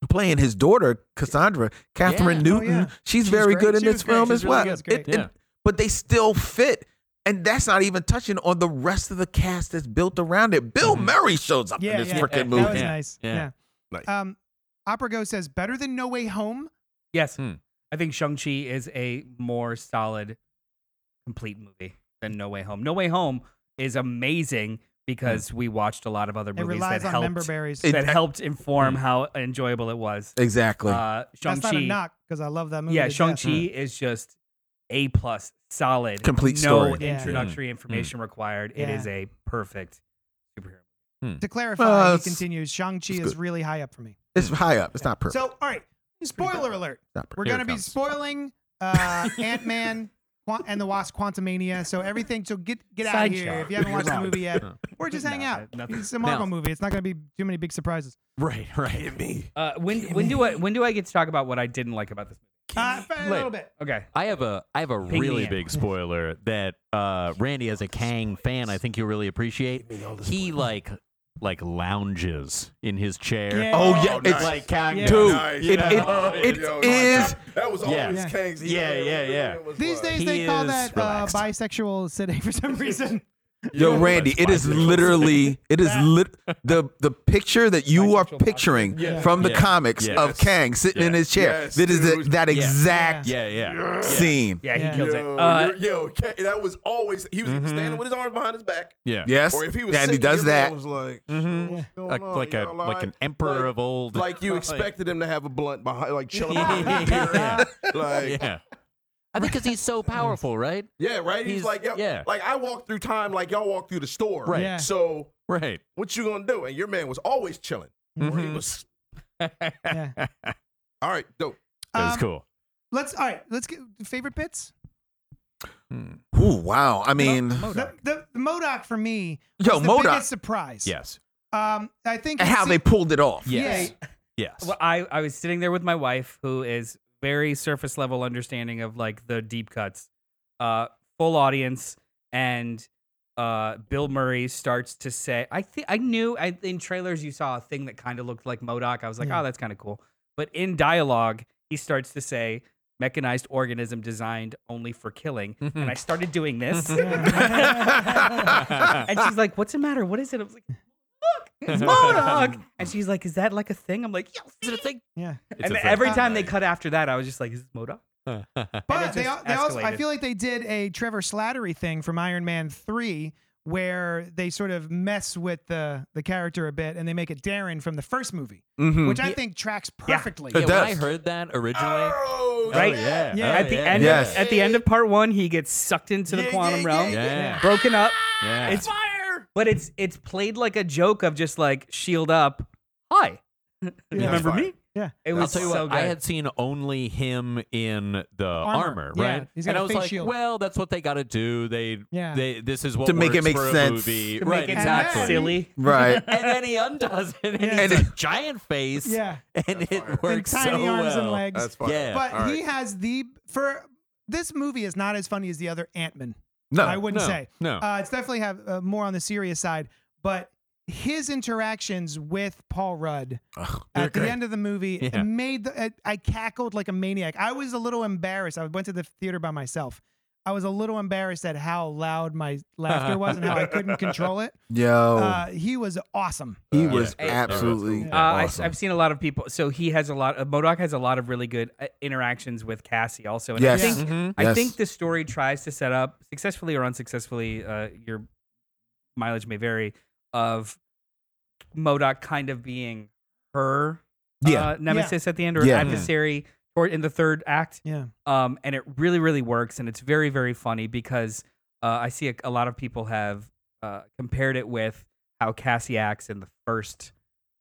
Speaker 5: playing his daughter cassandra catherine
Speaker 1: Yeah. Oh,
Speaker 5: newton
Speaker 1: yeah.
Speaker 5: she's,
Speaker 1: She's
Speaker 5: very
Speaker 1: great.
Speaker 5: good in
Speaker 1: She
Speaker 5: this
Speaker 1: was great.
Speaker 5: film
Speaker 1: She's
Speaker 5: as
Speaker 1: really
Speaker 5: well
Speaker 1: good. It's great.
Speaker 5: It- it-
Speaker 8: Yeah.
Speaker 5: but they still fit. And that's not even touching on the rest of the cast that's built around it. Bill Murray shows up
Speaker 1: yeah,
Speaker 5: in this
Speaker 1: yeah.
Speaker 5: freaking
Speaker 1: That was
Speaker 5: movie.
Speaker 1: nice.
Speaker 8: Yeah.
Speaker 1: Yeah.
Speaker 6: Nice.
Speaker 1: Um, Opera Go says, better than No Way Home.
Speaker 4: Yes,
Speaker 8: Hmm.
Speaker 4: I think Shang Chi is a more solid, complete movie than No Way Home. No Way Home is
Speaker 5: Hmm.
Speaker 4: amazing because we watched a lot of other
Speaker 1: It
Speaker 4: movies
Speaker 1: relies
Speaker 4: that
Speaker 1: on member
Speaker 4: helped
Speaker 1: berries.
Speaker 5: It-
Speaker 4: that helped inform how enjoyable it was.
Speaker 5: Hmm. Exactly. Hmm.
Speaker 4: Uh, Shang
Speaker 1: That's not a
Speaker 4: Chi,
Speaker 1: knock because I love that movie.
Speaker 4: yeah,
Speaker 1: to death.
Speaker 4: Shang Chi is just a plus, solid,
Speaker 5: Complete
Speaker 4: no
Speaker 5: story. Hmm.
Speaker 1: Yeah.
Speaker 4: introductory information required. It
Speaker 1: Yeah.
Speaker 4: is a perfect superhero.
Speaker 1: To clarify,
Speaker 10: Well,
Speaker 1: he
Speaker 10: it's-
Speaker 1: continues, Shang-Chi
Speaker 10: it's
Speaker 1: is
Speaker 10: good.
Speaker 1: really high up for me.
Speaker 10: It's high up. It's not perfect.
Speaker 1: So, all right, spoiler alert.
Speaker 10: It's not perfect.
Speaker 1: We're
Speaker 8: Here
Speaker 1: going to
Speaker 8: it
Speaker 1: be
Speaker 8: comes.
Speaker 1: spoiling uh, Ant-Man Qua- and the Wasp Quantumania. So everything, so get get out of here
Speaker 4: Sideshow.
Speaker 1: if you haven't watched the
Speaker 4: You're
Speaker 1: movie yet.
Speaker 8: wrong.
Speaker 1: Or just hang
Speaker 4: No,
Speaker 1: out.
Speaker 4: nothing.
Speaker 1: It's a Marvel
Speaker 8: Now-
Speaker 1: movie. It's not going to be too many big surprises.
Speaker 8: Right, right. Me.
Speaker 4: Uh, when when do I when do I get to talk about what I didn't like about this
Speaker 1: Uh, a little bit.
Speaker 4: movie? Okay.
Speaker 8: I have a I have a
Speaker 4: Ping
Speaker 8: really
Speaker 4: in.
Speaker 8: big spoiler that uh, Randy, as a Kang fan, I think you'll really appreciate. He like like lounges in his chair.
Speaker 1: Yeah.
Speaker 10: Oh yeah,
Speaker 6: Oh,
Speaker 10: it's
Speaker 6: nice.
Speaker 8: like Kang.
Speaker 1: Yeah.
Speaker 10: dude.
Speaker 6: Nice.
Speaker 10: It,
Speaker 8: Yeah. Oh,
Speaker 10: it, it
Speaker 6: Yo,
Speaker 10: is.
Speaker 6: That was
Speaker 8: Yeah.
Speaker 6: always Kang's.
Speaker 8: Yeah, yeah, yeah.
Speaker 1: These days
Speaker 8: He
Speaker 1: they call
Speaker 8: is
Speaker 1: that uh,
Speaker 8: relaxed.
Speaker 1: bisexual sitting for some reason.
Speaker 10: Yo, Randy, it is literally, it is lit. The the picture that you are
Speaker 4: Bisexual
Speaker 10: picturing
Speaker 6: Yeah.
Speaker 10: from the
Speaker 8: Yeah.
Speaker 10: comics
Speaker 8: Yes.
Speaker 10: of Kang sitting in
Speaker 8: Yeah.
Speaker 10: his chair.
Speaker 6: Yes,
Speaker 10: that is the,
Speaker 6: dude.
Speaker 10: that
Speaker 1: Yeah.
Speaker 10: exact
Speaker 8: Yeah, yeah.
Speaker 10: scene.
Speaker 4: Yeah, he
Speaker 1: Yeah.
Speaker 4: kills it.
Speaker 6: Yo,
Speaker 4: Uh,
Speaker 6: you're- yo, Kang, that was always he was standing with his arms behind his back.
Speaker 8: Yeah.
Speaker 10: Yes,
Speaker 6: Or if he was
Speaker 10: and he
Speaker 6: sitting,
Speaker 10: does
Speaker 6: everyone
Speaker 10: that.
Speaker 6: was like,
Speaker 8: Mhm.
Speaker 6: "What's going
Speaker 8: Like,
Speaker 6: on?
Speaker 8: like a
Speaker 6: Y'all
Speaker 8: like an
Speaker 6: alright?"
Speaker 8: emperor
Speaker 6: Like-
Speaker 8: of old.
Speaker 6: like you
Speaker 8: Like-
Speaker 6: expected him to have a blunt behind, like chilling behind his ear.
Speaker 8: yeah.
Speaker 6: Like,
Speaker 8: yeah. I think because he's so powerful, right?
Speaker 6: yeah, right. He's,
Speaker 8: He's-
Speaker 6: like, yo,
Speaker 8: yeah.
Speaker 6: like I walk through time, like y'all walk through the store,
Speaker 8: Right.
Speaker 1: Yeah.
Speaker 6: So
Speaker 8: Right.
Speaker 6: what you gonna do? And your man was always chilling.
Speaker 4: Mm-hmm.
Speaker 6: Or he
Speaker 8: Mhm.
Speaker 6: was
Speaker 1: Yeah.
Speaker 6: all right, dope.
Speaker 8: That was
Speaker 1: Um,
Speaker 8: cool.
Speaker 1: Let's all right. Let's get favorite bits.
Speaker 10: Ooh, wow. I mean,
Speaker 1: The, the, the Modoc for me.
Speaker 10: Yo,
Speaker 1: was the
Speaker 10: MODOK.
Speaker 1: biggest surprise.
Speaker 8: Yes.
Speaker 1: Um, I think
Speaker 10: and how
Speaker 1: it's-
Speaker 10: they pulled it off.
Speaker 8: Yes.
Speaker 1: Yeah.
Speaker 8: Yes.
Speaker 4: well, I I was sitting there with my wife, who is very surface level understanding of like the deep cuts, uh, full audience, and uh, Bill Murray starts to say, I think I knew I, in trailers you saw a thing that kind of looked like Modoc. I was like,
Speaker 1: Yeah.
Speaker 4: oh, that's kind of cool. But in dialogue, he starts to say. Mechanized organism designed only for killing,
Speaker 8: Mm-hmm.
Speaker 4: and I started doing this. And she's like, "What's the matter? What is it?" I was like, "Look, it's Modoc." And she's like, "Is that like a thing?" I'm like, "Yeah, is it a thing?"
Speaker 1: Yeah.
Speaker 8: It's
Speaker 4: and
Speaker 8: a thing. Oh
Speaker 4: every time they cut after that, I was just like, "Is this Modoc?"
Speaker 1: But they,
Speaker 4: it just
Speaker 1: al- they also, I
Speaker 4: escalated.
Speaker 1: feel like they did a Trevor Slattery thing from Iron Man 3 where they sort of mess with the, the character a bit and they make it Darren from the first movie,
Speaker 8: Mm-hmm.
Speaker 10: Mhm.
Speaker 1: which I think tracks perfectly.
Speaker 8: yeah, when I
Speaker 10: does.
Speaker 8: heard that originally.
Speaker 6: Oh,
Speaker 4: Right?
Speaker 8: Oh, yeah.
Speaker 1: Yeah.
Speaker 8: Oh,
Speaker 4: at the
Speaker 8: yeah.
Speaker 4: end,
Speaker 10: Yes.
Speaker 4: at the end of part one, he gets sucked into the
Speaker 6: Yeah,
Speaker 4: quantum
Speaker 6: yeah,
Speaker 4: realm,
Speaker 6: yeah,
Speaker 8: yeah.
Speaker 4: broken up.
Speaker 8: Yeah.
Speaker 4: It's fire, but it's it's played like a joke of just like shield up. Hi,
Speaker 1: Yeah.
Speaker 4: remember me?
Speaker 1: Yeah.
Speaker 4: it
Speaker 8: I'll
Speaker 4: was
Speaker 8: tell you
Speaker 4: so
Speaker 8: what,
Speaker 4: good.
Speaker 8: I had seen only him in the armor,
Speaker 1: Yeah,
Speaker 8: right?
Speaker 1: he's got
Speaker 8: and
Speaker 1: a
Speaker 8: I was
Speaker 1: face
Speaker 8: like,
Speaker 1: shield.
Speaker 8: well, that's what they got to do. They,
Speaker 1: Yeah.
Speaker 8: they, this is what
Speaker 10: To make it
Speaker 8: works
Speaker 10: make
Speaker 8: for
Speaker 10: sense.
Speaker 8: A movie.
Speaker 4: To
Speaker 8: right,
Speaker 4: make it not
Speaker 8: exactly.
Speaker 4: silly.
Speaker 10: Right.
Speaker 8: And then he undoes it, and
Speaker 1: Yeah.
Speaker 8: he's
Speaker 10: And-
Speaker 8: a giant face,
Speaker 1: Yeah.
Speaker 8: and it
Speaker 1: And
Speaker 8: works
Speaker 1: tiny
Speaker 8: so
Speaker 1: arms
Speaker 8: well.
Speaker 1: and legs.
Speaker 6: that's fine.
Speaker 8: Yeah.
Speaker 1: But
Speaker 6: all
Speaker 1: he has the, for this movie is not as funny as the other Ant-Man.
Speaker 10: No.
Speaker 1: I wouldn't
Speaker 8: no,
Speaker 1: say.
Speaker 8: no.
Speaker 1: Uh, it's definitely have uh, more on the serious side, but his interactions with Paul Rudd at the end of the movie
Speaker 8: Yeah.
Speaker 1: made the, I, I cackled like a maniac. I was a little embarrassed. I went to the theater by myself. I was a little embarrassed at how loud my laughter was and how I couldn't control it.
Speaker 10: Yo,
Speaker 8: Oh.
Speaker 1: Uh, he was awesome.
Speaker 10: he was
Speaker 4: yeah.
Speaker 10: absolutely.
Speaker 1: Yeah.
Speaker 4: Uh, I,
Speaker 10: awesome.
Speaker 4: have seen a lot of people. So he has a lot. Uh, Modoc has a lot of really good uh, interactions with Cassie, also. And
Speaker 10: Yes.
Speaker 4: I think
Speaker 8: Mhm.
Speaker 4: I
Speaker 10: Yes.
Speaker 4: think the story tries to set up successfully or unsuccessfully. Uh, your mileage may vary. Of Modoc kind of being her
Speaker 10: Yeah.
Speaker 4: uh, nemesis at the end or
Speaker 10: Yeah.
Speaker 4: adversary or in the third act.
Speaker 1: Yeah.
Speaker 4: Um, and it really, really works, and it's very, very funny because uh, I see a, a lot of people have uh, compared it with how Cassie acts in the first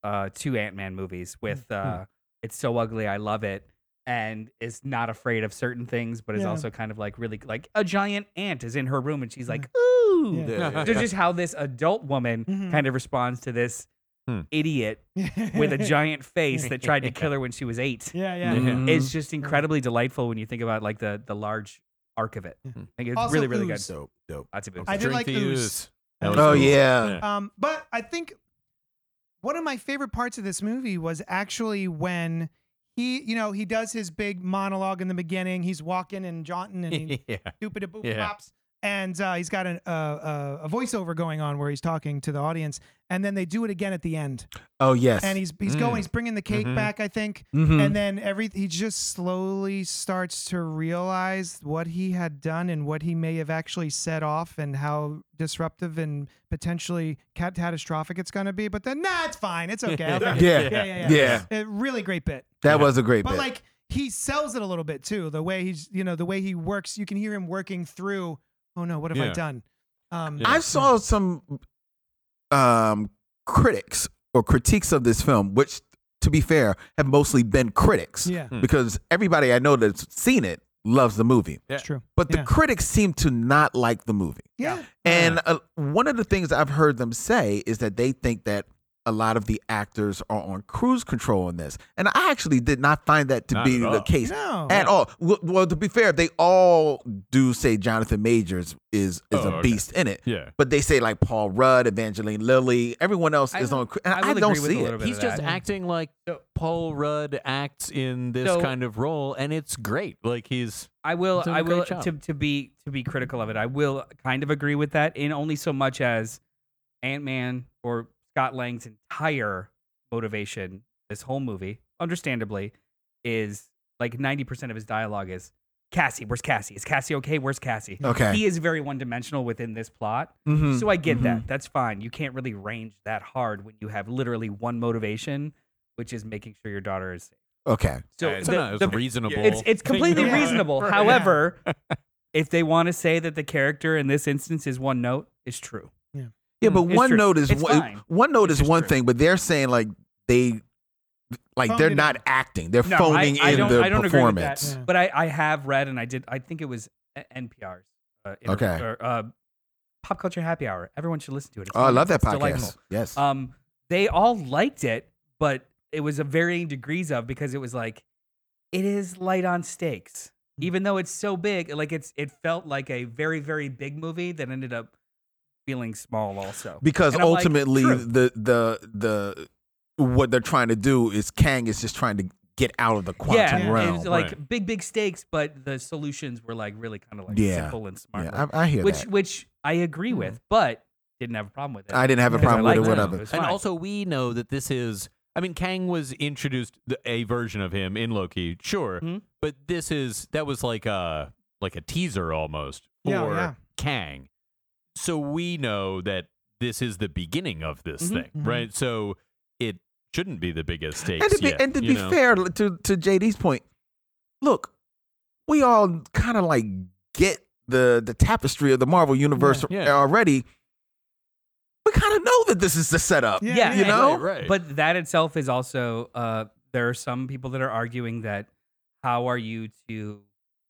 Speaker 4: uh, two Ant Man
Speaker 6: Hmm,
Speaker 4: movies with uh, "It's So Ugly, I Love It," and is not afraid of certain things, but is
Speaker 1: Yeah.
Speaker 4: also kind of like really like a giant ant is in her room, and she's like,
Speaker 6: Yeah, Mm-hmm.
Speaker 4: "Ooh."
Speaker 6: yeah,
Speaker 4: So just how this adult woman
Speaker 1: Mhm.
Speaker 4: kind of responds to this
Speaker 8: Hmm.
Speaker 4: idiot with a giant face that tried to kill her when she was eight
Speaker 1: Yeah, yeah.
Speaker 8: Mm-hmm.
Speaker 10: Mhm.
Speaker 4: it's just incredibly delightful when you think it's like the the large arc of it.
Speaker 1: Yeah.
Speaker 4: Like, it's
Speaker 1: Also
Speaker 4: really really
Speaker 1: ooze.
Speaker 4: good.
Speaker 6: dope, dope.
Speaker 4: Lots of boobs.
Speaker 1: I did
Speaker 8: Mm-hmm. Drink
Speaker 1: like
Speaker 8: the
Speaker 1: ooze.
Speaker 8: ooze. That was
Speaker 10: oh
Speaker 8: cool.
Speaker 10: yeah.
Speaker 1: Um, but I think one of my favorite parts of this movie was actually when he, you know, he does his big monologue in the beginning. He's walking and jaunting and he
Speaker 8: yeah.
Speaker 1: stupid a boop
Speaker 8: Yeah.
Speaker 1: pops. And uh, he's got an, uh, uh, a voiceover going on where he's talking to the audience, and then they do it again at the end.
Speaker 10: Oh yes.
Speaker 1: And he's he's going,
Speaker 8: Mm.
Speaker 1: he's bringing the cake
Speaker 8: Mhm.
Speaker 1: back, I think,
Speaker 10: Mhm.
Speaker 1: and then every he just slowly starts to realize what he had done and what he may have actually set off, and how disruptive and potentially cat- catastrophic it's going to be. But then, nah, it's fine, it's okay. I'll forgive
Speaker 10: yeah.
Speaker 1: you." yeah, yeah, yeah,
Speaker 10: Yeah.
Speaker 1: A really great bit.
Speaker 10: That was a great
Speaker 1: But
Speaker 10: bit.
Speaker 1: like he sells it a little bit too. The way he's, you know, the way he works, you can hear him working through. Oh no, what have I
Speaker 8: Yeah.
Speaker 1: done? Um,
Speaker 8: Yeah.
Speaker 10: I saw some
Speaker 5: um, critics or critiques of this film, which, to be fair, have mostly been critics
Speaker 1: Yeah,
Speaker 5: because everybody I know that's seen it loves the movie.
Speaker 1: it's true.
Speaker 5: But the
Speaker 1: Yeah.
Speaker 5: critics seem to not like the movie.
Speaker 1: Yeah.
Speaker 5: And uh, one of the things I've heard them say is that they think that a lot of the actors are on cruise control in this. And I actually did not find that to
Speaker 8: Not
Speaker 5: be
Speaker 8: at
Speaker 5: the
Speaker 8: all.
Speaker 5: case
Speaker 4: Oh,
Speaker 1: No.
Speaker 5: at all. Well, well, to be fair, they all do say Jonathan Majors is is
Speaker 8: Oh,
Speaker 5: a
Speaker 8: okay.
Speaker 5: beast in it.
Speaker 8: Yeah.
Speaker 5: But they say like Paul Rudd, Evangeline Lilly, everyone else
Speaker 4: I
Speaker 5: is
Speaker 4: would-
Speaker 5: on. cru- And I,
Speaker 4: I would
Speaker 5: don't
Speaker 4: agree with
Speaker 5: see
Speaker 4: a little
Speaker 5: it.
Speaker 4: bit
Speaker 8: He's
Speaker 4: of
Speaker 8: just
Speaker 4: that.
Speaker 8: acting like
Speaker 4: So-
Speaker 8: Paul Rudd acts in this
Speaker 4: So-
Speaker 8: kind of role, and it's great. Like he's
Speaker 4: I will.
Speaker 8: He's doing
Speaker 4: I
Speaker 8: a great
Speaker 4: will
Speaker 8: job.
Speaker 4: to to be to be critical of it. I will kind of agree with that in only so much as Ant Man or Scott Lang's entire motivation this whole movie, understandably, is like ninety percent of his dialogue is Cassie. Where's Cassie? Is Cassie okay? Where's Cassie?
Speaker 5: Okay.
Speaker 4: He is very one dimensional within this plot.
Speaker 5: Mhm.
Speaker 4: So I get that. That's fine. You can't really range that hard when you have literally one motivation, which is making sure your daughter is safe.
Speaker 5: Okay.
Speaker 4: So
Speaker 8: it's,
Speaker 4: the-
Speaker 8: not-
Speaker 4: the-
Speaker 8: it's reasonable.
Speaker 4: it's it's completely
Speaker 1: Yeah.
Speaker 4: reasonable.
Speaker 1: Right.
Speaker 4: However, if they want to say that the character in this instance is one note, it's true.
Speaker 5: Yeah, but
Speaker 4: Hmm, It's
Speaker 5: one
Speaker 4: true.
Speaker 5: note is
Speaker 4: It's
Speaker 5: one,
Speaker 4: fine.
Speaker 5: one note
Speaker 4: It's
Speaker 5: is
Speaker 4: just
Speaker 5: one
Speaker 4: true.
Speaker 5: thing, but they're saying like they like
Speaker 1: Phoned
Speaker 5: they're
Speaker 1: it
Speaker 5: not
Speaker 1: in.
Speaker 5: acting. They're
Speaker 4: No,
Speaker 5: phoning
Speaker 4: I, I
Speaker 5: in
Speaker 4: don't,
Speaker 5: the
Speaker 4: I don't agree with that.
Speaker 5: performance.
Speaker 1: Yeah.
Speaker 4: But I, I have read and I did. I think it was uh, NPR's. Uh, inter-
Speaker 5: Okay.
Speaker 4: Or, uh, Pop culture happy hour. Everyone should listen to it. It's
Speaker 5: Oh, I love that
Speaker 4: it's
Speaker 5: podcast.
Speaker 4: Delightful.
Speaker 5: Yes.
Speaker 4: Um, they all liked it, but it was a varying degrees of because it was like, it is light on stakes, even though it's so big. Like it's it felt like a very very big movie that ended up feeling small also.
Speaker 5: because
Speaker 4: and I'm like,
Speaker 5: ultimately
Speaker 4: true.
Speaker 5: the the the what they're trying to do is Kang is just trying to get out of the quantum
Speaker 4: yeah,
Speaker 5: realm.
Speaker 4: it was like big big stakes, but the solutions were like really kind of like
Speaker 5: Yeah.
Speaker 4: simple and smart,
Speaker 5: yeah, I, I hear
Speaker 4: which
Speaker 5: that.
Speaker 4: which I agree with, but didn't have a problem with it.
Speaker 5: I didn't have a
Speaker 4: Because
Speaker 5: problem with it
Speaker 4: liked
Speaker 5: whatever.
Speaker 4: was
Speaker 8: and
Speaker 4: fine.
Speaker 8: also we know that this is. I mean, Kang was introduced th- a version of him in Loki, sure,
Speaker 4: Mhm.
Speaker 8: but this is that was like a like a teaser almost for
Speaker 1: Yeah, yeah.
Speaker 8: Kang. So we know that this is the beginning of this
Speaker 4: Mhm,
Speaker 8: thing, right? So it shouldn't be the biggest stakes.
Speaker 5: And to be,
Speaker 8: yet,
Speaker 5: and to
Speaker 8: you
Speaker 5: be
Speaker 8: know?
Speaker 5: fair to to JD's point, look, we all kind of like get the the tapestry of the Marvel universe
Speaker 8: Yeah. Yeah.
Speaker 5: already. We kind of know that this is the setup.
Speaker 1: Yeah,
Speaker 4: Yeah,
Speaker 5: you
Speaker 4: yeah,
Speaker 5: know?
Speaker 8: right, right.
Speaker 4: But that itself is also uh, there are some people that are arguing that how are you to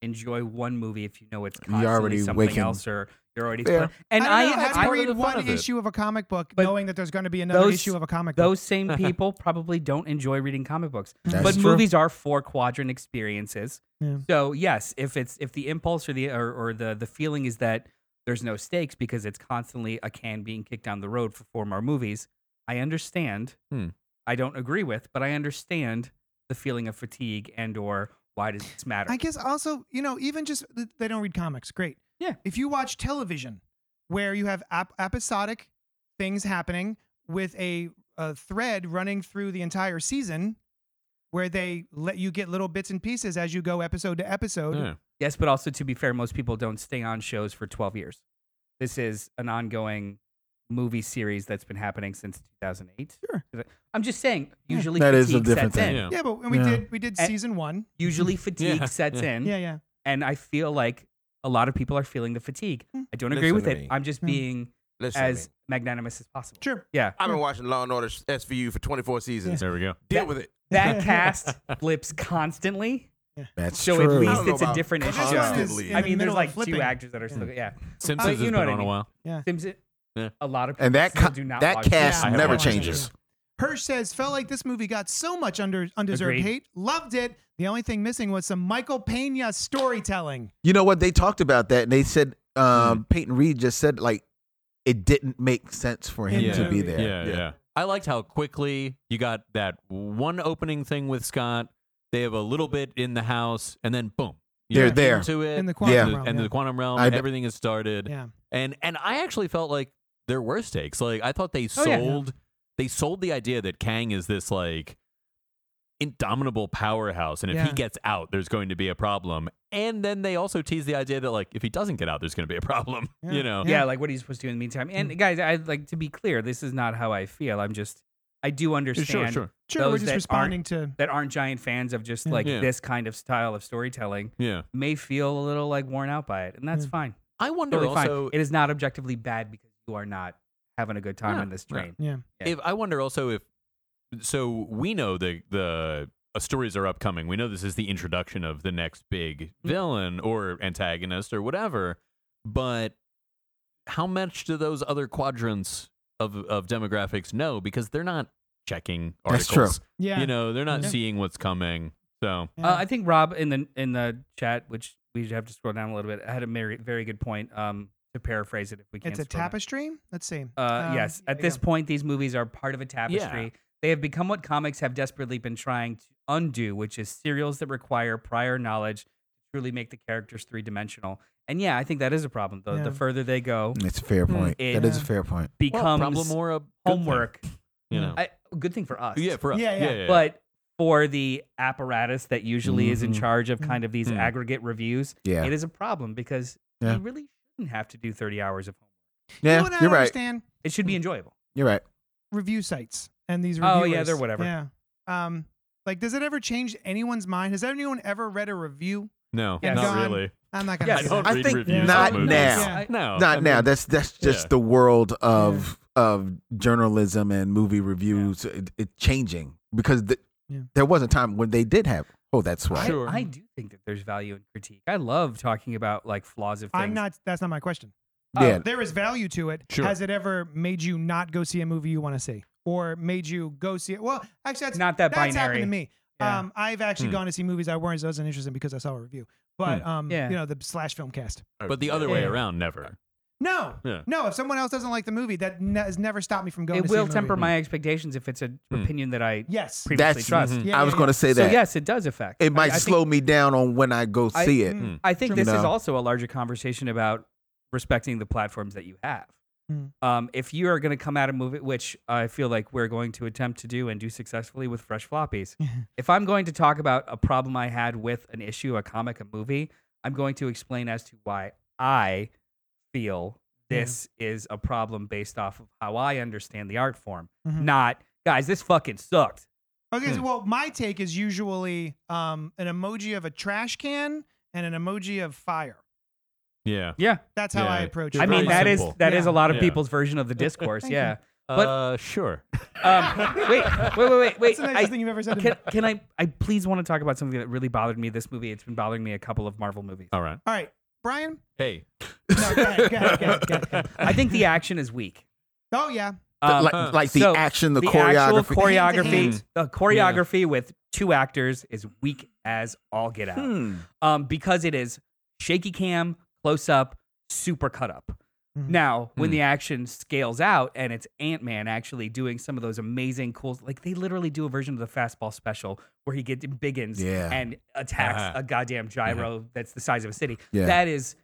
Speaker 4: enjoy one movie if you know it's
Speaker 5: You're
Speaker 4: constantly
Speaker 5: already
Speaker 4: something
Speaker 5: waking-
Speaker 4: else or you're already
Speaker 5: Fair.
Speaker 4: and
Speaker 1: I,
Speaker 4: I,
Speaker 1: don't know,
Speaker 4: have
Speaker 1: how do
Speaker 4: I-
Speaker 1: you read
Speaker 8: the fun
Speaker 1: one
Speaker 8: of it.
Speaker 1: issue of a comic book
Speaker 4: But
Speaker 1: knowing that there's going to be another
Speaker 4: those-
Speaker 1: issue of a comic book.
Speaker 4: those same people probably don't enjoy reading comic books.
Speaker 5: That's
Speaker 4: but
Speaker 5: true.
Speaker 4: movies are four quadrant experiences.
Speaker 1: Yeah.
Speaker 4: So yes, if it's if the impulse or the or, or the the feeling is that there's no stakes because it's constantly a can being kicked down the road for four more movies, I understand.
Speaker 8: Hmm.
Speaker 4: I don't agree with, but I understand the feeling of fatigue and or why does this matter?
Speaker 1: I guess also, you know, even just th- they don't read comics. Great.
Speaker 4: Yeah.
Speaker 1: If you watch television where you have ap- episodic things happening with a, a thread running through the entire season where they let you get little bits and pieces as you go episode to episode.
Speaker 8: Yeah.
Speaker 4: yes, but also to be fair, most people don't stay on shows for 12 years. This is an ongoing movie series that's been happening since 2008.
Speaker 1: Sure.
Speaker 4: I'm just saying, usually
Speaker 5: That is a
Speaker 4: fatigue
Speaker 5: different
Speaker 4: sets in.
Speaker 8: Yeah.
Speaker 1: Yeah, but when we
Speaker 5: Yeah.
Speaker 1: did we did
Speaker 4: And-
Speaker 1: season 1.
Speaker 4: Usually fatigue
Speaker 8: Yeah,
Speaker 4: sets in.
Speaker 1: Yeah, yeah.
Speaker 4: and I feel like a lot of people are feeling the fatigue.
Speaker 1: Mm.
Speaker 4: I don't agree
Speaker 6: Listen
Speaker 4: with
Speaker 6: to
Speaker 4: it.
Speaker 6: me.
Speaker 4: I'm just
Speaker 1: Mm.
Speaker 4: being
Speaker 6: Listen to
Speaker 4: as
Speaker 6: me.
Speaker 4: magnanimous as possible.
Speaker 1: Sure.
Speaker 4: Yeah.
Speaker 6: I've been watching Law and Order SVU for 24 seasons.
Speaker 8: There we go.
Speaker 6: Deal
Speaker 4: That-
Speaker 6: with it.
Speaker 4: That cast flips constantly.
Speaker 5: That's
Speaker 4: So
Speaker 5: true.
Speaker 4: at
Speaker 6: I
Speaker 4: least
Speaker 6: don't know
Speaker 4: it's a
Speaker 6: about
Speaker 4: different
Speaker 6: Well,
Speaker 4: issue.
Speaker 6: this one is in
Speaker 4: I
Speaker 1: the middle
Speaker 4: mean, there's
Speaker 1: of
Speaker 4: like
Speaker 1: flipping.
Speaker 4: two actors that are still yeah.
Speaker 8: Simpsons
Speaker 4: Uh,
Speaker 8: has
Speaker 4: you
Speaker 8: been
Speaker 4: know
Speaker 8: on
Speaker 4: what I
Speaker 8: a
Speaker 4: mean.
Speaker 8: while.
Speaker 4: Sims it-
Speaker 8: Yeah.
Speaker 4: A lot of
Speaker 5: And that
Speaker 4: people
Speaker 5: ca-
Speaker 4: do not
Speaker 5: that
Speaker 4: like
Speaker 5: cast
Speaker 1: Yeah, I
Speaker 4: it.
Speaker 1: haven't
Speaker 5: never
Speaker 1: watched it.
Speaker 5: changes.
Speaker 1: Hirsch says, felt like this movie got so much under undeserved
Speaker 4: Agreed.
Speaker 1: hate. Loved it. The only thing missing was some Michael Pena storytelling.
Speaker 5: You know what? They talked about that, and they said um, Peyton Reed just said like it didn't make sense for him
Speaker 1: Yeah.
Speaker 5: to be there.
Speaker 8: Yeah, yeah, I liked how quickly you got that one opening thing with Scott. They have a little bit in the house, and then boom,
Speaker 5: They're
Speaker 8: you're
Speaker 5: there.
Speaker 8: into it
Speaker 1: In the quantum
Speaker 5: Yeah.
Speaker 8: and the-
Speaker 1: realm,
Speaker 8: and
Speaker 1: yeah.
Speaker 8: the quantum realm.
Speaker 5: I d-
Speaker 8: everything has started,
Speaker 1: Yeah.
Speaker 8: and and I actually felt like there were stakes. Like I thought they
Speaker 4: Oh,
Speaker 8: sold
Speaker 4: yeah.
Speaker 8: they sold the idea that Kang is this like indomitable powerhouse, and if
Speaker 1: Yeah.
Speaker 8: he gets out, there's going to be a problem. And then they also tease the idea that like if he doesn't get out, there's going to be a problem.
Speaker 1: Yeah.
Speaker 8: You know,
Speaker 4: Yeah, like what are you supposed to do in the meantime? And guys, I like to be clear, this is not how I feel. I'm just I do understand
Speaker 8: sure, sure,
Speaker 1: Sure,
Speaker 4: Those
Speaker 1: we're just
Speaker 4: that
Speaker 1: responding to
Speaker 4: that aren't giant fans of just
Speaker 1: Yeah.
Speaker 4: like
Speaker 8: Yeah.
Speaker 4: this kind of style of storytelling
Speaker 8: yeah.
Speaker 4: may feel a little like worn out by it, and that's
Speaker 1: Yeah.
Speaker 4: fine.
Speaker 8: I wonder
Speaker 4: Totally
Speaker 8: also
Speaker 4: fine. It is not objectively bad because you are not having a good time
Speaker 8: Yeah,
Speaker 4: on this
Speaker 8: yeah.
Speaker 4: train.
Speaker 1: Yeah.
Speaker 4: Yeah.
Speaker 8: If I wonder also if so we know the the uh, stories are upcoming. We know this is the introduction of the next big
Speaker 1: Mm.
Speaker 8: villain or antagonist or whatever, but how much do those other quadrants of of demographics know because they're not checking
Speaker 10: That's
Speaker 8: articles.
Speaker 10: true.
Speaker 1: Yeah.
Speaker 8: You know, they're not
Speaker 1: Yeah.
Speaker 8: seeing what's coming. So,
Speaker 1: yeah.
Speaker 4: Uh, I think Rob in the in the chat, which we have to scroll down a little bit, had a very very good point. Um, to paraphrase it, if we can.
Speaker 1: it's a tapestry. Let's see.
Speaker 4: Uh,
Speaker 1: Um,
Speaker 4: yes.
Speaker 1: yeah,
Speaker 4: At this
Speaker 1: yeah.
Speaker 4: point, these movies are part of a tapestry. They have become what comics have desperately been trying to undo, which is serials that require prior knowledge to truly make the characters three dimensional. And yeah, I think that is a problem. The,
Speaker 1: Yeah.
Speaker 4: the further they go,
Speaker 10: It's a fair point.
Speaker 4: it
Speaker 10: that is a fair point.
Speaker 8: well,
Speaker 4: becomes
Speaker 8: problem or a good thing,
Speaker 4: homework.
Speaker 8: you know.
Speaker 4: I, good thing for us.
Speaker 8: yeah, for us.
Speaker 1: Mm. Yeah, yeah.
Speaker 4: But for the apparatus that usually is
Speaker 1: Mm-hmm.
Speaker 4: in charge of kind of these
Speaker 10: Mm-hmm.
Speaker 8: Mhm.
Speaker 4: aggregate reviews,
Speaker 10: Yeah.
Speaker 4: it is a problem because
Speaker 10: Yeah.
Speaker 4: you really shouldn't have to do 30 hours of homework.
Speaker 1: You know
Speaker 10: Yeah,
Speaker 1: what I
Speaker 10: you're right.
Speaker 1: understand?
Speaker 4: It should be
Speaker 1: Mm.
Speaker 4: enjoyable.
Speaker 10: You're right.
Speaker 1: Review sites and these reviewers.
Speaker 4: Oh, yeah, they're whatever.
Speaker 1: Yeah. Um, like, does it ever change anyone's mind? Has anyone ever read a review?
Speaker 8: no,
Speaker 4: Yeah,
Speaker 8: not
Speaker 1: gone.
Speaker 8: really.
Speaker 1: I'm not gonna.
Speaker 4: Yes.
Speaker 8: I
Speaker 1: do
Speaker 8: don't
Speaker 1: that.
Speaker 10: I
Speaker 8: read
Speaker 10: think
Speaker 8: reviews of
Speaker 10: not
Speaker 8: movies.
Speaker 10: now.
Speaker 1: Yeah.
Speaker 8: No,
Speaker 10: Not
Speaker 8: Oh. I
Speaker 10: now.
Speaker 8: mean,
Speaker 10: That's that's just
Speaker 8: yeah.
Speaker 10: the world of of journalism and movie reviews. It, it changing because the,
Speaker 1: Yeah.
Speaker 10: there was a time when they did have. Oh, that's right.
Speaker 4: I,
Speaker 8: Sure.
Speaker 4: I do think that there's value in critique. I love talking about like flaws of things.
Speaker 1: I'm not. That's not my question.
Speaker 10: yeah.
Speaker 1: Oh, There is value to it.
Speaker 8: Sure.
Speaker 1: Has it ever made you not go see a movie you want to see, or made you go see it? Well, actually, that's
Speaker 4: Not that
Speaker 1: that's happened
Speaker 4: binary.
Speaker 1: to me.
Speaker 4: Yeah.
Speaker 1: Um, I've actually
Speaker 8: Hmm.
Speaker 1: gone to see movies I weren't wasn't interested in because I saw a review. But um,
Speaker 4: Hmm. Yeah.
Speaker 1: you know the slash film cast.
Speaker 8: but the other way
Speaker 1: Yeah.
Speaker 8: around never.
Speaker 1: No,
Speaker 8: Yeah.
Speaker 1: no. If someone else doesn't like the movie, that ne- has never stopped me from going.
Speaker 4: it
Speaker 1: to see a
Speaker 4: will temper
Speaker 1: movie.
Speaker 4: my expectations if it's an opinion that I
Speaker 1: Yes.
Speaker 4: previously
Speaker 10: Mm. That's.
Speaker 4: trust.
Speaker 8: Hmm.
Speaker 1: Yeah,
Speaker 10: I was
Speaker 1: yeah,
Speaker 10: going to say
Speaker 4: So
Speaker 10: that.
Speaker 4: yes, it does affect. I-
Speaker 10: It might
Speaker 4: I think-
Speaker 10: slow me down on when I go
Speaker 4: I-
Speaker 10: see it.
Speaker 1: Mm.
Speaker 4: I think
Speaker 1: True.
Speaker 4: this is
Speaker 10: No.
Speaker 4: also a larger conversation about respecting the platforms that you have.
Speaker 1: Mm.
Speaker 4: Um, if you are going to come out and move it, which I feel like we're going to attempt to do and do successfully with fresh floppies, if I'm going to talk about a problem I had with an issue, a comic, a movie, I'm going to explain as to why I feel
Speaker 1: Yeah.
Speaker 4: this is a problem based off of how I understand the art form,
Speaker 1: Mhm.
Speaker 4: not guys. This fucking sucked.
Speaker 1: Okay,
Speaker 8: Hmm.
Speaker 1: so, well, my take is usually um, an emoji of a trash can and an emoji of fire.
Speaker 8: Yeah.
Speaker 4: Yeah,
Speaker 1: That's how
Speaker 8: Yeah,
Speaker 1: I approach it.
Speaker 4: I mean
Speaker 8: Very
Speaker 4: that is that is
Speaker 8: simple.
Speaker 4: a lot of
Speaker 8: Yeah.
Speaker 4: people's version of the discourse.
Speaker 1: Thank you.
Speaker 4: yeah. But-
Speaker 8: Uh, sure.
Speaker 4: Um, wait, wait, wait, wait, wait.
Speaker 1: That's the nicest
Speaker 4: I-
Speaker 1: thing you've ever said. to me.
Speaker 4: can, can I? I please want to talk about something that really bothered me this movie. It's been bothering me a couple of Marvel movies.
Speaker 8: All right.
Speaker 1: All right, Brian.
Speaker 8: Hey.
Speaker 1: No, go ahead, go ahead, go ahead, go ahead.
Speaker 4: I think the action is weak.
Speaker 1: Oh yeah,
Speaker 4: Um,
Speaker 10: like, like the
Speaker 4: so
Speaker 10: action, the,
Speaker 4: actual
Speaker 10: choreography. Mm.
Speaker 4: choreography,
Speaker 1: Hand-to-hand.
Speaker 4: the choreography with two actors is weak as all get
Speaker 10: Hmm.
Speaker 4: out. Um, because it is shaky cam, close up, super cut up.
Speaker 1: Mhm.
Speaker 4: Now, when
Speaker 8: Hmm.
Speaker 4: the action scales out and it's Ant Man actually doing some of those amazing cool, like they literally do a version of the fastball special where he gets biggins
Speaker 10: Yeah.
Speaker 4: and attacks
Speaker 8: Uh-huh.
Speaker 4: a goddamn gyro that's the size of a city.
Speaker 10: Yeah.
Speaker 4: That is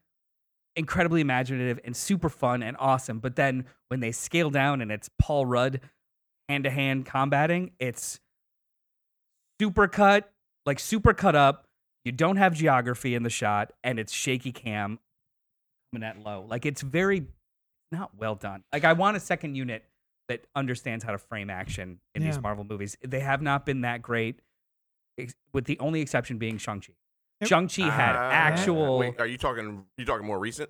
Speaker 4: incredibly imaginative and super fun and awesome. But then when they scale down and it's Paul Rudd hand to hand combating, it's super cut, like super cut up. You don't have geography in the shot and it's shaky cam coming at low. Like it's very not well done. Like I want a second unit that understands how to frame action in
Speaker 1: Yeah.
Speaker 4: these Marvel movies. They have not been that great, ex- with the only exception being Shang-Chi.
Speaker 1: Yep.
Speaker 4: Shang-Chi had
Speaker 6: Ah,
Speaker 4: actual,
Speaker 6: Wait, are you talking? You talking more recent?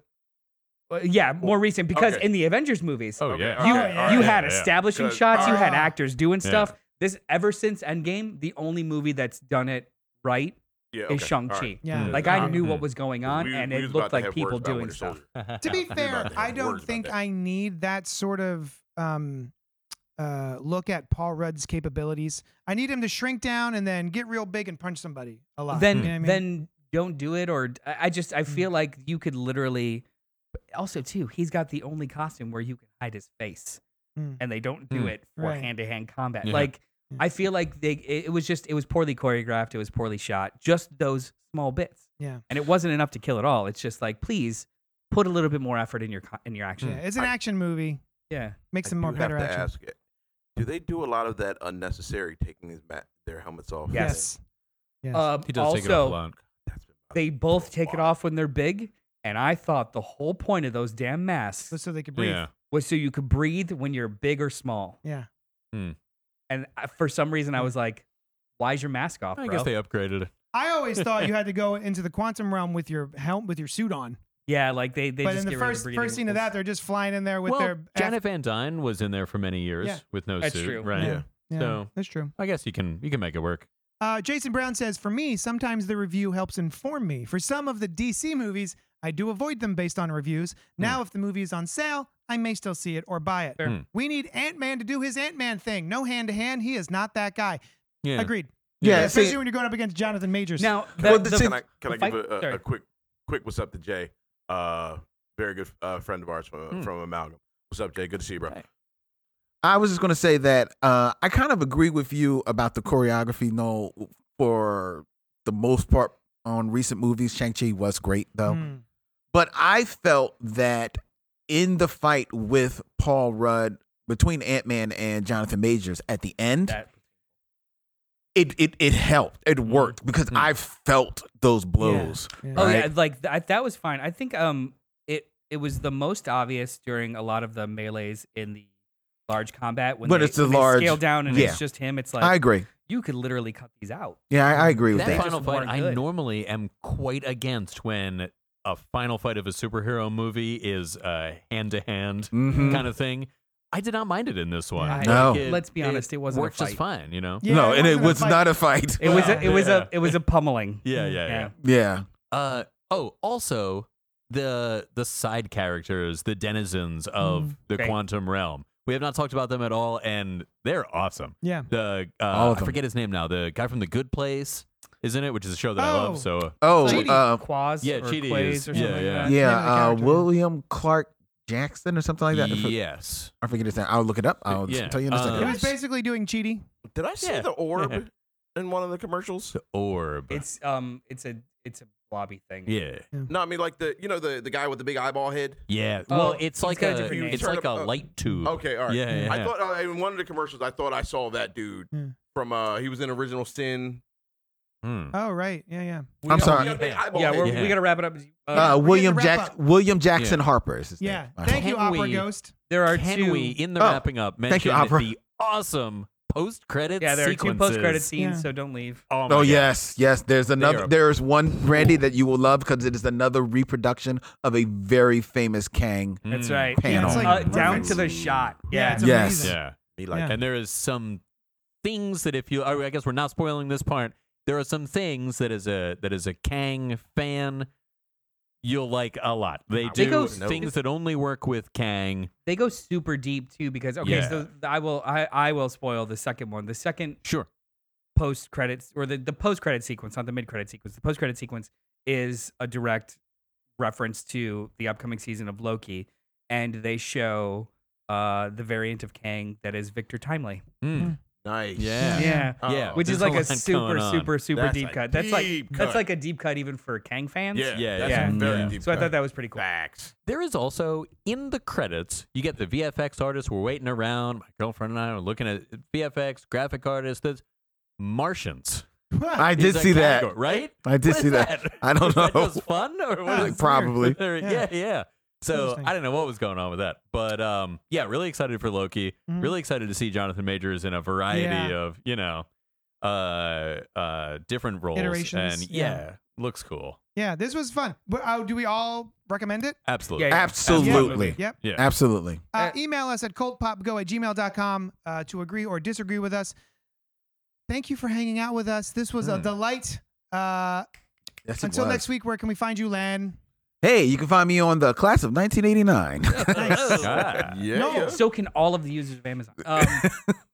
Speaker 4: uh, yeah, more recent because
Speaker 6: Okay.
Speaker 4: in the Avengers movies,
Speaker 8: Oh yeah.
Speaker 6: all
Speaker 4: you,
Speaker 6: right, all
Speaker 4: you
Speaker 6: right,
Speaker 4: had
Speaker 8: yeah, yeah.
Speaker 4: establishing
Speaker 6: Good.
Speaker 4: shots, you
Speaker 1: All
Speaker 4: had
Speaker 1: right.
Speaker 4: actors doing
Speaker 8: Yeah.
Speaker 4: stuff. This ever since Endgame, the only movie that's done it right
Speaker 6: Yeah,
Speaker 4: is
Speaker 6: okay,
Speaker 4: Shang-Chi.
Speaker 6: all right.
Speaker 1: yeah. Um,
Speaker 4: Like I
Speaker 6: Mm.
Speaker 4: knew what was going on,
Speaker 6: We-
Speaker 4: and
Speaker 6: we
Speaker 4: it
Speaker 6: was about
Speaker 4: looked
Speaker 6: to
Speaker 4: like
Speaker 6: have
Speaker 4: people
Speaker 6: words about
Speaker 4: doing
Speaker 6: Winter
Speaker 4: stuff.
Speaker 6: Soldier.
Speaker 1: to be
Speaker 6: about
Speaker 1: fair,
Speaker 6: to have
Speaker 1: I don't
Speaker 6: words about
Speaker 1: think
Speaker 6: that.
Speaker 1: I need that sort of um, uh, look at Paul Rudd's capabilities. I need him to shrink down and then get real big and punch somebody a lot.
Speaker 4: then
Speaker 8: Hmm.
Speaker 1: You know what I mean? Hmm.
Speaker 4: then don't do it or I I just I feel like you could literally also too he's got the only costume where you can hide his face
Speaker 1: Mm.
Speaker 4: and they don't do
Speaker 8: Mm.
Speaker 4: it for
Speaker 1: Right. Hmm.
Speaker 4: hand-to-hand combat
Speaker 8: Yeah.
Speaker 4: like
Speaker 1: Yeah.
Speaker 4: I feel like they it, it was just it was poorly choreographed it was poorly shot just those small bits
Speaker 1: Yeah.
Speaker 4: and it wasn't enough to kill it all it's just like please put a little bit more effort in your co- in your action
Speaker 1: yeah, it's an action movie.
Speaker 4: yeah
Speaker 1: Make
Speaker 6: I
Speaker 1: some
Speaker 6: do
Speaker 1: more
Speaker 6: have
Speaker 1: better
Speaker 6: to
Speaker 1: action.
Speaker 6: ask it. Do they do a lot of that unnecessary taking these ma- their helmets off?
Speaker 4: Yes.
Speaker 1: Yes.
Speaker 4: Um,
Speaker 8: He does
Speaker 4: also
Speaker 8: take it off alone.
Speaker 6: That's been
Speaker 4: they both take it off when they're big and I thought the whole point of those damn masks
Speaker 1: so they could breathe.
Speaker 8: Yeah.
Speaker 4: was so you could breathe when you're big or small.
Speaker 1: Yeah.
Speaker 8: Hmm.
Speaker 4: And I- for some reason, I was like, "Why's your mask off,
Speaker 8: I
Speaker 4: bro?"
Speaker 8: guess they upgraded it.
Speaker 1: I always thought you had to go into the quantum realm with your helm with your suit on.
Speaker 4: Yeah, like they they
Speaker 1: but in
Speaker 4: just
Speaker 1: the
Speaker 4: get rid of
Speaker 1: first
Speaker 4: breeding
Speaker 1: first scene of that,
Speaker 4: rules.
Speaker 1: they're just flying in there with
Speaker 8: well,
Speaker 1: their.
Speaker 8: Janet Van Dyne was in there for many years
Speaker 1: Yeah.
Speaker 8: with no
Speaker 4: That's
Speaker 8: suit,
Speaker 4: true.
Speaker 8: right?
Speaker 11: Yeah.
Speaker 1: yeah,
Speaker 8: so-
Speaker 1: that's true.
Speaker 8: I guess you can you can make it work.
Speaker 1: Uh, Jason Brown says, for me, sometimes the review helps inform me. For some of the DC movies, I do avoid them based on reviews. Now, if the movie is on sale, I may still see it or buy it.
Speaker 4: Fair.
Speaker 8: Hmm.
Speaker 1: We need Ant Man to do his Ant Man thing. No hand to hand. He is not that guy.
Speaker 8: Yeah.
Speaker 1: Agreed.
Speaker 5: Yeah,
Speaker 1: especially
Speaker 5: see-
Speaker 1: when you're going up against Jonathan Majors.
Speaker 4: now that,
Speaker 6: Well,
Speaker 4: the,
Speaker 6: this- can I, can
Speaker 4: the
Speaker 6: I give
Speaker 4: fight-
Speaker 6: a, a,
Speaker 4: sorry.
Speaker 6: a quick quick what's up to Jay? Uh, very good uh, friend of ours
Speaker 4: Hmm.
Speaker 6: from from Amalgam. What's up, Jay? Good to see you, bro.
Speaker 5: I was just going to say that uh, I kind of agree with you about the choreography. No, for the most part on recent movies, Shang Chi was great though.
Speaker 1: Hmm.
Speaker 5: But I felt that in the fight with Paul Rudd between Ant Man and Jonathan Majors at the end,
Speaker 4: That-
Speaker 5: it, it it helped. It worked because
Speaker 8: Mm.
Speaker 5: I felt those blows.
Speaker 1: Yeah.
Speaker 4: oh
Speaker 5: right?
Speaker 4: yeah, like th- I, that was fine. I think um it it was the most obvious during a lot of the melees in the large combat when
Speaker 5: But
Speaker 4: they,
Speaker 5: it's the
Speaker 4: when they
Speaker 5: large-
Speaker 4: scale down and
Speaker 5: yeah.
Speaker 4: it's just him. It's like
Speaker 5: I agree.
Speaker 4: you could literally cut these out.
Speaker 5: Yeah, I, I agree with
Speaker 8: That
Speaker 5: that.
Speaker 4: just
Speaker 8: final fight,
Speaker 4: weren't
Speaker 8: I
Speaker 4: good.
Speaker 8: normally am quite against when a final fight of a superhero movie is a hand to hand
Speaker 5: Mhm.
Speaker 8: kind of thing. I did not mind it in this one.
Speaker 1: Yeah.
Speaker 8: Like,
Speaker 5: No.
Speaker 8: it-
Speaker 4: Let's be honest, it wasn't a
Speaker 8: worked just
Speaker 4: fight.
Speaker 8: fine. You know.
Speaker 1: Yeah,
Speaker 5: no, and it
Speaker 1: wasn't a
Speaker 5: was
Speaker 1: fight.
Speaker 5: not a fight.
Speaker 4: It was a,
Speaker 8: Yeah.
Speaker 4: it was
Speaker 8: Yeah.
Speaker 4: a it was a pummeling.
Speaker 8: Yeah, yeah,
Speaker 4: Yeah.
Speaker 8: yeah.
Speaker 5: Yeah.
Speaker 8: Uh oh, also the the side characters, the denizens of
Speaker 1: Mm.
Speaker 8: the
Speaker 4: Mm-hmm. Great.
Speaker 8: quantum realm. We have not talked about them at all, and they're awesome.
Speaker 1: Yeah.
Speaker 8: The uh,
Speaker 5: All of
Speaker 8: I
Speaker 5: them.
Speaker 8: forget his name now. The guy from The Good Place, isn't it? Which is a show that I
Speaker 1: Oh.
Speaker 8: love. So uh,
Speaker 5: Oh,
Speaker 1: Chidi.
Speaker 5: uh,
Speaker 4: Quaz
Speaker 8: Yeah,
Speaker 4: or
Speaker 8: Chidi
Speaker 4: Quays
Speaker 8: is-
Speaker 4: or
Speaker 8: yeah,
Speaker 4: something like
Speaker 8: yeah.
Speaker 4: that.
Speaker 1: Name of the
Speaker 5: yeah, uh,
Speaker 1: character.
Speaker 5: William Clark Jackson or something like that. I for-
Speaker 8: yes,
Speaker 5: I forget his name. I'll look it up. I'll
Speaker 8: Yeah.
Speaker 5: tell you in a
Speaker 8: Uh,
Speaker 5: second.
Speaker 1: It was basically doing cheaty.
Speaker 6: Did I see
Speaker 8: Yeah.
Speaker 6: the orb in one of the commercials?
Speaker 8: the orb.
Speaker 4: It's um it's a it's a blobby thing.
Speaker 8: yeah,
Speaker 6: No, I mean like the you know the the guy with the big eyeball head.
Speaker 8: yeah.
Speaker 4: Oh,
Speaker 8: well, it's like
Speaker 4: got a
Speaker 8: a,
Speaker 4: different name.
Speaker 8: it's like a light tube.
Speaker 6: Okay, all right.
Speaker 8: Yeah, yeah.
Speaker 6: I thought uh, in one of the commercials, I thought I saw that dude
Speaker 4: Hmm.
Speaker 1: Yeah.
Speaker 6: from uh he was in Original Sin.
Speaker 8: Hmm.
Speaker 1: Oh right, yeah, yeah,
Speaker 4: We
Speaker 5: I'm
Speaker 4: don't-
Speaker 5: sorry.
Speaker 6: Yeah, they eyeball
Speaker 4: Yeah,
Speaker 6: him.
Speaker 4: we're,
Speaker 8: Yeah.
Speaker 4: we gotta wrap it up. Uh,
Speaker 5: Uh,
Speaker 1: we
Speaker 5: William
Speaker 1: need to wrap
Speaker 5: Jack
Speaker 1: up.
Speaker 5: William Jackson Harper is his
Speaker 1: yeah.
Speaker 5: name.
Speaker 1: Thank you,
Speaker 8: Can
Speaker 1: Opera
Speaker 8: we-
Speaker 1: Ghost.
Speaker 4: there are
Speaker 8: Can
Speaker 4: two.
Speaker 8: we, in the
Speaker 5: Oh,
Speaker 8: wrapping up, mention
Speaker 5: Opera.
Speaker 8: the awesome post credit?
Speaker 4: yeah, there are two post credit scenes,
Speaker 1: Yeah.
Speaker 4: so don't leave.
Speaker 8: Oh, my
Speaker 5: Oh
Speaker 8: God.
Speaker 5: yes, yes. There's another.
Speaker 8: are-
Speaker 5: There's one Randy that you will love because it is another reproduction of a very famous Kang.
Speaker 4: That's
Speaker 8: Mm.
Speaker 4: right.
Speaker 5: Panel.
Speaker 1: Yeah, it's
Speaker 4: uh,
Speaker 1: like
Speaker 4: down
Speaker 1: perfect.
Speaker 4: to the shot.
Speaker 1: Yeah, it's
Speaker 5: Yes.
Speaker 1: amazing.
Speaker 8: Yeah.
Speaker 6: Me like
Speaker 1: Yeah.
Speaker 8: And there is some things that if you, oh, I guess we're not spoiling this part. There are some things that is a that is a Kang fan, you'll like a lot. They
Speaker 4: They
Speaker 8: do
Speaker 4: go-
Speaker 8: things that only work with Kang.
Speaker 4: they go super deep too because okay
Speaker 8: Yeah.
Speaker 4: so i will I, I will spoil the second one the second
Speaker 8: Sure.
Speaker 4: post credits or the, the post credit sequence not the mid credit sequence the post credit sequence is a direct reference to the upcoming season of loki and they show uh, the variant of kang that is victor timely
Speaker 5: Hmm.
Speaker 8: Mm.
Speaker 11: Nice.
Speaker 8: Yeah.
Speaker 4: yeah
Speaker 6: Oh.
Speaker 8: Yeah.
Speaker 4: which is
Speaker 8: Oh, There's
Speaker 4: like
Speaker 8: a
Speaker 4: a
Speaker 8: lot going
Speaker 4: super
Speaker 8: on.
Speaker 4: super super
Speaker 11: That's
Speaker 4: deep
Speaker 11: a
Speaker 4: cut that's like
Speaker 11: deep
Speaker 4: that's
Speaker 11: cut.
Speaker 4: like a deep cut even for kang fans
Speaker 11: Yeah,
Speaker 8: Yeah,
Speaker 11: that's
Speaker 4: yeah.
Speaker 11: a very
Speaker 5: Yeah.
Speaker 11: deep.
Speaker 4: so i
Speaker 11: cut.
Speaker 4: thought that was pretty cool
Speaker 11: facts.
Speaker 8: There is also in the credits, you get the VFX artists. We're waiting around. My girlfriend and I are looking at VFX, graphic artists. That's Martians.
Speaker 5: I did
Speaker 8: is a
Speaker 5: see that.
Speaker 8: category, right?
Speaker 5: I did
Speaker 8: What
Speaker 5: see
Speaker 8: is
Speaker 5: that. I
Speaker 8: Is
Speaker 5: don't
Speaker 8: that
Speaker 5: know.
Speaker 8: just fun or what
Speaker 1: Yeah,
Speaker 8: is-
Speaker 1: it's
Speaker 5: Probably.
Speaker 8: There-
Speaker 1: Yeah.
Speaker 8: yeah. yeah, So
Speaker 1: Interesting.
Speaker 8: I don't know what was going on with that, but um, yeah, really excited for Loki.
Speaker 1: Mhm.
Speaker 8: Really excited to see Jonathan Majors in a variety
Speaker 1: Yeah.
Speaker 8: of you know, uh, uh, different roles.
Speaker 1: Iterations,
Speaker 8: and
Speaker 1: yeah.
Speaker 8: yeah, looks cool.
Speaker 1: Yeah, this was fun. But uh, do we all recommend it?
Speaker 8: Absolutely.
Speaker 4: Yeah, yeah.
Speaker 5: Absolutely.
Speaker 1: Yep.
Speaker 8: Yeah.
Speaker 5: Absolutely.
Speaker 1: Uh, email us at cultpopgo at gmail.com uh, to agree or disagree with us. Thank you for hanging out with us. This was a delight. Uh,
Speaker 5: Hmm. Yes, it
Speaker 1: until
Speaker 5: was.
Speaker 1: next week, where can we find you, Len?
Speaker 5: Hey, you can find me on the class of 1989.
Speaker 8: Ah.
Speaker 11: Yeah.
Speaker 1: No.
Speaker 4: So can all of the users of Amazon. Um,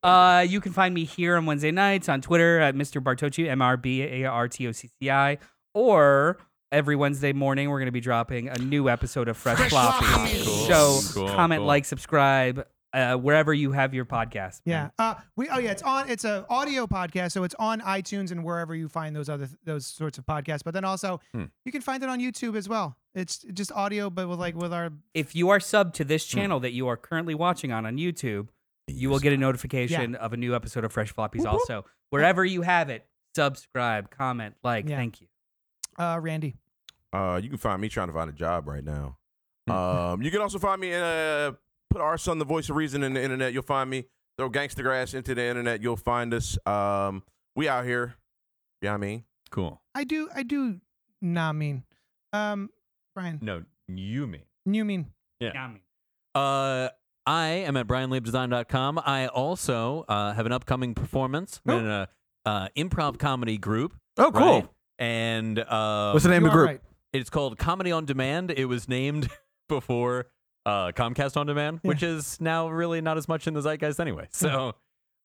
Speaker 4: uh, you can find me here on Wednesday nights on Twitter at Mr. Bartocci, M R B A R T O C C I, or every Wednesday morning we're going to be dropping a new episode of Fresh, Floppy.
Speaker 8: Cool.
Speaker 4: So
Speaker 8: Cool,
Speaker 4: comment,
Speaker 8: cool.
Speaker 4: like, subscribe uh, wherever you have your podcast.
Speaker 1: Yeah.
Speaker 5: Hmm.
Speaker 1: Uh, we. Oh yeah. It's on. It's a audio podcast, so it's on iTunes and wherever you find those other those sorts of podcasts. But then also,
Speaker 8: Hmm.
Speaker 1: you can find it on YouTube as well. It's just audio, but with like with our
Speaker 4: If you are sub to
Speaker 8: Hmm.
Speaker 4: this channel that you are currently watching on on YouTube, you will get a notification of a new episode of Fresh Floppies. Also, wherever you have it, subscribe, comment, like.
Speaker 1: Yeah.
Speaker 4: Thank you.
Speaker 1: uh, Randy.
Speaker 6: Uh, you can find me trying to find a job right now.
Speaker 4: Hmm.
Speaker 8: Uh,
Speaker 6: um, you can also find me in uh, put our son the voice of reason in the internet. You'll find me throw gangster grass into the internet. You'll find us. Um, we out here. Yeah, I mean,
Speaker 8: Cool.
Speaker 1: I do. I do. Nah, mean. Um, Brian.
Speaker 8: No, You mean?
Speaker 1: You mean?
Speaker 4: Yeah, I mean,
Speaker 8: Uh, I am at brianliebdesign.com. I also uh, have an upcoming performance
Speaker 1: Oh.
Speaker 8: in an uh, improv comedy group.
Speaker 5: Oh, cool.
Speaker 8: right? And uh,
Speaker 5: What's the name
Speaker 1: You
Speaker 5: of the
Speaker 1: are right.
Speaker 5: group?
Speaker 8: it's called Comedy on Demand. It was named before uh, Comcast on Demand, which is now really not as much in the zeitgeist anyway. So,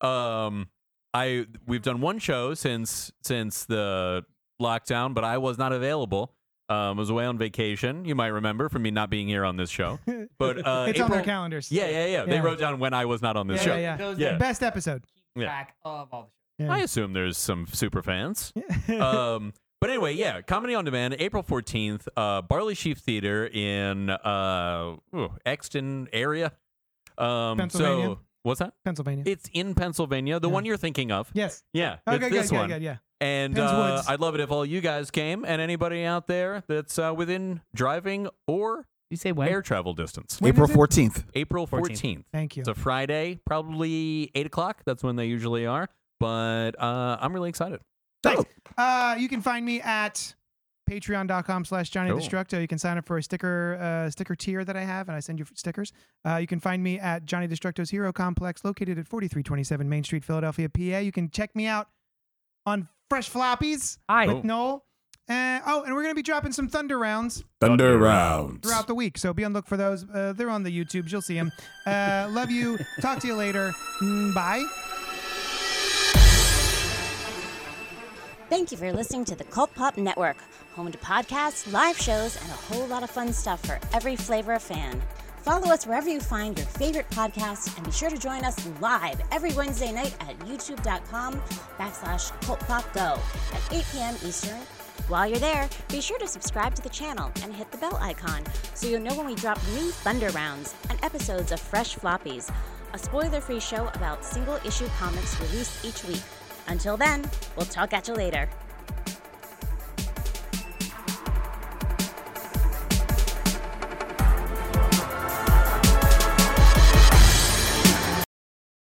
Speaker 8: um, I we've done one show since since the lockdown, but I was not available. Um, was away on vacation. You might remember from me not being here on this show, but uh,
Speaker 1: it's on their
Speaker 8: April-
Speaker 1: calendars.
Speaker 8: yeah, yeah, yeah. They
Speaker 1: Yeah.
Speaker 8: wrote down when I was not on this
Speaker 1: Yeah,
Speaker 8: show.
Speaker 1: yeah, yeah.
Speaker 4: Those
Speaker 8: Yeah.
Speaker 4: that
Speaker 1: Best episode.
Speaker 4: keep
Speaker 8: Yeah.
Speaker 4: track of all the
Speaker 8: I assume there's some super fans.
Speaker 1: Yeah.
Speaker 8: um, but anyway, yeah, Comedy on Demand, April 14th, uh, Barley Sheaf Theater in uh, ooh, Exton area. Um,
Speaker 1: Pennsylvania?
Speaker 8: So, what's that?
Speaker 1: Pennsylvania.
Speaker 8: It's in Pennsylvania, the
Speaker 1: Yeah.
Speaker 8: one you're thinking of.
Speaker 1: yes.
Speaker 8: Yeah,
Speaker 1: Okay,
Speaker 8: it's
Speaker 1: good,
Speaker 8: this
Speaker 1: good,
Speaker 8: one.
Speaker 1: good. Yeah.
Speaker 8: And
Speaker 1: Penn's
Speaker 8: uh,
Speaker 1: Woods.
Speaker 8: I'd love it if all you guys came and anybody out there that's uh, within driving or
Speaker 4: You say when?
Speaker 8: air travel distance.
Speaker 1: When
Speaker 5: April
Speaker 1: is it?
Speaker 5: 14th.
Speaker 8: April
Speaker 4: 14th.
Speaker 8: 14th.
Speaker 1: Thank you.
Speaker 8: It's a Friday, probably eight o'clock. That's when they usually are. But uh, I'm really excited.
Speaker 1: Thanks. Uh, you can find me at patreon.com slash Johnny
Speaker 8: Cool.
Speaker 1: Destructo. You can sign up for a sticker uh, sticker tier that I have, and I send you stickers. Uh, you can find me at Johnny Destructo's Hero Complex, located at 4327 Main Street, Philadelphia, PA. You can check me out on Fresh Floppies
Speaker 4: Hi.
Speaker 1: with Noel. Uh, oh, and we're going to be dropping some thunder rounds
Speaker 6: Thunder rounds.
Speaker 1: throughout the week, so be on the look for those. Uh, they're on the YouTubes. You'll see them. Uh, love you. Talk to you later. Mm, Bye.
Speaker 12: Thank you for listening to the Cult Pop Network, home to podcasts, live shows, and a whole lot of fun stuff for every flavor of fan. Follow us wherever you find your favorite podcasts, and be sure to join us live every Wednesday night at youtube.com backslash cultpopgo at 8 p.m. Eastern. While you're there, be sure to subscribe to the channel and hit the bell icon so you'll know when we drop new Thunder Rounds and episodes of Fresh Floppies, a spoiler-free show about single-issue comics released each week. Until then, we'll talk at you later.